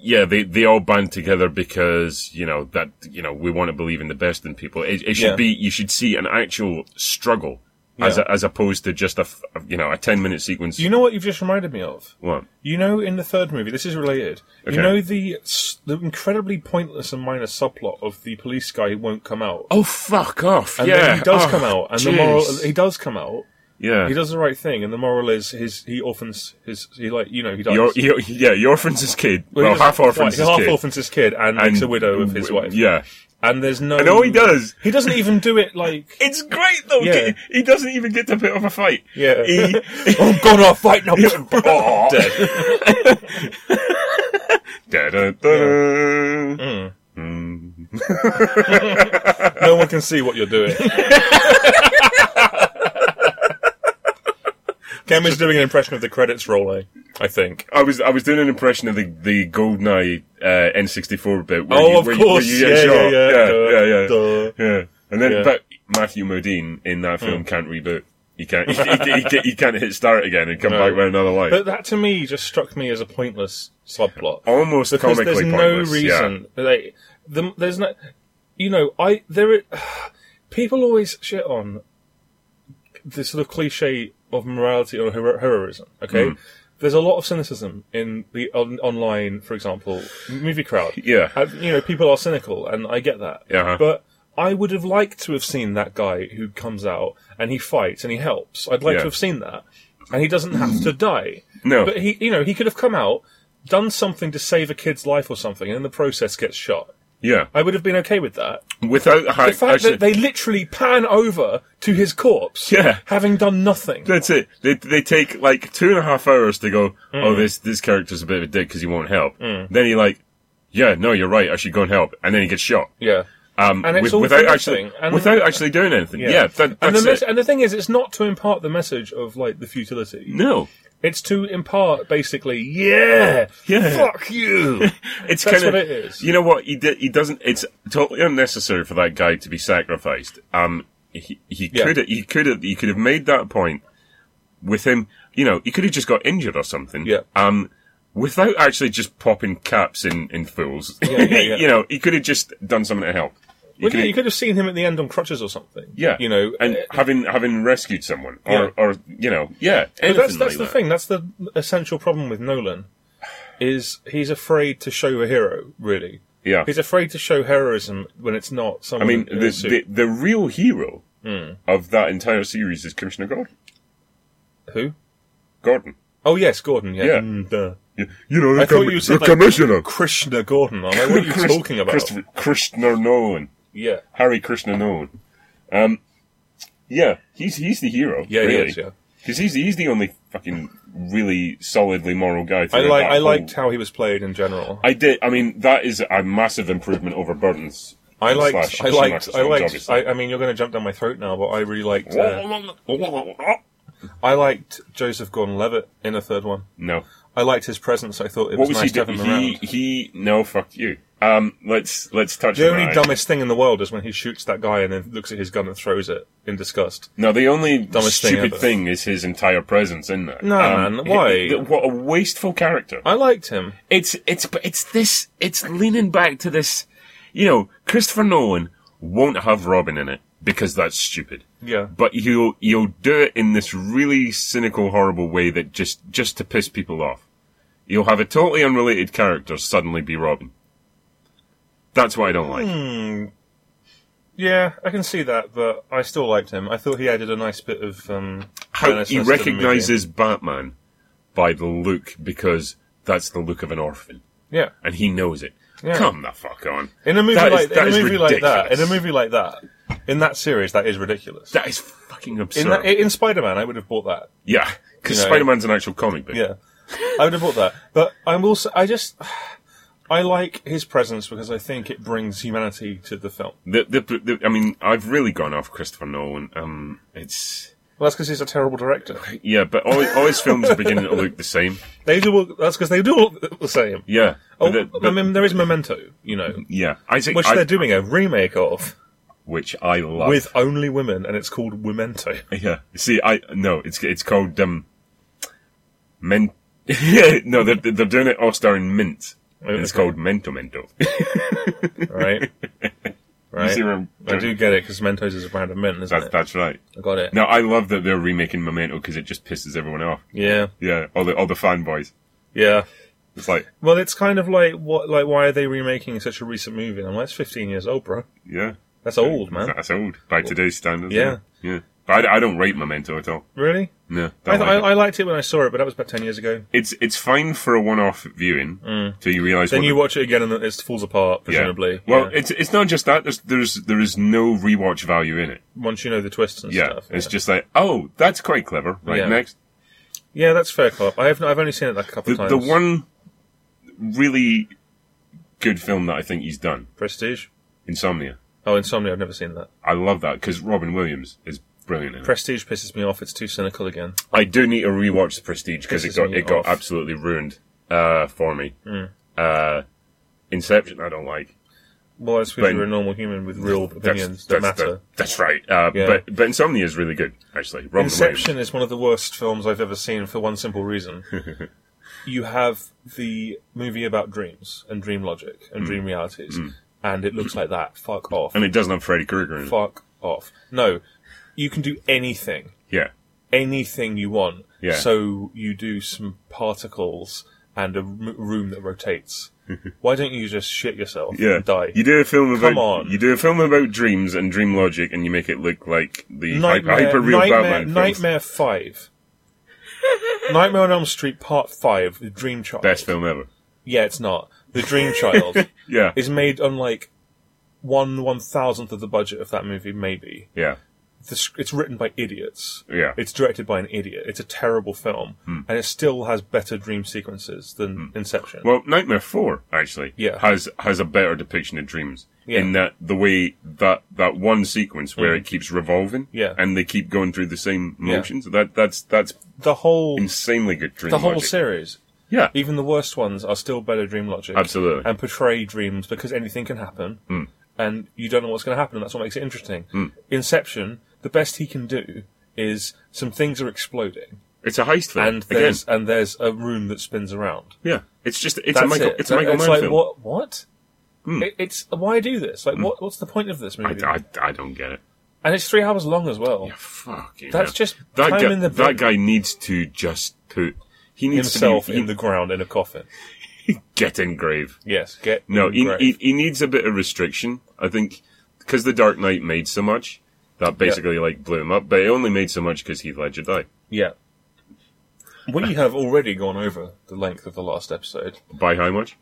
Speaker 2: yeah, they, they all band together because, you know, that, you know, we want to believe in the best in people. It, it should
Speaker 1: Yeah.
Speaker 2: be, you should see an actual struggle as
Speaker 1: Yeah.
Speaker 2: a, as opposed to just a f- you know a ten minute sequence.
Speaker 1: You know what you've just reminded me of?
Speaker 2: what?
Speaker 1: You know, in the third movie, this is related.
Speaker 2: Okay.
Speaker 1: You know the s- the incredibly pointless and minor subplot of the police guy who won't come out.
Speaker 2: Oh fuck off!
Speaker 1: And
Speaker 2: yeah,
Speaker 1: then he does
Speaker 2: Oh,
Speaker 1: come out, and the
Speaker 2: jeez.
Speaker 1: moral he does come out.
Speaker 2: yeah.
Speaker 1: He does the right thing, and the moral is his he orphans his he like you know he dies.
Speaker 2: Your, your, yeah, your orphan's his kid. Well,
Speaker 1: he doesn't-
Speaker 2: half orphan's his
Speaker 1: half
Speaker 2: kid.
Speaker 1: orphans his kid, and, makes a widow of his wife.
Speaker 2: Yeah,
Speaker 1: and there's no.
Speaker 2: and all he does
Speaker 1: He doesn't even do it like.
Speaker 2: It's great though.
Speaker 1: Yeah.
Speaker 2: He doesn't even get to put up a fight.
Speaker 1: Yeah.
Speaker 2: He,
Speaker 1: oh God, I'll fight now.
Speaker 2: oh.
Speaker 1: Dead.
Speaker 2: Da, da, da.
Speaker 1: No one can see what you're doing. Cam is doing an impression of the credits rolling. I think.
Speaker 2: I was I was doing an impression of the the GoldenEye uh, N64 bit. Where
Speaker 1: Oh,
Speaker 2: you,
Speaker 1: of
Speaker 2: where
Speaker 1: course.
Speaker 2: You, where you get
Speaker 1: Yeah, yeah, yeah.
Speaker 2: shot.
Speaker 1: Duh,
Speaker 2: yeah, yeah, yeah.
Speaker 1: duh.
Speaker 2: Yeah. And then,
Speaker 1: Yeah. Hmm.
Speaker 2: but Matthew Modine in that film can't reboot. He can't. He, he, he, can't- he can't hit start again and come
Speaker 1: No.
Speaker 2: back with another life.
Speaker 1: But that to me just struck me as a pointless subplot.
Speaker 2: Almost
Speaker 1: because
Speaker 2: comically
Speaker 1: there's
Speaker 2: pointless.
Speaker 1: no reason. Like, the, there's no, you know, I there. are- people always shit on the sort of cliche of morality or hero- heroism. Okay,
Speaker 2: Hmm.
Speaker 1: there's a lot of cynicism in the on, online, for example, movie crowd.
Speaker 2: Yeah.
Speaker 1: Uh, you know, people are cynical, and I get that.
Speaker 2: Yeah, uh-huh.
Speaker 1: but. I would have liked to have seen that guy who comes out and he fights and he helps. I'd like
Speaker 2: Yeah. Hmm.
Speaker 1: to have seen that. And he doesn't have to die.
Speaker 2: No.
Speaker 1: But he, you know, he could have come out, done something to save a kid's life or something, and in the process gets shot.
Speaker 2: Yeah.
Speaker 1: I would have been okay with that.
Speaker 2: yeah. Without
Speaker 1: The fact that they literally pan over to his corpse,
Speaker 2: Yeah.
Speaker 1: having done nothing.
Speaker 2: That's it. They they take like two and a half hours to go. Oh,
Speaker 1: Hmm.
Speaker 2: this this character's a bit of a dick because he won't help. Then he like, yeah, no, you're right. I should go and help. And then he gets shot.
Speaker 1: yeah.
Speaker 2: Um,
Speaker 1: And it's
Speaker 2: with-
Speaker 1: all
Speaker 2: without
Speaker 1: for
Speaker 2: actually
Speaker 1: nothing. And-
Speaker 2: without actually doing anything. Yeah, that,
Speaker 1: and
Speaker 2: that's
Speaker 1: the
Speaker 2: it.
Speaker 1: mes- and the thing is, it's not to impart the message of like the futility.
Speaker 2: no,
Speaker 1: It's to impart basically, yeah,
Speaker 2: Yeah.
Speaker 1: fuck you.
Speaker 2: it's
Speaker 1: That's
Speaker 2: kind of
Speaker 1: what it is.
Speaker 2: you know what he did. He doesn't. It's totally unnecessary for that guy to be sacrificed. Um, he he
Speaker 1: Yeah.
Speaker 2: could he could have he could have made that point with him. You know, he could have just got injured or something.
Speaker 1: Yeah.
Speaker 2: Um, without actually just popping caps in in fools.
Speaker 1: yeah, yeah.
Speaker 2: you know, he could have just done something to help. He
Speaker 1: Well, yeah,
Speaker 2: coulda-
Speaker 1: you could have seen him at the end on crutches or something.
Speaker 2: yeah,
Speaker 1: you know,
Speaker 2: and
Speaker 1: uh,
Speaker 2: having having rescued someone, or
Speaker 1: Yeah.
Speaker 2: or you know, yeah,
Speaker 1: But that's
Speaker 2: anything
Speaker 1: that's
Speaker 2: like
Speaker 1: the
Speaker 2: that.
Speaker 1: thing. That's the essential problem with Nolan, is he's afraid to show a hero. Really,
Speaker 2: Yeah,
Speaker 1: he's afraid to show heroism when it's not.
Speaker 2: I
Speaker 1: Someone
Speaker 2: mean,
Speaker 1: in a
Speaker 2: the,
Speaker 1: suit.
Speaker 2: the the real hero
Speaker 1: Hmm.
Speaker 2: of that entire series is Commissioner Gordon.
Speaker 1: who?
Speaker 2: Gordon.
Speaker 1: Oh yes, Gordon. Yeah.
Speaker 2: Yeah.
Speaker 1: Mm, duh.
Speaker 2: You, you know, the,
Speaker 1: I thought
Speaker 2: commi-
Speaker 1: you said
Speaker 2: the
Speaker 1: like-
Speaker 2: commissioner.
Speaker 1: Krishna Gordon. I'm like, what are you
Speaker 2: Christ-
Speaker 1: talking about?
Speaker 2: Christopher- Krishna Nolan.
Speaker 1: Yeah.
Speaker 2: Harry Krishna Nolan. Um, yeah, he's he's the hero.
Speaker 1: Yeah, he
Speaker 2: really.
Speaker 1: is, yeah.
Speaker 2: Because he's, he's the only fucking really solidly moral guy.
Speaker 1: I
Speaker 2: throughout
Speaker 1: like
Speaker 2: that
Speaker 1: I liked
Speaker 2: whole-
Speaker 1: how he was played in general.
Speaker 2: I did. I mean, that is a massive improvement over Burton's.
Speaker 1: I liked
Speaker 2: slash
Speaker 1: I liked
Speaker 2: Schumacher's
Speaker 1: I
Speaker 2: films,
Speaker 1: liked
Speaker 2: obviously.
Speaker 1: I, I mean you're going to jump down my throat now, but I really liked uh, I liked Joseph Gordon-Levitt in the third one.
Speaker 2: no.
Speaker 1: I liked his presence. I thought it
Speaker 2: What
Speaker 1: was,
Speaker 2: was
Speaker 1: nice
Speaker 2: he
Speaker 1: to have him
Speaker 2: doing?
Speaker 1: around.
Speaker 2: He, he no fuck you. Um, let's let's touch
Speaker 1: The
Speaker 2: on
Speaker 1: only
Speaker 2: that.
Speaker 1: dumbest thing in the world is when he shoots that guy and then looks at his gun and throws it in disgust.
Speaker 2: No, the only
Speaker 1: Dumbest thing
Speaker 2: stupid
Speaker 1: ever.
Speaker 2: thing, is his entire presence Um, in that.
Speaker 1: No, man, why?
Speaker 2: he- he- what a wasteful character.
Speaker 1: I liked him.
Speaker 2: It's it's but it's this. It's leaning back to this. You know, Christopher Nolan won't have Robin in it because that's stupid.
Speaker 1: Yeah.
Speaker 2: But he'll he'll do it in this really cynical, horrible way that just just to piss people off. You'll have a totally unrelated character suddenly be Robin. That's what I don't like.
Speaker 1: Yeah, I can see that, but I still liked him. I thought he added a nice bit of. Um,
Speaker 2: how
Speaker 1: earnestness
Speaker 2: he
Speaker 1: to the movie.
Speaker 2: recognizes Batman by the look because that's the look of an orphan,
Speaker 1: Yeah,
Speaker 2: and he knows it.
Speaker 1: Yeah.
Speaker 2: Come the fuck on!
Speaker 1: in a movie
Speaker 2: That is-
Speaker 1: like
Speaker 2: that
Speaker 1: in a
Speaker 2: is
Speaker 1: movie like that, in a
Speaker 2: ridiculous.
Speaker 1: movie like that, in that series, that is ridiculous.
Speaker 2: that is fucking absurd.
Speaker 1: in that, in Spider Man, I would have bought that.
Speaker 2: yeah, because
Speaker 1: you know-
Speaker 2: Spider Man's an actual comic book.
Speaker 1: Yeah, I would have bought that. But I'm also, I just, I like his presence because I think it brings humanity to the film.
Speaker 2: The, the, the, I mean, I've really gone off Christopher Nolan. Um, it's
Speaker 1: Well, that's because he's a terrible director.
Speaker 2: yeah, but all, all his films are beginning to look the same.
Speaker 1: They do. All, that's because they do all the same.
Speaker 2: Yeah,
Speaker 1: Oh,
Speaker 2: The- the-
Speaker 1: I mean, there is Memento, you know,
Speaker 2: yeah, Isaac,
Speaker 1: which
Speaker 2: I,
Speaker 1: they're doing a remake of
Speaker 2: which I love.
Speaker 1: with only women, and it's called Memento.
Speaker 2: Yeah. See, I no, it's it's called um, men. yeah, no, they're they're doing it
Speaker 1: Oh,
Speaker 2: all starring mint. And it's
Speaker 1: Okay.
Speaker 2: called Mento Mento.
Speaker 1: Right? Right?
Speaker 2: see where I'm
Speaker 1: I do get it because Mentos is a brand of mint, isn't
Speaker 2: That's,
Speaker 1: it?
Speaker 2: that's right.
Speaker 1: I got it.
Speaker 2: No, I love that they're remaking Memento because it just pisses everyone off.
Speaker 1: Yeah,
Speaker 2: Yeah, all the all the fanboys.
Speaker 1: yeah.
Speaker 2: It's like,
Speaker 1: Well, it's kind of like what, like why are they remaking such a recent movie? And I'm like, it's 15 years old, bro.
Speaker 2: yeah,
Speaker 1: That's old, man.
Speaker 2: that's old by today's standards.
Speaker 1: Yeah.
Speaker 2: yeah. Yeah. But I, I don't rate Memento at all.
Speaker 1: Really?
Speaker 2: No,
Speaker 1: I,
Speaker 2: don't like
Speaker 1: th-
Speaker 2: it.
Speaker 1: I, I liked it when I saw it, but that was about 10 years ago.
Speaker 2: it's it's fine for a one-off viewing till you realize.
Speaker 1: Mm. Then you watch it again and it falls apart, presumably.
Speaker 2: Well,
Speaker 1: Yeah.
Speaker 2: it's it's not just that. There's there's there is no rewatch value in it.
Speaker 1: once you know the twists and
Speaker 2: Yeah,
Speaker 1: stuff.
Speaker 2: it's just like, oh, that's quite clever. Right
Speaker 1: Yeah.
Speaker 2: next,
Speaker 1: Yeah, that's fair cop. I have I've only seen it like a couple
Speaker 2: the,
Speaker 1: of times.
Speaker 2: the one really good film that I think he's done,
Speaker 1: Prestige.
Speaker 2: Insomnia.
Speaker 1: Oh, Insomnia. I've never seen that.
Speaker 2: I love that because Robin Williams is brilliant. In it.
Speaker 1: Prestige pisses me off. It's too cynical again.
Speaker 2: I do need to rewatch The Prestige because it
Speaker 1: Pisses
Speaker 2: got
Speaker 1: me
Speaker 2: it got
Speaker 1: off. Hmm.
Speaker 2: absolutely ruined uh, for me. Uh, Inception, I don't like.
Speaker 1: Well, that's because
Speaker 2: But-
Speaker 1: you're a normal human with real opinions that
Speaker 2: that's,
Speaker 1: matter.
Speaker 2: that's right. Uh,
Speaker 1: Yeah.
Speaker 2: But but Insomnia is really good actually. Robin Williams.
Speaker 1: Inception is one of the worst films I've ever seen for one simple reason. you have the movie about dreams and dream logic and dream realities, and it looks like that. Fuck off.
Speaker 2: Hmm. and it doesn't have Freddy Krueger in it.
Speaker 1: Fuck off. No, you can do anything
Speaker 2: Yeah.
Speaker 1: anything you want.
Speaker 2: Yeah.
Speaker 1: So you do some particles and a m- room that rotates. Why don't you just shit yourself
Speaker 2: Yeah,
Speaker 1: and die?
Speaker 2: you do a film about
Speaker 1: Come on.
Speaker 2: you do a film about dreams and dream logic, and you make it look like the
Speaker 1: Nightmare,
Speaker 2: hyper real
Speaker 1: Nightmare,
Speaker 2: Batman films.
Speaker 1: Nightmare 5. Nightmare on Elm Street Part 5, The Dream Child.
Speaker 2: Best film ever.
Speaker 1: Yeah, it's not. The Dream Child
Speaker 2: Yeah,
Speaker 1: is made on like one one thousandth of the budget of that movie, maybe.
Speaker 2: yeah,
Speaker 1: The, sc- it's written by idiots.
Speaker 2: yeah.
Speaker 1: It's directed by an idiot. It's a terrible film.
Speaker 2: Hmm.
Speaker 1: And it still has better dream sequences than Inception.
Speaker 2: well, Nightmare Four actually
Speaker 1: Yeah.
Speaker 2: has has a better depiction of dreams
Speaker 1: Yeah. Mm-hmm.
Speaker 2: in that the way that that one sequence where it keeps revolving,
Speaker 1: Yeah.
Speaker 2: and they keep going through the same motions. That that's that's
Speaker 1: the whole
Speaker 2: insanely good dream.
Speaker 1: the whole
Speaker 2: logic.
Speaker 1: series.
Speaker 2: yeah,
Speaker 1: Even the worst ones are still better dream logic.
Speaker 2: Absolutely. Hmm.
Speaker 1: And portray dreams because anything can happen. And you don't know what's going to happen, and that's what makes it interesting. Inception, the best he can do is some things are exploding,
Speaker 2: it's a heist film
Speaker 1: and
Speaker 2: again.
Speaker 1: there's and there's a room that spins around.
Speaker 2: Yeah, it's just it's
Speaker 1: That's
Speaker 2: a Michael
Speaker 1: it.
Speaker 2: it's a
Speaker 1: That-
Speaker 2: Michael Mann
Speaker 1: like
Speaker 2: film. Hmm.
Speaker 1: what what? It, it's why do this? Like what? What's the point of this
Speaker 2: I,
Speaker 1: movie?
Speaker 2: I, I don't get it.
Speaker 1: and it's three hours long as well.
Speaker 2: Fucking
Speaker 1: That's
Speaker 2: hell.
Speaker 1: just
Speaker 2: that
Speaker 1: time
Speaker 2: guy,
Speaker 1: in the
Speaker 2: that
Speaker 1: bin.
Speaker 2: guy needs to just put he needs
Speaker 1: Himself
Speaker 2: to be, he-
Speaker 1: in the ground in a coffin.
Speaker 2: get in grave.
Speaker 1: Yes, get
Speaker 2: No, he,
Speaker 1: engraved.
Speaker 2: he he needs a bit of restriction. I think because the Dark Knight made so much that basically like blew him up, but it only made so much because Heath Ledger died
Speaker 1: Yeah. We have already gone over the length of the last episode.
Speaker 2: by how much?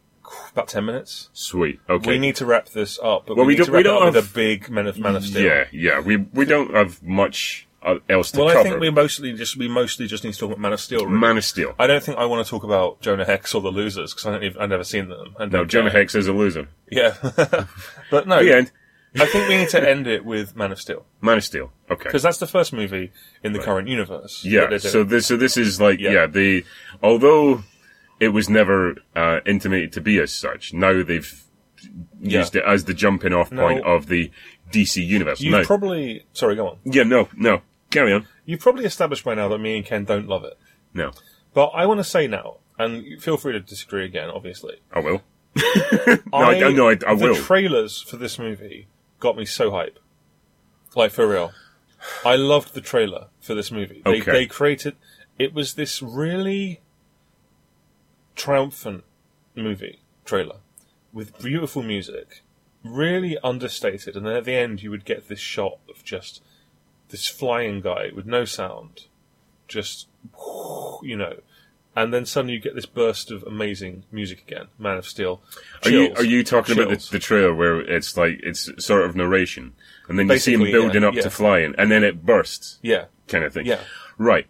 Speaker 1: About 10 minutes.
Speaker 2: Sweet. Okay.
Speaker 1: We need to wrap this up, but
Speaker 2: Well, we
Speaker 1: we, need
Speaker 2: don't-
Speaker 1: to
Speaker 2: we
Speaker 1: wrap
Speaker 2: don't
Speaker 1: it up with
Speaker 2: have-
Speaker 1: a big Man of, Man of Steel.
Speaker 2: yeah, yeah. We we don't have much uh, else to
Speaker 1: Well,
Speaker 2: cover. Mm.
Speaker 1: I think we mostly just we mostly just need to talk about Man of Steel. Really.
Speaker 2: Man of Steel.
Speaker 1: I don't think I want to talk about Jonah Hex or the Losers because I don't even, I've never seen them. And
Speaker 2: no,
Speaker 1: don't
Speaker 2: Jonah
Speaker 1: care.
Speaker 2: Hex is a loser.
Speaker 1: Yeah, but no.
Speaker 2: The end.
Speaker 1: I think we need to end it with Man of Steel
Speaker 2: Man of Steel. Okay.
Speaker 1: because that's the first movie in the current universe. that
Speaker 2: Yeah.
Speaker 1: they're doing.
Speaker 2: So this, so this is like,
Speaker 1: Yeah.
Speaker 2: yeah. the although it was never uh, intimated to be as such, now they've
Speaker 1: Yeah.
Speaker 2: used it as the jumping off point
Speaker 1: No.
Speaker 2: of the DC universe.
Speaker 1: you
Speaker 2: No,
Speaker 1: probably sorry, go on.
Speaker 2: yeah, no, no, carry on.
Speaker 1: You've probably established by now that me and Ken don't love it.
Speaker 2: No,
Speaker 1: But I want to say now, and feel free to disagree again, obviously.
Speaker 2: I will. No, I, I, no, I, I will.
Speaker 1: The trailers for this movie got me so hype. Like, for real. I loved the trailer for this movie. They,
Speaker 2: Okay.
Speaker 1: they created. It was this really triumphant movie trailer with beautiful music, really understated, and then at the end you would get this shot of just this flying guy with no sound, just you know, and then suddenly you get this burst of amazing music again. Man of Steel.
Speaker 2: are you
Speaker 1: Chills.
Speaker 2: are you talking about
Speaker 1: Chills.
Speaker 2: the, the trailer where it's like it's sort of narration, and then you see
Speaker 1: Basically,
Speaker 2: him building
Speaker 1: yeah,
Speaker 2: up
Speaker 1: yeah.
Speaker 2: to flying, and then it bursts,
Speaker 1: yeah,
Speaker 2: kind of thing.
Speaker 1: Yeah.
Speaker 2: Right.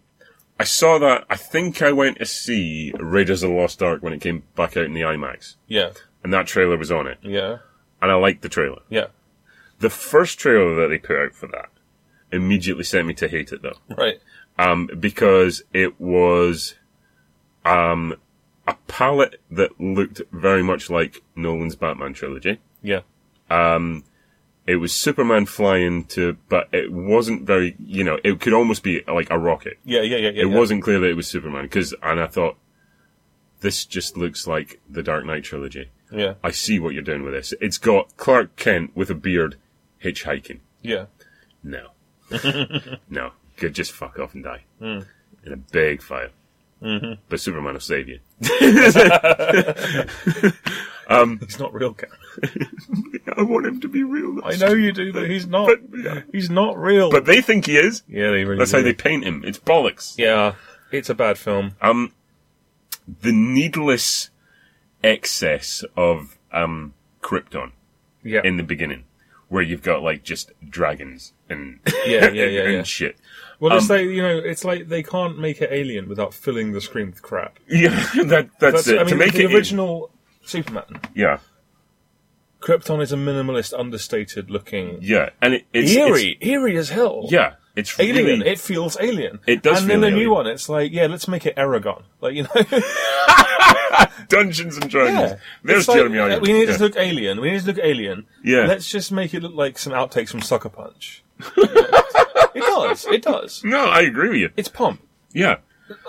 Speaker 2: I saw that. I think I went to see Raiders of the Lost Ark when it came back out in the IMAX.
Speaker 1: yeah,
Speaker 2: and that trailer was on it,
Speaker 1: yeah,
Speaker 2: and I liked the trailer.
Speaker 1: yeah?
Speaker 2: The first trailer that they put out for that immediately sent me to hate it though,
Speaker 1: Right.
Speaker 2: um, because it was um, a palette that looked very much like Nolan's Batman trilogy.
Speaker 1: Yeah.
Speaker 2: It was Superman flying to, but it wasn't very, you know, it could almost be like a rocket.
Speaker 1: Yeah, yeah, yeah, yeah.
Speaker 2: It
Speaker 1: yeah.
Speaker 2: wasn't clear that it was Superman, because, and I thought, this just looks like the Dark Knight trilogy.
Speaker 1: Yeah.
Speaker 2: I see what you're doing with this. It's got Clark Kent with a beard hitchhiking.
Speaker 1: Yeah.
Speaker 2: No. no. Could just fuck off and die. In a big fire. Hmm. Mm-hmm. But Superman will save you.
Speaker 1: He's not real, Gary.
Speaker 2: I want him to be real.
Speaker 1: I know you do, but he's not.
Speaker 2: But- yeah.
Speaker 1: He's not real.
Speaker 2: But they think he is.
Speaker 1: yeah, they really
Speaker 2: That's how they paint him. It's bollocks.
Speaker 1: Yeah, it's a bad film.
Speaker 2: Um, the needless excess of um, Krypton
Speaker 1: Yeah.
Speaker 2: in the beginning, where you've got like just dragons and
Speaker 1: Yeah, yeah, yeah,
Speaker 2: and
Speaker 1: yeah.
Speaker 2: shit.
Speaker 1: well, it's
Speaker 2: um,
Speaker 1: like you know, it's like they can't make it alien without filling the screen with crap.
Speaker 2: Yeah, that, that's, it.
Speaker 1: I mean,
Speaker 2: uh, to make
Speaker 1: the
Speaker 2: it
Speaker 1: original Superman,
Speaker 2: yeah,
Speaker 1: Krypton is a minimalist, understated looking.
Speaker 2: yeah, and it, it's it's-
Speaker 1: eerie, eerie as hell.
Speaker 2: yeah, it's
Speaker 1: Alien,
Speaker 2: really
Speaker 1: it feels alien.
Speaker 2: It does
Speaker 1: And then
Speaker 2: feel
Speaker 1: the new
Speaker 2: alien.
Speaker 1: one, it's like, yeah, let's make it Aragon. Like, you know,
Speaker 2: Dungeons and Dragons.
Speaker 1: yeah.
Speaker 2: There's
Speaker 1: It's like,
Speaker 2: Jeremy Irons.
Speaker 1: We need
Speaker 2: Yeah.
Speaker 1: to look alien. We need to look alien.
Speaker 2: Yeah.
Speaker 1: Let's just make it look like some outtakes from Sucker Punch. it does. It does.
Speaker 2: No, I agree with you.
Speaker 1: It's pomp.
Speaker 2: Yeah,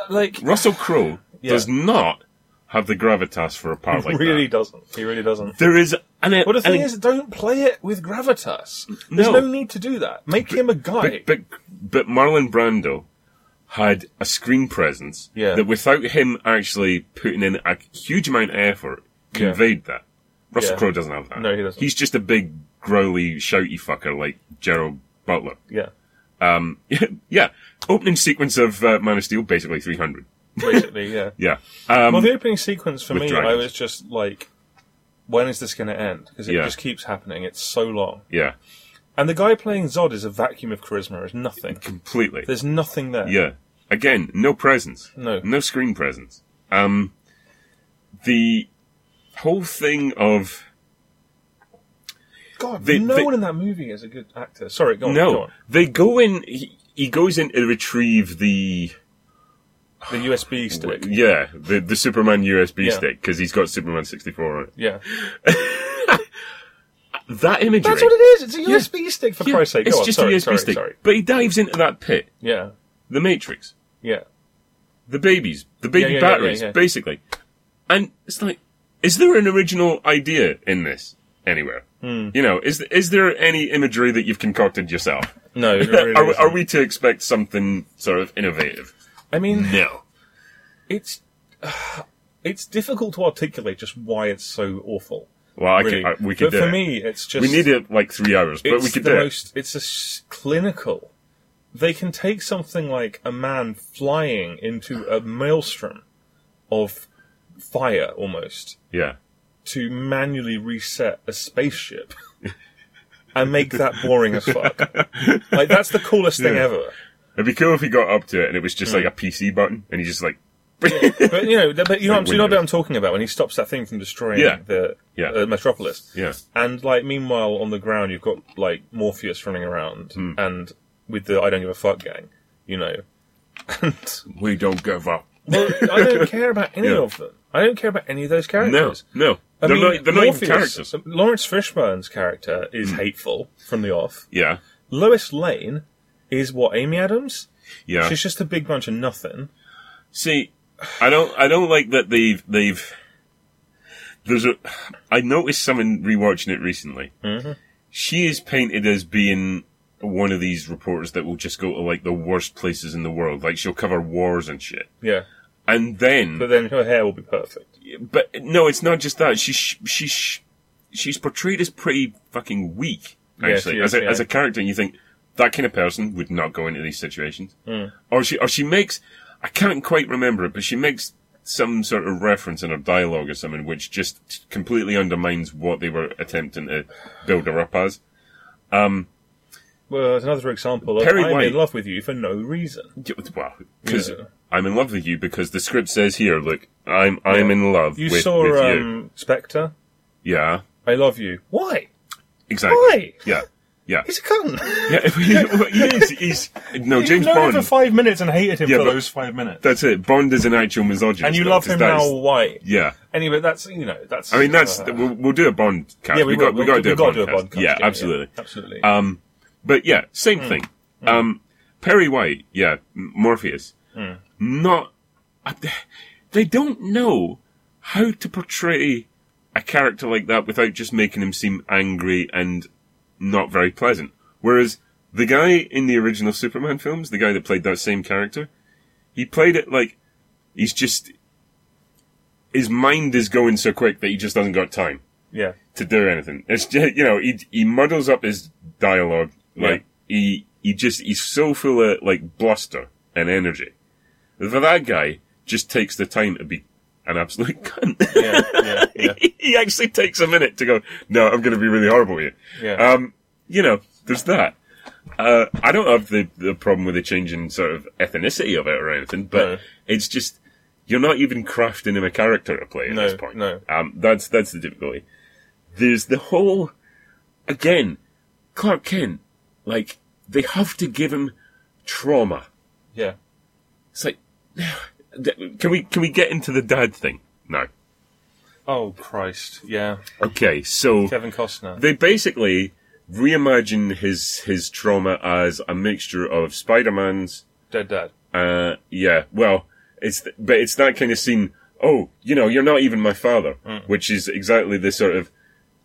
Speaker 1: Like,
Speaker 2: Russell Crowe
Speaker 1: Yeah.
Speaker 2: does not have the gravitas for a part like
Speaker 1: really
Speaker 2: that.
Speaker 1: doesn't. He really doesn't.
Speaker 2: There is, and it,
Speaker 1: But the
Speaker 2: and
Speaker 1: thing
Speaker 2: it-
Speaker 1: is, don't play it with gravitas. There's
Speaker 2: No.
Speaker 1: no, need to do that. Make him a guy.
Speaker 2: But, but but Marlon Brando had a screen presence
Speaker 1: Yeah.
Speaker 2: that without him actually putting in a huge amount of effort conveyed that. Russell
Speaker 1: Yeah.
Speaker 2: Crowe doesn't have that.
Speaker 1: No, he doesn't.
Speaker 2: He's just a big growly shouty fucker like Gerald Butler.
Speaker 1: yeah,
Speaker 2: Um, yeah. Opening sequence of uh, Man of Steel, basically 300.
Speaker 1: basically, yeah.
Speaker 2: Yeah. Um,
Speaker 1: Well, the opening sequence for
Speaker 2: With
Speaker 1: me,
Speaker 2: dragons.
Speaker 1: I was just like, when is this going to end? Because it
Speaker 2: Yeah.
Speaker 1: just keeps happening. It's so long.
Speaker 2: yeah.
Speaker 1: And the guy playing Zod is a vacuum of charisma. Is nothing.
Speaker 2: Completely.
Speaker 1: There's nothing there.
Speaker 2: Yeah. Again, no presence.
Speaker 1: No.
Speaker 2: No screen presence. Um, the whole thing of
Speaker 1: God,
Speaker 2: They-
Speaker 1: no
Speaker 2: they-
Speaker 1: one in that movie is a good actor. Sorry, go on. Go
Speaker 2: No,
Speaker 1: on.
Speaker 2: they go in. He, he goes in to retrieve the
Speaker 1: The USB stick.
Speaker 2: yeah the, the Superman USB
Speaker 1: Yeah.
Speaker 2: stick because he's got Superman sixty four on it.
Speaker 1: yeah.
Speaker 2: That imagery.
Speaker 1: That's what it is. It's a USB stick, for
Speaker 2: Yeah,
Speaker 1: Christ's sake. Go
Speaker 2: it's
Speaker 1: on.
Speaker 2: just
Speaker 1: sorry,
Speaker 2: a USB
Speaker 1: sorry,
Speaker 2: stick.
Speaker 1: Sorry.
Speaker 2: But he dives into that pit,
Speaker 1: Yeah.
Speaker 2: the Matrix,
Speaker 1: Yeah.
Speaker 2: the babies, the baby
Speaker 1: Yeah, yeah, yeah,
Speaker 2: batteries,
Speaker 1: yeah, yeah.
Speaker 2: basically. And it's like, is there an original idea in this anywhere?
Speaker 1: Hmm.
Speaker 2: You know, is is there any imagery that you've concocted yourself?
Speaker 1: No. it really
Speaker 2: are,
Speaker 1: isn't.
Speaker 2: are we to expect something sort of innovative?
Speaker 1: I mean,
Speaker 2: No.
Speaker 1: it's it's difficult to articulate just why it's so awful.
Speaker 2: Well, I
Speaker 1: Really.
Speaker 2: can, I, we could
Speaker 1: but
Speaker 2: do
Speaker 1: for
Speaker 2: it.
Speaker 1: me, it's just
Speaker 2: we need it like three hours, but
Speaker 1: It's
Speaker 2: we could
Speaker 1: the
Speaker 2: do it.
Speaker 1: most. It's a s- clinical. They can take something like a man flying into a maelstrom of fire almost
Speaker 2: Yeah.
Speaker 1: to manually reset a spaceship and make that boring as fuck. Like that's the coolest thing
Speaker 2: Yeah.
Speaker 1: ever.
Speaker 2: It'd be cool if he got up to it and it was
Speaker 1: Hmm.
Speaker 2: just like a PC button and he just like,
Speaker 1: But you know, but you know,
Speaker 2: Like
Speaker 1: what I'm, you know what
Speaker 2: Windows.
Speaker 1: I'm talking about when he stops that thing from destroying
Speaker 2: Yeah.
Speaker 1: the
Speaker 2: Yeah.
Speaker 1: Uh, metropolis.
Speaker 2: yeah,
Speaker 1: And like, meanwhile, on the ground, you've got like Morpheus running around,
Speaker 2: Hmm.
Speaker 1: and with the "I don't give a fuck" gang, you know. And
Speaker 2: we don't give up.
Speaker 1: well, I don't care about any
Speaker 2: Yeah.
Speaker 1: of them. I don't care about any of those
Speaker 2: No,
Speaker 1: characters.
Speaker 2: no.
Speaker 1: I
Speaker 2: they're
Speaker 1: mean,
Speaker 2: not, they're not even
Speaker 1: Morpheus,
Speaker 2: characters. Hmm.
Speaker 1: Lawrence Fishburne's character is hateful from the off.
Speaker 2: Yeah,
Speaker 1: Lois Lane is what Amy Adams.
Speaker 2: yeah.
Speaker 1: She's just a big bunch of nothing.
Speaker 2: See, I don't, I don't like that they've, they've, there's a, I noticed someone rewatching it recently. She is painted as being one of these reporters that will just go to like the worst places in the world. Like she'll cover wars and shit.
Speaker 1: Yeah,
Speaker 2: And then,
Speaker 1: but then her hair will be perfect.
Speaker 2: but no, it's not just that. She's she's she's portrayed as pretty fucking weak,
Speaker 1: Yeah,
Speaker 2: actually,
Speaker 1: she
Speaker 2: as
Speaker 1: is,
Speaker 2: a
Speaker 1: yeah.
Speaker 2: as a character. And you think that kind of person would not go into these situations,
Speaker 1: Hmm.
Speaker 2: or she or she makes I can't quite remember it, but she makes some sort of reference in her dialogue or something, which just completely undermines what they were attempting to build her up as.
Speaker 1: Well, there's another example of
Speaker 2: Perry
Speaker 1: I'm
Speaker 2: White-
Speaker 1: in love with you for no reason.
Speaker 2: Yeah, Well, because
Speaker 1: Yeah.
Speaker 2: I'm in love with you because the script says here, look, I'm I'm in love
Speaker 1: You
Speaker 2: with,
Speaker 1: saw
Speaker 2: with you.
Speaker 1: um, Spectre.
Speaker 2: Yeah,
Speaker 1: I love you. Why?
Speaker 2: exactly.
Speaker 1: Why?
Speaker 2: Yeah, yeah.
Speaker 1: He's a cunt.
Speaker 2: Yeah, he is. He's no James
Speaker 1: You've known him
Speaker 2: Bond.
Speaker 1: for five minutes and hated him
Speaker 2: Yeah,
Speaker 1: for
Speaker 2: but-
Speaker 1: those five minutes.
Speaker 2: that's it. Bond is an actual misogynist.
Speaker 1: and you
Speaker 2: though,
Speaker 1: love
Speaker 2: 'cause
Speaker 1: him
Speaker 2: that
Speaker 1: now,
Speaker 2: is-
Speaker 1: why?
Speaker 2: yeah.
Speaker 1: Anyway, that's you know that's.
Speaker 2: I mean, that's
Speaker 1: uh,
Speaker 2: we'll, we'll do a Bond cast.
Speaker 1: yeah, we,
Speaker 2: we got
Speaker 1: will.
Speaker 2: we got to do, a
Speaker 1: we've
Speaker 2: Bond
Speaker 1: gotta
Speaker 2: cast.
Speaker 1: Bond
Speaker 2: Yeah,
Speaker 1: cast,
Speaker 2: absolutely.
Speaker 1: absolutely.
Speaker 2: Um, but yeah, same thing. Um, Perry White, yeah, M- Morpheus. Not I- they don't know how to portray a character like that without just making him seem angry and not very pleasant. Whereas the guy in the original Superman films, the guy that played that same character, he played it like he's just his mind is going so quick that he just doesn't got time
Speaker 1: Yeah.
Speaker 2: to do anything. It's just, you know, he, he muddles up his dialogue. Like, he, he just, he's so full of, like, bluster and energy. For that guy, just takes the time to be an absolute cunt.
Speaker 1: Yeah. Yeah. Yeah.
Speaker 2: he actually takes a minute to go, no, I'm going to be really horrible with you.
Speaker 1: Yeah.
Speaker 2: Um, you know, there's that. Uh, I don't have the, the problem with the change in sort of ethnicity of it or anything, but
Speaker 1: No.
Speaker 2: it's just, you're not even crafting him a character to play at
Speaker 1: No,
Speaker 2: this point.
Speaker 1: no.
Speaker 2: Um, that's, that's the difficulty. There's the whole, again, Clark Kent, like, they have to give him trauma.
Speaker 1: yeah.
Speaker 2: It's like, can we, can we get into the dad thing? No.
Speaker 1: Oh Christ. Yeah.
Speaker 2: Okay, so.
Speaker 1: Kevin Costner.
Speaker 2: they basically reimagine his his trauma as a mixture of Spider-Man's.
Speaker 1: Dead Dad.
Speaker 2: Uh, yeah, well, it's th- but it's that kind of scene. Oh, you know, you're not even my father, which is exactly the sort of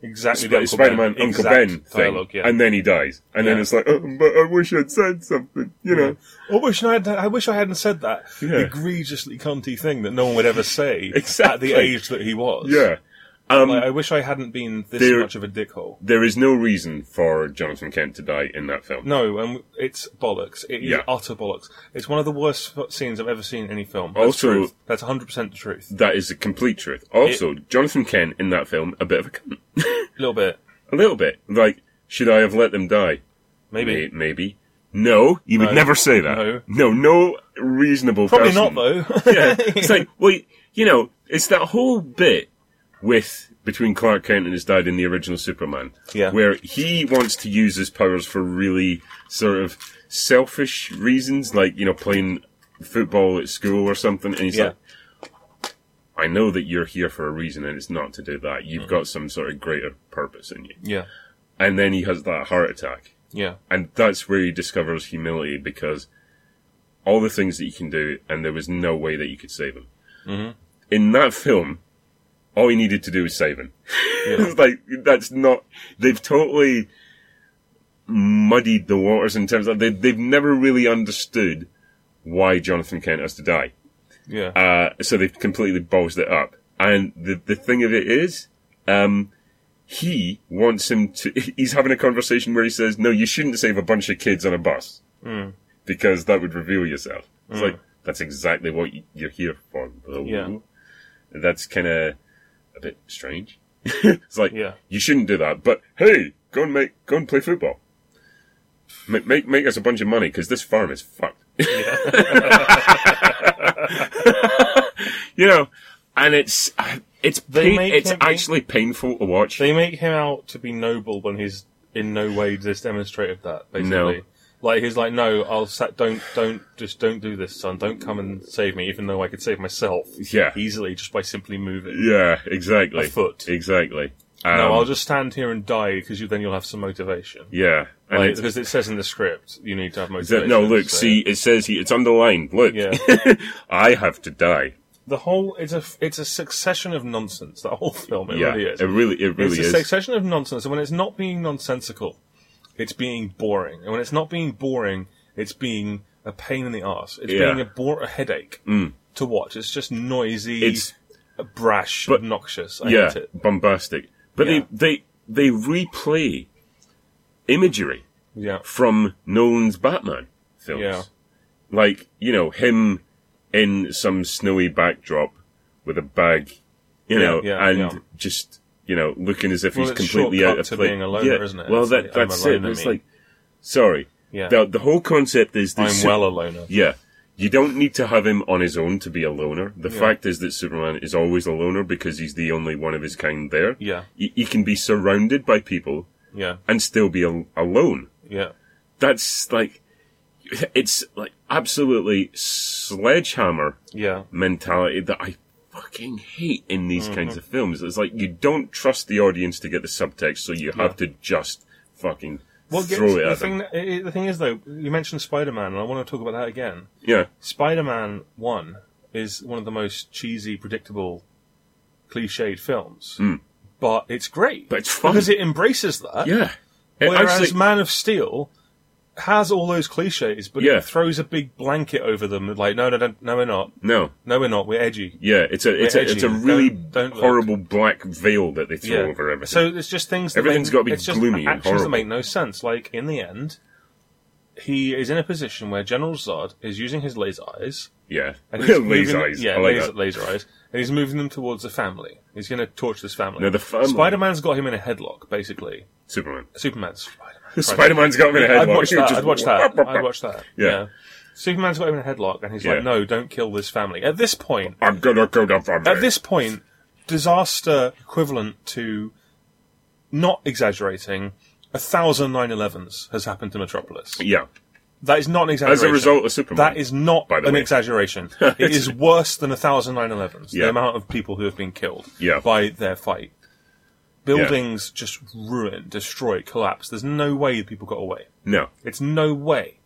Speaker 1: Exactly.
Speaker 2: Sp-
Speaker 1: the Hmm. Uncle
Speaker 2: Spider-Man
Speaker 1: ben.
Speaker 2: Uncle
Speaker 1: exact
Speaker 2: Ben thing,
Speaker 1: dialogue. Yeah.
Speaker 2: and then he dies, and then
Speaker 1: Yeah.
Speaker 2: it's like, oh, but I wish I'd said something, you know.
Speaker 1: I wish I, had, I wish I hadn't said that
Speaker 2: Yeah.
Speaker 1: egregiously cunty thing that no one would ever say
Speaker 2: Exactly.
Speaker 1: at the age that he was.
Speaker 2: Yeah, um,
Speaker 1: Like, I wish I hadn't been this
Speaker 2: There-
Speaker 1: much of a dickhole.
Speaker 2: there is no reason for Jonathan Kent to die in that film.
Speaker 1: No, and it's bollocks. It is
Speaker 2: Yeah.
Speaker 1: utter bollocks. It's one of the worst f- scenes I've ever seen in any film. That's
Speaker 2: Also-
Speaker 1: truth. That's 100% the truth.
Speaker 2: That is the complete truth. Also, Jonathan Kent in that film, a bit of a cunt.
Speaker 1: A little bit.
Speaker 2: A little bit. Like, should I have let them die?
Speaker 1: Maybe.
Speaker 2: May- Maybe. No, you would
Speaker 1: No.
Speaker 2: never say that.
Speaker 1: No.
Speaker 2: no, no reasonable
Speaker 1: Probably
Speaker 2: person.
Speaker 1: not, though.
Speaker 2: yeah. It's like, well, you know, it's that whole bit with between Clark Kent and his dad in the original Superman,
Speaker 1: Yeah.
Speaker 2: where he wants to use his powers for really sort of selfish reasons, like you know, playing football at school or something, and he's
Speaker 1: Yeah.
Speaker 2: like. I know that you're here for a reason, and it's not to do that. You've
Speaker 1: Mm.
Speaker 2: got some sort of greater purpose in you.
Speaker 1: yeah.
Speaker 2: And then he has that heart attack,
Speaker 1: Yeah.
Speaker 2: and that's where he discovers humility because all the things that you can do, and there was no way that you could save him. In that film, all he needed to do was save him. It's like that's not. They've totally muddied the waters in terms of they, they've never really understood why Jonathan Kent has to die.
Speaker 1: Yeah.
Speaker 2: Uh, so they've completely ballsed it up. And the, the thing of it is, um, he wants him to, he's having a conversation where he says, no, you shouldn't save a bunch of kids on a bus.
Speaker 1: Hmm.
Speaker 2: Because that would reveal yourself. It's like, that's exactly what y- you're here for, though.
Speaker 1: Yeah.
Speaker 2: That's kind of a bit strange. it's like,
Speaker 1: Yeah.
Speaker 2: you shouldn't do that, but hey, go and make, go and play football. Make, make, make us a bunch of money, because this farm is fucked. you know, and it's uh, it's
Speaker 1: They
Speaker 2: pain,
Speaker 1: make
Speaker 2: it's
Speaker 1: him-
Speaker 2: actually painful to watch.
Speaker 1: They make him out to be noble when he's in no way just demonstrated that. Basically,
Speaker 2: No.
Speaker 1: like he's like, no, I'll sa- don't, don't, just don't do this, son. Don't come and save me, even though I could save myself
Speaker 2: Yeah.
Speaker 1: easily just by simply moving.
Speaker 2: yeah, exactly.
Speaker 1: A foot.
Speaker 2: Exactly.
Speaker 1: no,
Speaker 2: Um,
Speaker 1: I'll just stand here and die because you then you'll have some motivation.
Speaker 2: yeah. And
Speaker 1: Like,
Speaker 2: it's-
Speaker 1: because it says in the script you need to have
Speaker 2: that-
Speaker 1: motivation.
Speaker 2: no, look,
Speaker 1: so-
Speaker 2: see, it says he, it's underlined. Look,
Speaker 1: Yeah.
Speaker 2: I have to die.
Speaker 1: the whole it's a it's a succession of nonsense. That whole film, it
Speaker 2: yeah,
Speaker 1: really is.
Speaker 2: it really, it really
Speaker 1: it's
Speaker 2: is.
Speaker 1: a succession of nonsense, and when it's not being nonsensical, it's being boring. And when it's not being boring, it's being a pain in the ass. It's
Speaker 2: Yeah. Mm.
Speaker 1: being a bore a headache to watch. It's just noisy,
Speaker 2: It's-
Speaker 1: brash, obnoxious. I
Speaker 2: yeah,
Speaker 1: hate it.
Speaker 2: bombastic. But
Speaker 1: Yeah.
Speaker 2: they they they replay imagery
Speaker 1: Yeah,
Speaker 2: from Nolan's Batman films.
Speaker 1: yeah,
Speaker 2: like you know him in some snowy backdrop with a bag, you
Speaker 1: Yeah,
Speaker 2: know,
Speaker 1: yeah,
Speaker 2: and
Speaker 1: yeah.
Speaker 2: just you know looking as if
Speaker 1: Well,
Speaker 2: he's
Speaker 1: it's
Speaker 2: completely
Speaker 1: shortcut
Speaker 2: out of
Speaker 1: to
Speaker 2: place.
Speaker 1: being a loner, isn't it?
Speaker 2: Well,
Speaker 1: It's
Speaker 2: that,
Speaker 1: like, I'm
Speaker 2: that's
Speaker 1: a
Speaker 2: it.
Speaker 1: loner,
Speaker 2: It's
Speaker 1: me.
Speaker 2: like, sorry,
Speaker 1: yeah.
Speaker 2: the, the whole concept is that
Speaker 1: I'm
Speaker 2: Su-
Speaker 1: well a loner.
Speaker 2: yeah. You don't need to have him on his own to be a loner. The fact is that Superman is always a loner because he's the only one of his kind there.
Speaker 1: Yeah,
Speaker 2: He, he can be surrounded by people
Speaker 1: yeah,
Speaker 2: and still be al- alone
Speaker 1: yeah,
Speaker 2: that's like it's like absolutely sledgehammer
Speaker 1: yeah,
Speaker 2: mentality that I fucking hate in these
Speaker 1: Mm-hmm.
Speaker 2: kinds of films. It's like you don't trust the audience to get the subtext, so you have to just fucking
Speaker 1: Well,
Speaker 2: throw it
Speaker 1: the
Speaker 2: at
Speaker 1: thing,
Speaker 2: them.
Speaker 1: that- i- i- the thing is, though, you mentioned Spider-Man, and I want to talk about that again.
Speaker 2: Yeah,
Speaker 1: Spider-Man One is one of the most cheesy, predictable, cliched films, but it's great
Speaker 2: Hmm. But it's fun.
Speaker 1: because it embraces that.
Speaker 2: yeah.
Speaker 1: Whereas
Speaker 2: actually-
Speaker 1: Man of Steel has all those cliches, but
Speaker 2: Yeah.
Speaker 1: it throws a big blanket over them. Like, no, no, no, no, we're not.
Speaker 2: No,
Speaker 1: No, we're not. We're edgy.
Speaker 2: yeah, it's a it's a, it's a
Speaker 1: edgy.
Speaker 2: really
Speaker 1: Don't- don't look.
Speaker 2: horrible black veil that they throw
Speaker 1: Yeah.
Speaker 2: over everything.
Speaker 1: So it's just things. That
Speaker 2: Everything's
Speaker 1: make-
Speaker 2: gotta be
Speaker 1: it's just
Speaker 2: gloomy and
Speaker 1: actions
Speaker 2: horrible.
Speaker 1: that make no sense. Like in the end, he is in a position where General Zod is using his laser eyes.
Speaker 2: yeah,
Speaker 1: And he's
Speaker 2: laser
Speaker 1: moving-
Speaker 2: eyes. I
Speaker 1: Yeah,
Speaker 2: like
Speaker 1: laser,
Speaker 2: that.
Speaker 1: laser eyes. And he's moving them towards the family. He's going to torch this family.
Speaker 2: No, the family.
Speaker 1: Spider Man's got him in a headlock, basically.
Speaker 2: Superman.
Speaker 1: Superman's Spider-Man.
Speaker 2: Spider Man's got me in a
Speaker 1: I'd
Speaker 2: headlock.
Speaker 1: watch
Speaker 2: You
Speaker 1: that.
Speaker 2: just-
Speaker 1: I'd watch that. I'd watch that.
Speaker 2: Yeah.
Speaker 1: Superman's got him in a headlock, and he's
Speaker 2: Yeah.
Speaker 1: like, "No, don't kill this family." At this point,
Speaker 2: I'm gonna go down for
Speaker 1: at this point, disaster equivalent to, not exaggerating, a thousand 9/11s has happened to Metropolis.
Speaker 2: Yeah,
Speaker 1: That is not an
Speaker 2: as
Speaker 1: exaggeration.
Speaker 2: a result of Superman.
Speaker 1: That is not
Speaker 2: by the
Speaker 1: an
Speaker 2: way.
Speaker 1: exaggeration. it is worse than a thousand 9/11s.
Speaker 2: Yeah.
Speaker 1: The amount of people who have been killed
Speaker 2: Yeah.
Speaker 1: by their fight. Buildings just ruined, destroyed, collapsed. There's no way people got away.
Speaker 2: no.
Speaker 1: It's no way.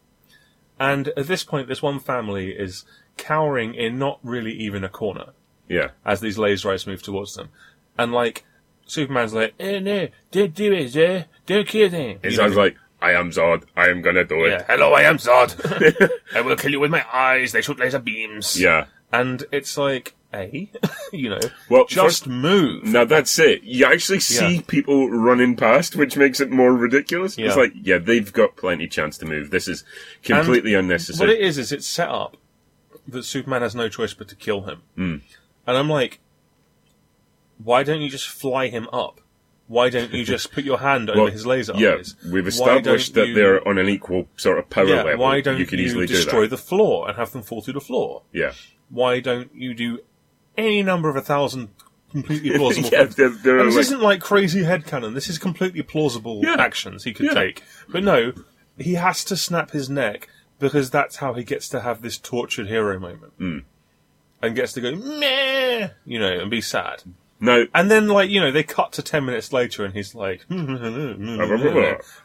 Speaker 1: And at this point, this one family is cowering in not really even a corner
Speaker 2: Yeah,
Speaker 1: as these laser eyes move towards them. And like, Superman's like, eh, no, don't do it, eh? Don't kill them.
Speaker 2: it
Speaker 1: You
Speaker 2: sounds
Speaker 1: know?
Speaker 2: like I am Zod. I am gonna do it.
Speaker 1: Yeah.
Speaker 3: Hello, I am Zod. I will kill you with my eyes. They shoot laser beams.
Speaker 2: Yeah.
Speaker 1: And it's like, eh? you know,
Speaker 2: Well,
Speaker 1: just
Speaker 2: first-
Speaker 1: move.
Speaker 2: Now that's it. You actually see
Speaker 1: Yeah.
Speaker 2: people running past, which makes it more ridiculous.
Speaker 1: Yeah.
Speaker 2: It's like, yeah, they've got plenty chance to move. This is completely
Speaker 1: What
Speaker 2: unnecessary.
Speaker 1: it is, is it's set up that Superman has no choice but to kill him.
Speaker 2: Hmm.
Speaker 1: And I'm like, why don't you just fly him up? Why don't you just put your hand over
Speaker 2: Well,
Speaker 1: his laser
Speaker 2: yeah,
Speaker 1: eyes?
Speaker 2: we've
Speaker 1: Why
Speaker 2: established
Speaker 1: don't
Speaker 2: that
Speaker 1: you-
Speaker 2: they're on an equal sort of power
Speaker 1: yeah,
Speaker 2: level.
Speaker 1: Why don't
Speaker 2: you could easily
Speaker 1: destroy
Speaker 2: do
Speaker 1: the floor and have them fall through the floor?
Speaker 2: that? Yeah,
Speaker 1: Why don't you do any number of a thousand completely plausible
Speaker 2: yeah,
Speaker 1: things?
Speaker 2: they're, they're
Speaker 1: And this
Speaker 2: like-
Speaker 1: isn't like crazy headcanon. This is completely plausible
Speaker 2: Yeah.
Speaker 1: actions he could
Speaker 2: Yeah.
Speaker 1: take. But no, he has to snap his neck because that's how he gets to have this tortured hero moment.
Speaker 2: Hmm.
Speaker 1: And gets to go, meh, you know, and be sad.
Speaker 2: no,
Speaker 1: And then, like, you know, they cut to 10 minutes later and he's like,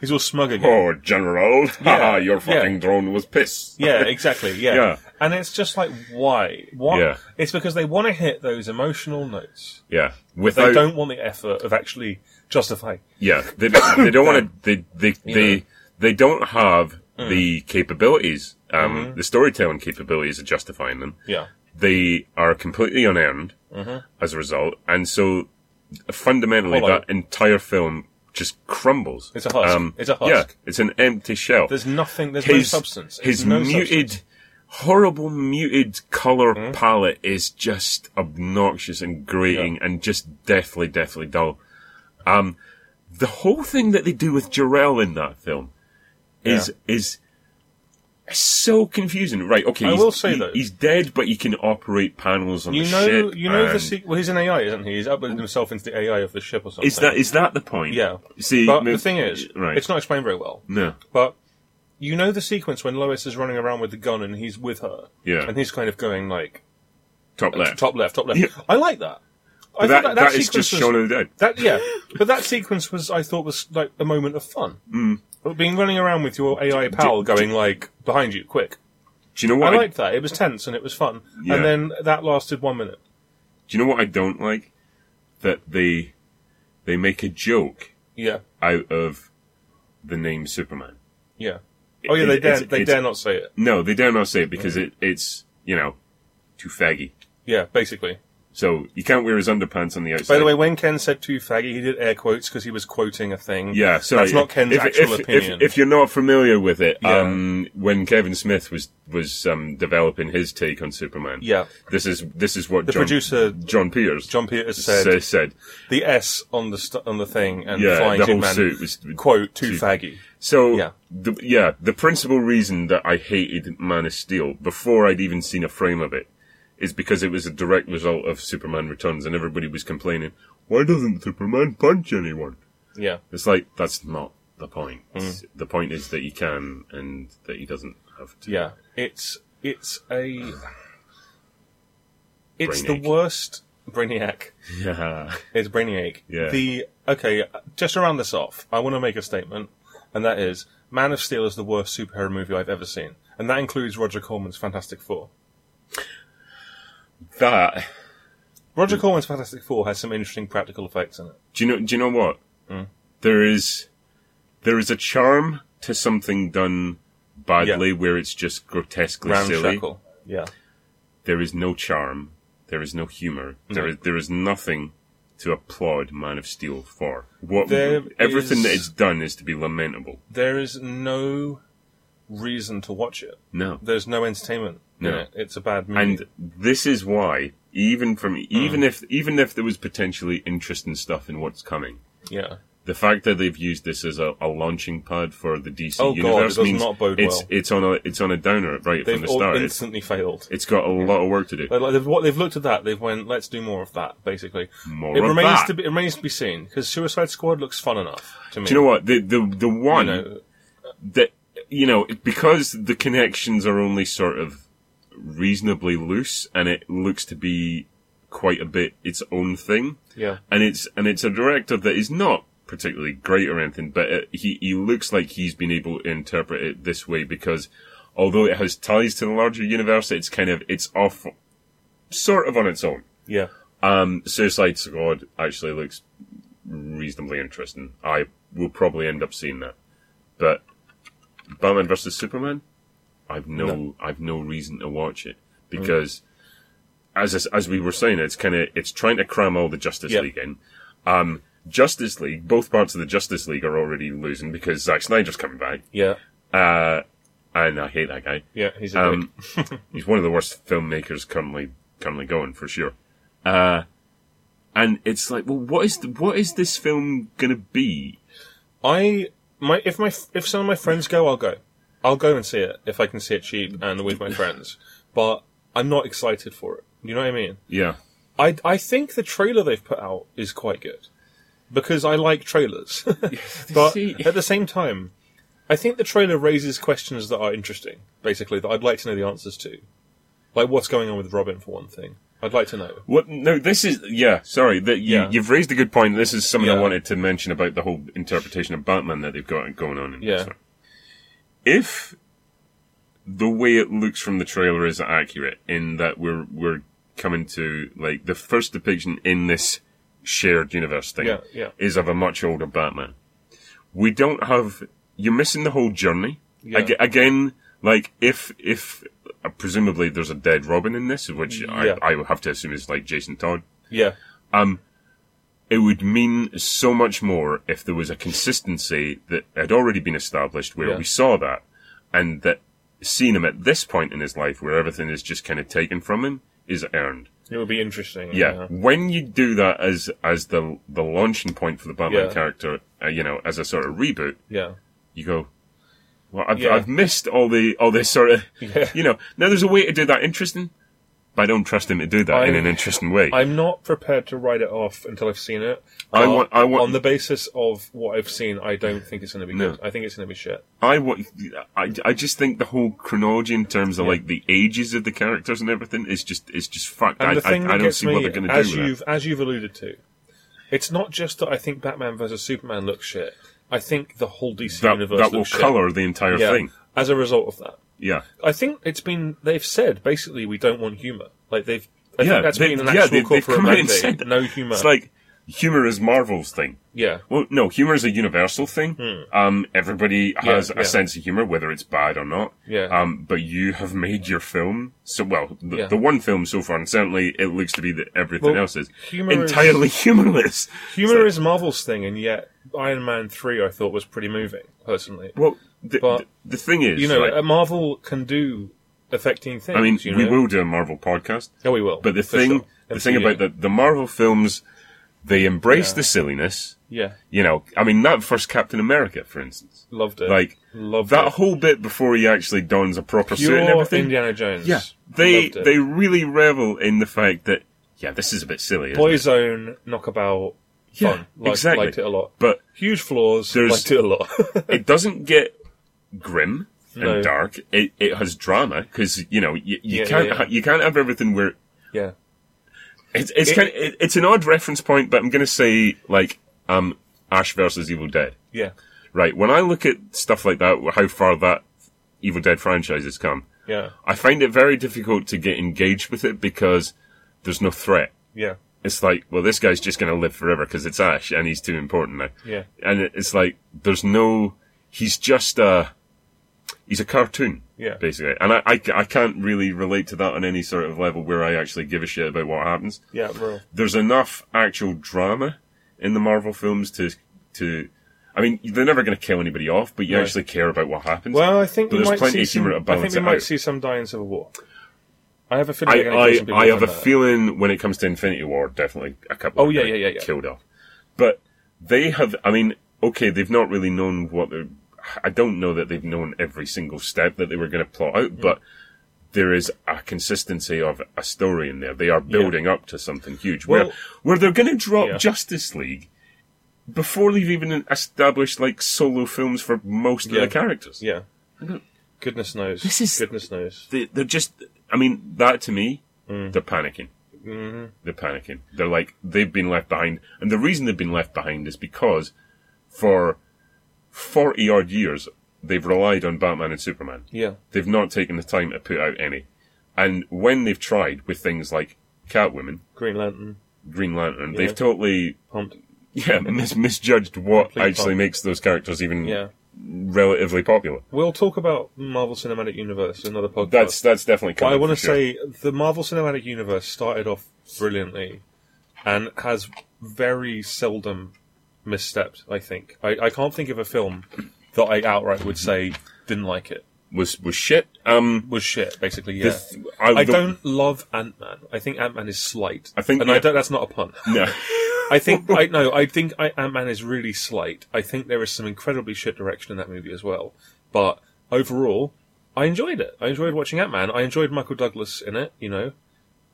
Speaker 1: he's all smug again.
Speaker 2: oh General, haha, your fucking
Speaker 1: yeah.
Speaker 2: drone was piss.
Speaker 1: Yeah, exactly. Yeah.
Speaker 2: Yeah.
Speaker 1: And it's just like, why? Why?
Speaker 2: Yeah.
Speaker 1: It's because they want to hit those emotional notes.
Speaker 2: yeah.
Speaker 1: They
Speaker 2: Without
Speaker 1: don't want the effort of actually justifying.
Speaker 2: Yeah, they, they don't want to. They they they, they don't have
Speaker 1: Mm.
Speaker 2: the capabilities, um, the storytelling capabilities of justifying them.
Speaker 1: Mm-hmm. Yeah. Mm-hmm.
Speaker 2: They are completely unearned as a result, and so fundamentally,
Speaker 1: Hold on.
Speaker 2: that entire film just crumbles. Um,
Speaker 1: It's a husk. It's a husk.
Speaker 2: Yeah, it's an empty shell.
Speaker 1: There's nothing, there's no substance. It's
Speaker 2: His
Speaker 1: no
Speaker 2: muted,
Speaker 1: substance. Hmm?
Speaker 2: horrible muted color palette is just obnoxious and grating and just deathly, deathly dull. Um, the whole thing that they do with Jarell in that film is is so confusing. Right? Okay,
Speaker 1: I
Speaker 2: he's,
Speaker 1: will say
Speaker 2: he-
Speaker 1: though-
Speaker 2: he's dead, but he can operate panels on
Speaker 1: You
Speaker 2: the
Speaker 1: know,
Speaker 2: ship.
Speaker 1: you know the
Speaker 2: and-
Speaker 1: se- well. He's an AI, isn't he? He's uploaded himself into the AI of the ship or something.
Speaker 2: Is that is that the point?
Speaker 1: Yeah.
Speaker 2: See,
Speaker 1: But
Speaker 2: no-
Speaker 1: the thing is,
Speaker 2: right?
Speaker 1: it's not explained very well.
Speaker 2: no.
Speaker 1: But you know the sequence when Lois is running around with the gun and he's with her.
Speaker 2: Yeah.
Speaker 1: And he's kind of going like
Speaker 2: Top left.
Speaker 1: top left, top left.
Speaker 2: Yeah.
Speaker 1: I like that. I
Speaker 2: But that,
Speaker 1: thought
Speaker 2: that is just
Speaker 1: sequence was-
Speaker 2: Shaun of the Dead.
Speaker 1: That yeah, but that sequence was I thought was like a moment of fun. Mm. Being running around with your AI pal going like behind you, quick.
Speaker 2: Do you know
Speaker 1: I
Speaker 2: what? I-
Speaker 1: liked that. It was tense and it was fun.
Speaker 2: Yeah.
Speaker 1: And then that lasted one minute.
Speaker 2: Do you know what I don't like? That they they make a joke
Speaker 1: Yeah,
Speaker 2: out of the name Superman.
Speaker 1: yeah. Oh yeah, they
Speaker 2: It's-
Speaker 1: dare
Speaker 2: it's-
Speaker 1: they
Speaker 2: it's-
Speaker 1: dare not say it.
Speaker 2: No, they dare not say it because it, it's you know too faggy.
Speaker 1: Yeah, basically.
Speaker 2: So you can't wear his underpants on the outside.
Speaker 1: By the way, when Ken said too faggy, he did air quotes because he was quoting a thing.
Speaker 2: yeah, sorry.
Speaker 1: that's not Ken's
Speaker 2: if,
Speaker 1: actual
Speaker 2: if- if-
Speaker 1: opinion.
Speaker 2: If, you're not familiar with it,
Speaker 1: Yeah.
Speaker 2: um, when Kevin Smith was was um, developing his take on Superman,
Speaker 1: Yeah.
Speaker 2: this is this is what
Speaker 1: the
Speaker 2: John,
Speaker 1: producer
Speaker 2: John Peters
Speaker 1: John Peters
Speaker 2: sa-
Speaker 1: said
Speaker 2: said.
Speaker 1: the S on the st- on the thing and
Speaker 2: Yeah,
Speaker 1: flying
Speaker 2: the whole
Speaker 1: Superman
Speaker 2: suit was
Speaker 1: quote too
Speaker 2: too-
Speaker 1: faggy.
Speaker 2: So
Speaker 1: Yeah.
Speaker 2: the, yeah, the principal reason that I hated Man of Steel before I'd even seen a frame of it is because it was a direct result of Superman Returns, and everybody was complaining, "Why doesn't Superman punch anyone?"
Speaker 1: Yeah,
Speaker 2: It's like that's not the point.
Speaker 1: Mm.
Speaker 2: The point is that he can, and that he doesn't have to.
Speaker 1: yeah. It's it's a it's the
Speaker 2: Brainiac.
Speaker 1: worst Brainiac.
Speaker 2: Yeah,
Speaker 1: It's Brainiac.
Speaker 2: Yeah.
Speaker 1: The okay, just to round this off, I want to make a statement, and that is Man of Steel is the worst superhero movie I've ever seen, and that includes Roger Corman's Fantastic Four.
Speaker 2: that.
Speaker 1: Roger Corman's Fantastic Four has some interesting practical effects in it.
Speaker 2: Do you know? Do you know what? There is there is a charm to something done badly where it's just grotesquely silly.
Speaker 1: Ramshackle. Yeah.
Speaker 2: There is no charm. There is no humor. There is there is nothing to applaud Man of Steel for. What
Speaker 1: There
Speaker 2: everything that
Speaker 1: is-
Speaker 2: it's done is to be lamentable.
Speaker 1: There is no reason to watch it.
Speaker 2: No.
Speaker 1: There's no entertainment in
Speaker 2: No.
Speaker 1: it. It's a bad movie.
Speaker 2: And this is why, even from
Speaker 1: Mm.
Speaker 2: even if even if there was potentially interesting stuff in what's coming,
Speaker 1: yeah.
Speaker 2: the fact that they've used this as a, a launching pad for the DC
Speaker 1: Oh, God, it
Speaker 2: universe
Speaker 1: does
Speaker 2: means
Speaker 1: not bode
Speaker 2: it's
Speaker 1: well.
Speaker 2: it's on a it's on a downer right from
Speaker 1: They've
Speaker 2: the
Speaker 1: all
Speaker 2: start. It's,
Speaker 1: instantly failed.
Speaker 2: it's got a lot of work to do.
Speaker 1: Like, like, they've, what they've looked at that, they've went, let's do more of that, basically.
Speaker 2: More
Speaker 1: it
Speaker 2: of
Speaker 1: remains
Speaker 2: that.
Speaker 1: to be it remains to be seen because Suicide Squad looks fun enough to me.
Speaker 2: Do you know what the the the one
Speaker 1: You know,
Speaker 2: that you know because the connections are only sort of reasonably loose and it looks to be quite a bit its own thing.
Speaker 1: yeah,
Speaker 2: and it's and it's a director that is not particularly great or anything, but uh he he looks like he's been able to interpret it this way because although it has ties to the larger universe, it's kind of it's off sort of on its own.
Speaker 1: yeah,
Speaker 2: Um, Suicide Squad actually looks reasonably interesting. I will probably end up seeing that, but Batman versus Superman, I've no, I've no reason to watch it because, as as- as we were saying, it's kind of it's trying to cram all the Justice
Speaker 1: Yep.
Speaker 2: League in. Um, Justice League, both parts of the Justice League are already losing because Zack Snyder's coming back,
Speaker 1: yeah,
Speaker 2: uh, and I hate that guy.
Speaker 1: yeah. He's a dick.
Speaker 2: Um, he's one of the worst filmmakers currently currently going for sure. Uh, and it's like, well, what is the, what is this film gonna be?
Speaker 1: I my if my if some of my friends go, I'll go. I'll go and see it if I can see it cheap and with my friends. But I'm not excited for it. You know what I mean?
Speaker 2: Yeah,
Speaker 1: I I think the trailer they've put out is quite good because I like trailers. but
Speaker 2: see-
Speaker 1: at the same time, I think the trailer raises questions that are interesting. Basically, that I'd like to know the answers to, like what's going on with Robin for one thing. I'd like to know.
Speaker 2: What? No, this is yeah. Sorry, that you,
Speaker 1: Yeah.
Speaker 2: you've raised a good point. This is something I
Speaker 1: Yeah.
Speaker 2: wanted to mention about the whole interpretation of Batman that they've got going on. In this
Speaker 1: Yeah.
Speaker 2: one. If the way it looks from the trailer is accurate, in that we're we're coming to like the first depiction in this shared universe thing
Speaker 1: Yeah, yeah.
Speaker 2: is of a much older Batman. We don't have. You're missing the whole journey.
Speaker 1: Yeah.
Speaker 2: Aga- again, like if if uh, presumably there's a dead Robin in this, which
Speaker 1: Yeah.
Speaker 2: I, I would have to assume is like Jason Todd.
Speaker 1: Yeah,
Speaker 2: It would mean so much more if there was a consistency that had already been established where
Speaker 1: Yeah.
Speaker 2: we saw that and that seeing him at this point in his life where everything is just kind of taken from him is earned.
Speaker 1: it would be interesting.
Speaker 2: Yeah. When you do that as, as the, the launching point for the Batman
Speaker 1: Yeah.
Speaker 2: character, uh, you know, as a sort of reboot,
Speaker 1: yeah.
Speaker 2: you go, well, I've,
Speaker 1: Yeah.
Speaker 2: I've missed all the all this sort of,
Speaker 1: Yeah.
Speaker 2: you know. Now there's a way to do that interesting, but I don't trust him to do that in
Speaker 1: I-
Speaker 2: an interesting way. I,
Speaker 1: I'm not prepared to write it off until I've seen it.
Speaker 2: I
Speaker 1: Uh,
Speaker 2: want- I want-
Speaker 1: on the basis of what I've seen, I don't think it's going to be
Speaker 2: No.
Speaker 1: good. I think it's going to be shit.
Speaker 2: wa- I, I just think the whole chronology in terms of like the ages of the characters and everything is just is just fucked.
Speaker 1: And
Speaker 2: I,
Speaker 1: the thing
Speaker 2: I,
Speaker 1: that
Speaker 2: I don't
Speaker 1: gets
Speaker 2: see
Speaker 1: me,
Speaker 2: what they're going to do
Speaker 1: as
Speaker 2: with
Speaker 1: you've
Speaker 2: it.
Speaker 1: as you've alluded to, it's not just that I think Batman versus Superman looks shit. I think the whole DC
Speaker 2: That,
Speaker 1: universe
Speaker 2: that will
Speaker 1: looks shit.
Speaker 2: color the entire
Speaker 1: Yeah,
Speaker 2: thing.
Speaker 1: As a result of that,
Speaker 2: Yeah.
Speaker 1: I think it's been they've said basically we don't want humor. Like they've, I
Speaker 2: Yeah,
Speaker 1: think that's
Speaker 2: they-
Speaker 1: been an
Speaker 2: yeah,
Speaker 1: actual
Speaker 2: they- they've
Speaker 1: corporate
Speaker 2: come out and
Speaker 1: mandate.
Speaker 2: said that.
Speaker 1: No humor.
Speaker 2: It's like humor is Marvel's thing.
Speaker 1: yeah,
Speaker 2: Well, no, humor is a universal thing. Um, everybody has
Speaker 1: Hmm. yeah.
Speaker 2: a sense of humor, whether it's bad or not.
Speaker 1: Yeah.
Speaker 2: Um, but you have made your film so well. The,
Speaker 1: Yeah.
Speaker 2: the one film so far, and certainly it looks to be that everything
Speaker 1: Well,
Speaker 2: else is
Speaker 1: humor is-
Speaker 2: entirely humorless.
Speaker 1: humor is Marvel's thing, and yet Iron Man three I thought was pretty moving personally.
Speaker 2: Well, the,
Speaker 1: But-
Speaker 2: the, the thing is,
Speaker 1: you know,
Speaker 2: right,
Speaker 1: uh, Marvel can do affecting things.
Speaker 2: I mean,
Speaker 1: you
Speaker 2: we
Speaker 1: know?
Speaker 2: will do a Marvel podcast,
Speaker 1: Yeah, we will.
Speaker 2: but the
Speaker 1: for
Speaker 2: thing,
Speaker 1: sure.
Speaker 2: the
Speaker 1: MCU.
Speaker 2: thing about the, the Marvel films, they embrace the silliness.
Speaker 1: yeah,
Speaker 2: You know, I mean, that first Captain America, for instance.
Speaker 1: loved it.
Speaker 2: Like,
Speaker 1: loved
Speaker 2: That
Speaker 1: it.
Speaker 2: whole bit before he actually dons a proper suit and
Speaker 1: Pure
Speaker 2: everything.
Speaker 1: Indiana Jones.
Speaker 2: Yeah, they
Speaker 1: Loved it.
Speaker 2: they really revel in the fact that yeah, this is a bit silly. isn't it?
Speaker 1: Boyzone knockabout.
Speaker 2: Yeah,
Speaker 1: fun. Liked,
Speaker 2: exactly.
Speaker 1: Liked it a lot.
Speaker 2: But
Speaker 1: Huge flaws.
Speaker 2: There's-
Speaker 1: liked it a lot.
Speaker 2: it doesn't get grim and
Speaker 1: No.
Speaker 2: dark. It it has drama because you know you, you
Speaker 1: Yeah,
Speaker 2: can't
Speaker 1: yeah, yeah.
Speaker 2: ha- you can't have everything where
Speaker 1: yeah,
Speaker 2: it's it's kind of, it, it's an odd reference point, but I'm gonna say like um Ash versus Evil Dead.
Speaker 1: yeah,
Speaker 2: Right, when I look at stuff like that, how far that Evil Dead franchise has come,
Speaker 1: yeah,
Speaker 2: I find it very difficult to get engaged with it because there's no threat.
Speaker 1: yeah.
Speaker 2: it's like, well, this guy's just going to live forever because it's Ash and he's too important now.
Speaker 1: Yeah.
Speaker 2: And it- it's like, there's no, he's just a, he's a cartoon.
Speaker 1: Yeah.
Speaker 2: Basically. And I, I, ca- I can't really relate to that on any sort of level where I actually give a shit about what happens.
Speaker 1: Yeah, real.
Speaker 2: There's enough actual drama in the Marvel films to, to, I mean, they're never going to kill anybody off, but you
Speaker 1: Right.
Speaker 2: actually care about what happens.
Speaker 1: Well, I think
Speaker 2: But
Speaker 1: we
Speaker 2: there's
Speaker 1: might
Speaker 2: plenty
Speaker 1: see
Speaker 2: of humor
Speaker 1: some,
Speaker 2: to
Speaker 1: I think
Speaker 2: balance
Speaker 1: we
Speaker 2: it
Speaker 1: might
Speaker 2: out.
Speaker 1: see some die in Civil War. I have a feeling.
Speaker 2: I,
Speaker 1: we're gonna kill some
Speaker 2: I,
Speaker 1: people
Speaker 2: I
Speaker 1: off
Speaker 2: have
Speaker 1: on
Speaker 2: a
Speaker 1: that.
Speaker 2: feeling when it comes to Infinity War, definitely a couple.
Speaker 1: Oh,
Speaker 2: are
Speaker 1: yeah,
Speaker 2: gonna
Speaker 1: yeah, yeah, yeah.
Speaker 2: killed off. But they have. I mean, okay, they've not really known what they're. I don't know that they've known every single step that they were going to plot out, but there is a consistency of a story in there. They are building up to something huge.
Speaker 1: Well-
Speaker 2: where where they're going to drop
Speaker 1: Yeah.
Speaker 2: Justice League before they've even established like solo films for most
Speaker 1: Yeah.
Speaker 2: of the characters.
Speaker 1: Yeah. Goodness knows.
Speaker 2: This is-
Speaker 1: Goodness knows.
Speaker 2: they, they're just. I mean, that to me,
Speaker 1: Mm.
Speaker 2: they're panicking.
Speaker 1: Mm-hmm.
Speaker 2: They're panicking. They're like they've been left behind, and the reason they've been left behind is because for forty odd years they've relied on Batman and Superman.
Speaker 1: Yeah.
Speaker 2: They've not taken the time to put out any, and when they've tried with things like Catwoman,
Speaker 1: Green Lantern
Speaker 2: Green Lantern,
Speaker 1: Yeah.
Speaker 2: they've totally
Speaker 1: pumped.
Speaker 2: yeah mis- misjudged what
Speaker 1: Complete
Speaker 2: actually
Speaker 1: pump.
Speaker 2: makes those characters even
Speaker 1: Yeah.
Speaker 2: relatively popular.
Speaker 1: We'll talk about Marvel Cinematic Universe in another podcast.
Speaker 2: That's that's definitely.
Speaker 1: But I
Speaker 2: coming
Speaker 1: want to
Speaker 2: for sure.
Speaker 1: say the Marvel Cinematic Universe started off brilliantly and has very seldom misstepped, I think. I, I can't think of a film that I outright would say didn't like it.
Speaker 2: was was shit. Um,
Speaker 1: Was shit, basically, yeah.
Speaker 2: the th- I,
Speaker 1: I
Speaker 2: the-
Speaker 1: don't love Ant Man. I think Ant Man is slight.
Speaker 2: I think-
Speaker 1: and I
Speaker 2: yeah.
Speaker 1: don't, that's not a pun.
Speaker 2: No.
Speaker 1: I think I no. I think I, Ant Man is really slight. I think there is some incredibly shit direction in that movie as well. But overall, I enjoyed it. I enjoyed watching Ant Man. I enjoyed Michael Douglas in it. You know,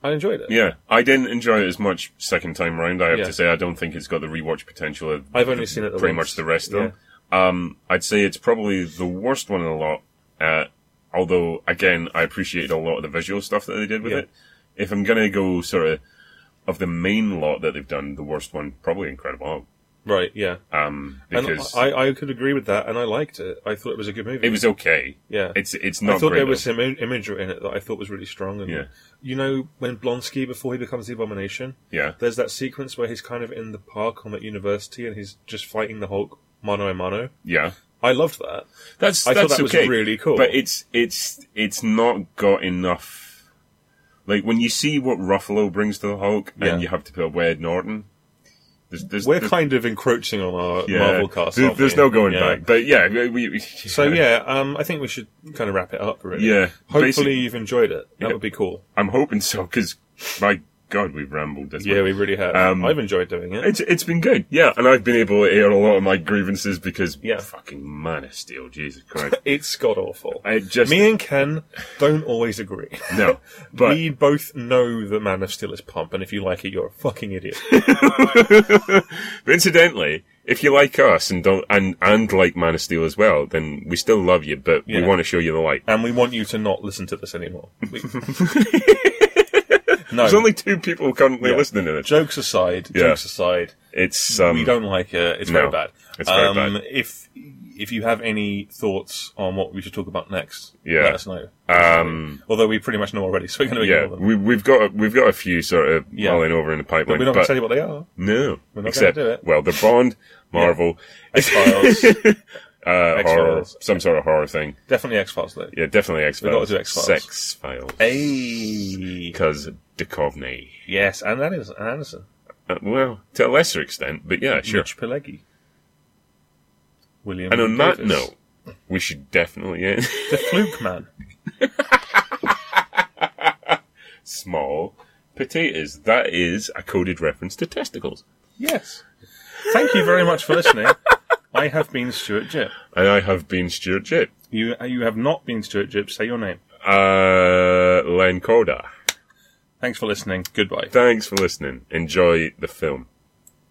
Speaker 1: I enjoyed it.
Speaker 2: Yeah, I didn't enjoy it as much second time round. I have
Speaker 1: Yeah.
Speaker 2: to say, I don't think it's got the rewatch potential of
Speaker 1: I've only seen it the
Speaker 2: pretty
Speaker 1: once.
Speaker 2: much the rest of them. Um, I'd say it's probably the worst one in a lot. Uh, although again, I appreciated a lot of the visual stuff that they did with
Speaker 1: Yeah.
Speaker 2: it. If I'm gonna go sort of of the main lot that they've done, the worst one probably Incredible Hulk.
Speaker 1: Right. Yeah.
Speaker 2: Um,
Speaker 1: And
Speaker 2: because
Speaker 1: I, I could agree with that, and I liked it. I thought it was a good movie.
Speaker 2: it was okay.
Speaker 1: yeah.
Speaker 2: It's it's
Speaker 1: I
Speaker 2: not
Speaker 1: thought
Speaker 2: great.
Speaker 1: there was some im- imagery in it that I thought was really strong. And
Speaker 2: Yeah.
Speaker 1: you know, when Blonsky before he becomes the Abomination,
Speaker 2: yeah,
Speaker 1: there's that sequence where he's kind of in the park on at university and he's just fighting the Hulk mano a mano.
Speaker 2: yeah.
Speaker 1: I loved that.
Speaker 2: That's
Speaker 1: I thought
Speaker 2: that's
Speaker 1: that was
Speaker 2: okay,
Speaker 1: really cool.
Speaker 2: But it's it's it's not got enough. Like when you see what Ruffalo brings to the Hulk,
Speaker 1: Yeah.
Speaker 2: and you have to put away Norton. There's, there's,
Speaker 1: We're
Speaker 2: there's-
Speaker 1: kind of encroaching on our
Speaker 2: yeah,
Speaker 1: Marvel cast.
Speaker 2: There,
Speaker 1: aren't we?
Speaker 2: there's no going
Speaker 1: Yeah.
Speaker 2: back. But yeah, we, we,
Speaker 1: So yeah, um, I think we should kind of wrap it up. Really.
Speaker 2: Yeah,
Speaker 1: Hopefully
Speaker 2: basic-
Speaker 1: you've enjoyed it. That
Speaker 2: Yeah.
Speaker 1: would be cool.
Speaker 2: I'm hoping so because my God, we've rambled this.
Speaker 1: Yeah,
Speaker 2: much.
Speaker 1: we really have.
Speaker 2: Um,
Speaker 1: I've enjoyed doing it.
Speaker 2: It's it's been good, yeah, and I've been able to air a lot of my grievances because
Speaker 1: Yeah.
Speaker 2: fucking Man of Steel, Jesus Christ,
Speaker 1: It's god awful.
Speaker 2: I just
Speaker 1: Me and Ken don't always agree.
Speaker 2: no, but
Speaker 1: we both know that Man of Steel is pump, and if you like it, you're a fucking idiot.
Speaker 2: But incidentally, if you like us and don't and and like Man of Steel as well, then we still love you, but
Speaker 1: Yeah. Um,
Speaker 2: we want to show you the light.
Speaker 1: and we want you to not listen to this anymore. We- no.
Speaker 2: There's only two people currently
Speaker 1: Yeah.
Speaker 2: listening to this.
Speaker 1: jokes aside,
Speaker 2: Yeah.
Speaker 1: jokes aside,
Speaker 2: It's um,
Speaker 1: we don't like it. It's
Speaker 2: no.
Speaker 1: very bad.
Speaker 2: It's very
Speaker 1: um,
Speaker 2: bad.
Speaker 1: If if you have any thoughts on what we should talk about next,
Speaker 2: Yeah.
Speaker 1: let us know.
Speaker 2: um,
Speaker 1: Although we pretty much know already, so we're going to
Speaker 2: yeah,
Speaker 1: ignore them.
Speaker 2: we, we've got a, we've got a few sort of
Speaker 1: Yeah.
Speaker 2: mulling over in the pipeline,
Speaker 1: We're not going to
Speaker 2: but
Speaker 1: tell you what they are.
Speaker 2: no,
Speaker 1: We're not gonna
Speaker 2: except
Speaker 1: do it.
Speaker 2: well, the Bond, Marvel, uh,
Speaker 1: X-Files.
Speaker 2: horror,
Speaker 1: X-Files.
Speaker 2: some sort of horror thing.
Speaker 1: Definitely X-Files, though.
Speaker 2: Yeah, definitely X
Speaker 1: gotta
Speaker 2: Files,
Speaker 1: do X-Files.
Speaker 2: Sex Files,
Speaker 1: Hey.
Speaker 2: because Duchovny.
Speaker 1: Yes, and Anderson. And Anderson.
Speaker 2: Uh, well, to a lesser extent, but yeah, sure.
Speaker 1: Mitch Pileggi. William
Speaker 2: And on that
Speaker 1: Davis.
Speaker 2: note, we should definitely end.
Speaker 1: The Fluke Man.
Speaker 2: small potatoes. That is a coded reference to testicles.
Speaker 1: Yes. Thank you very much for listening. I have been Stuart Jip.
Speaker 2: And I have been Stuart Jip.
Speaker 1: You you have not been Stuart Jip. Say your name.
Speaker 2: Uh, Len Coda.
Speaker 1: Thanks for listening. Goodbye.
Speaker 2: Thanks for listening. Enjoy the film.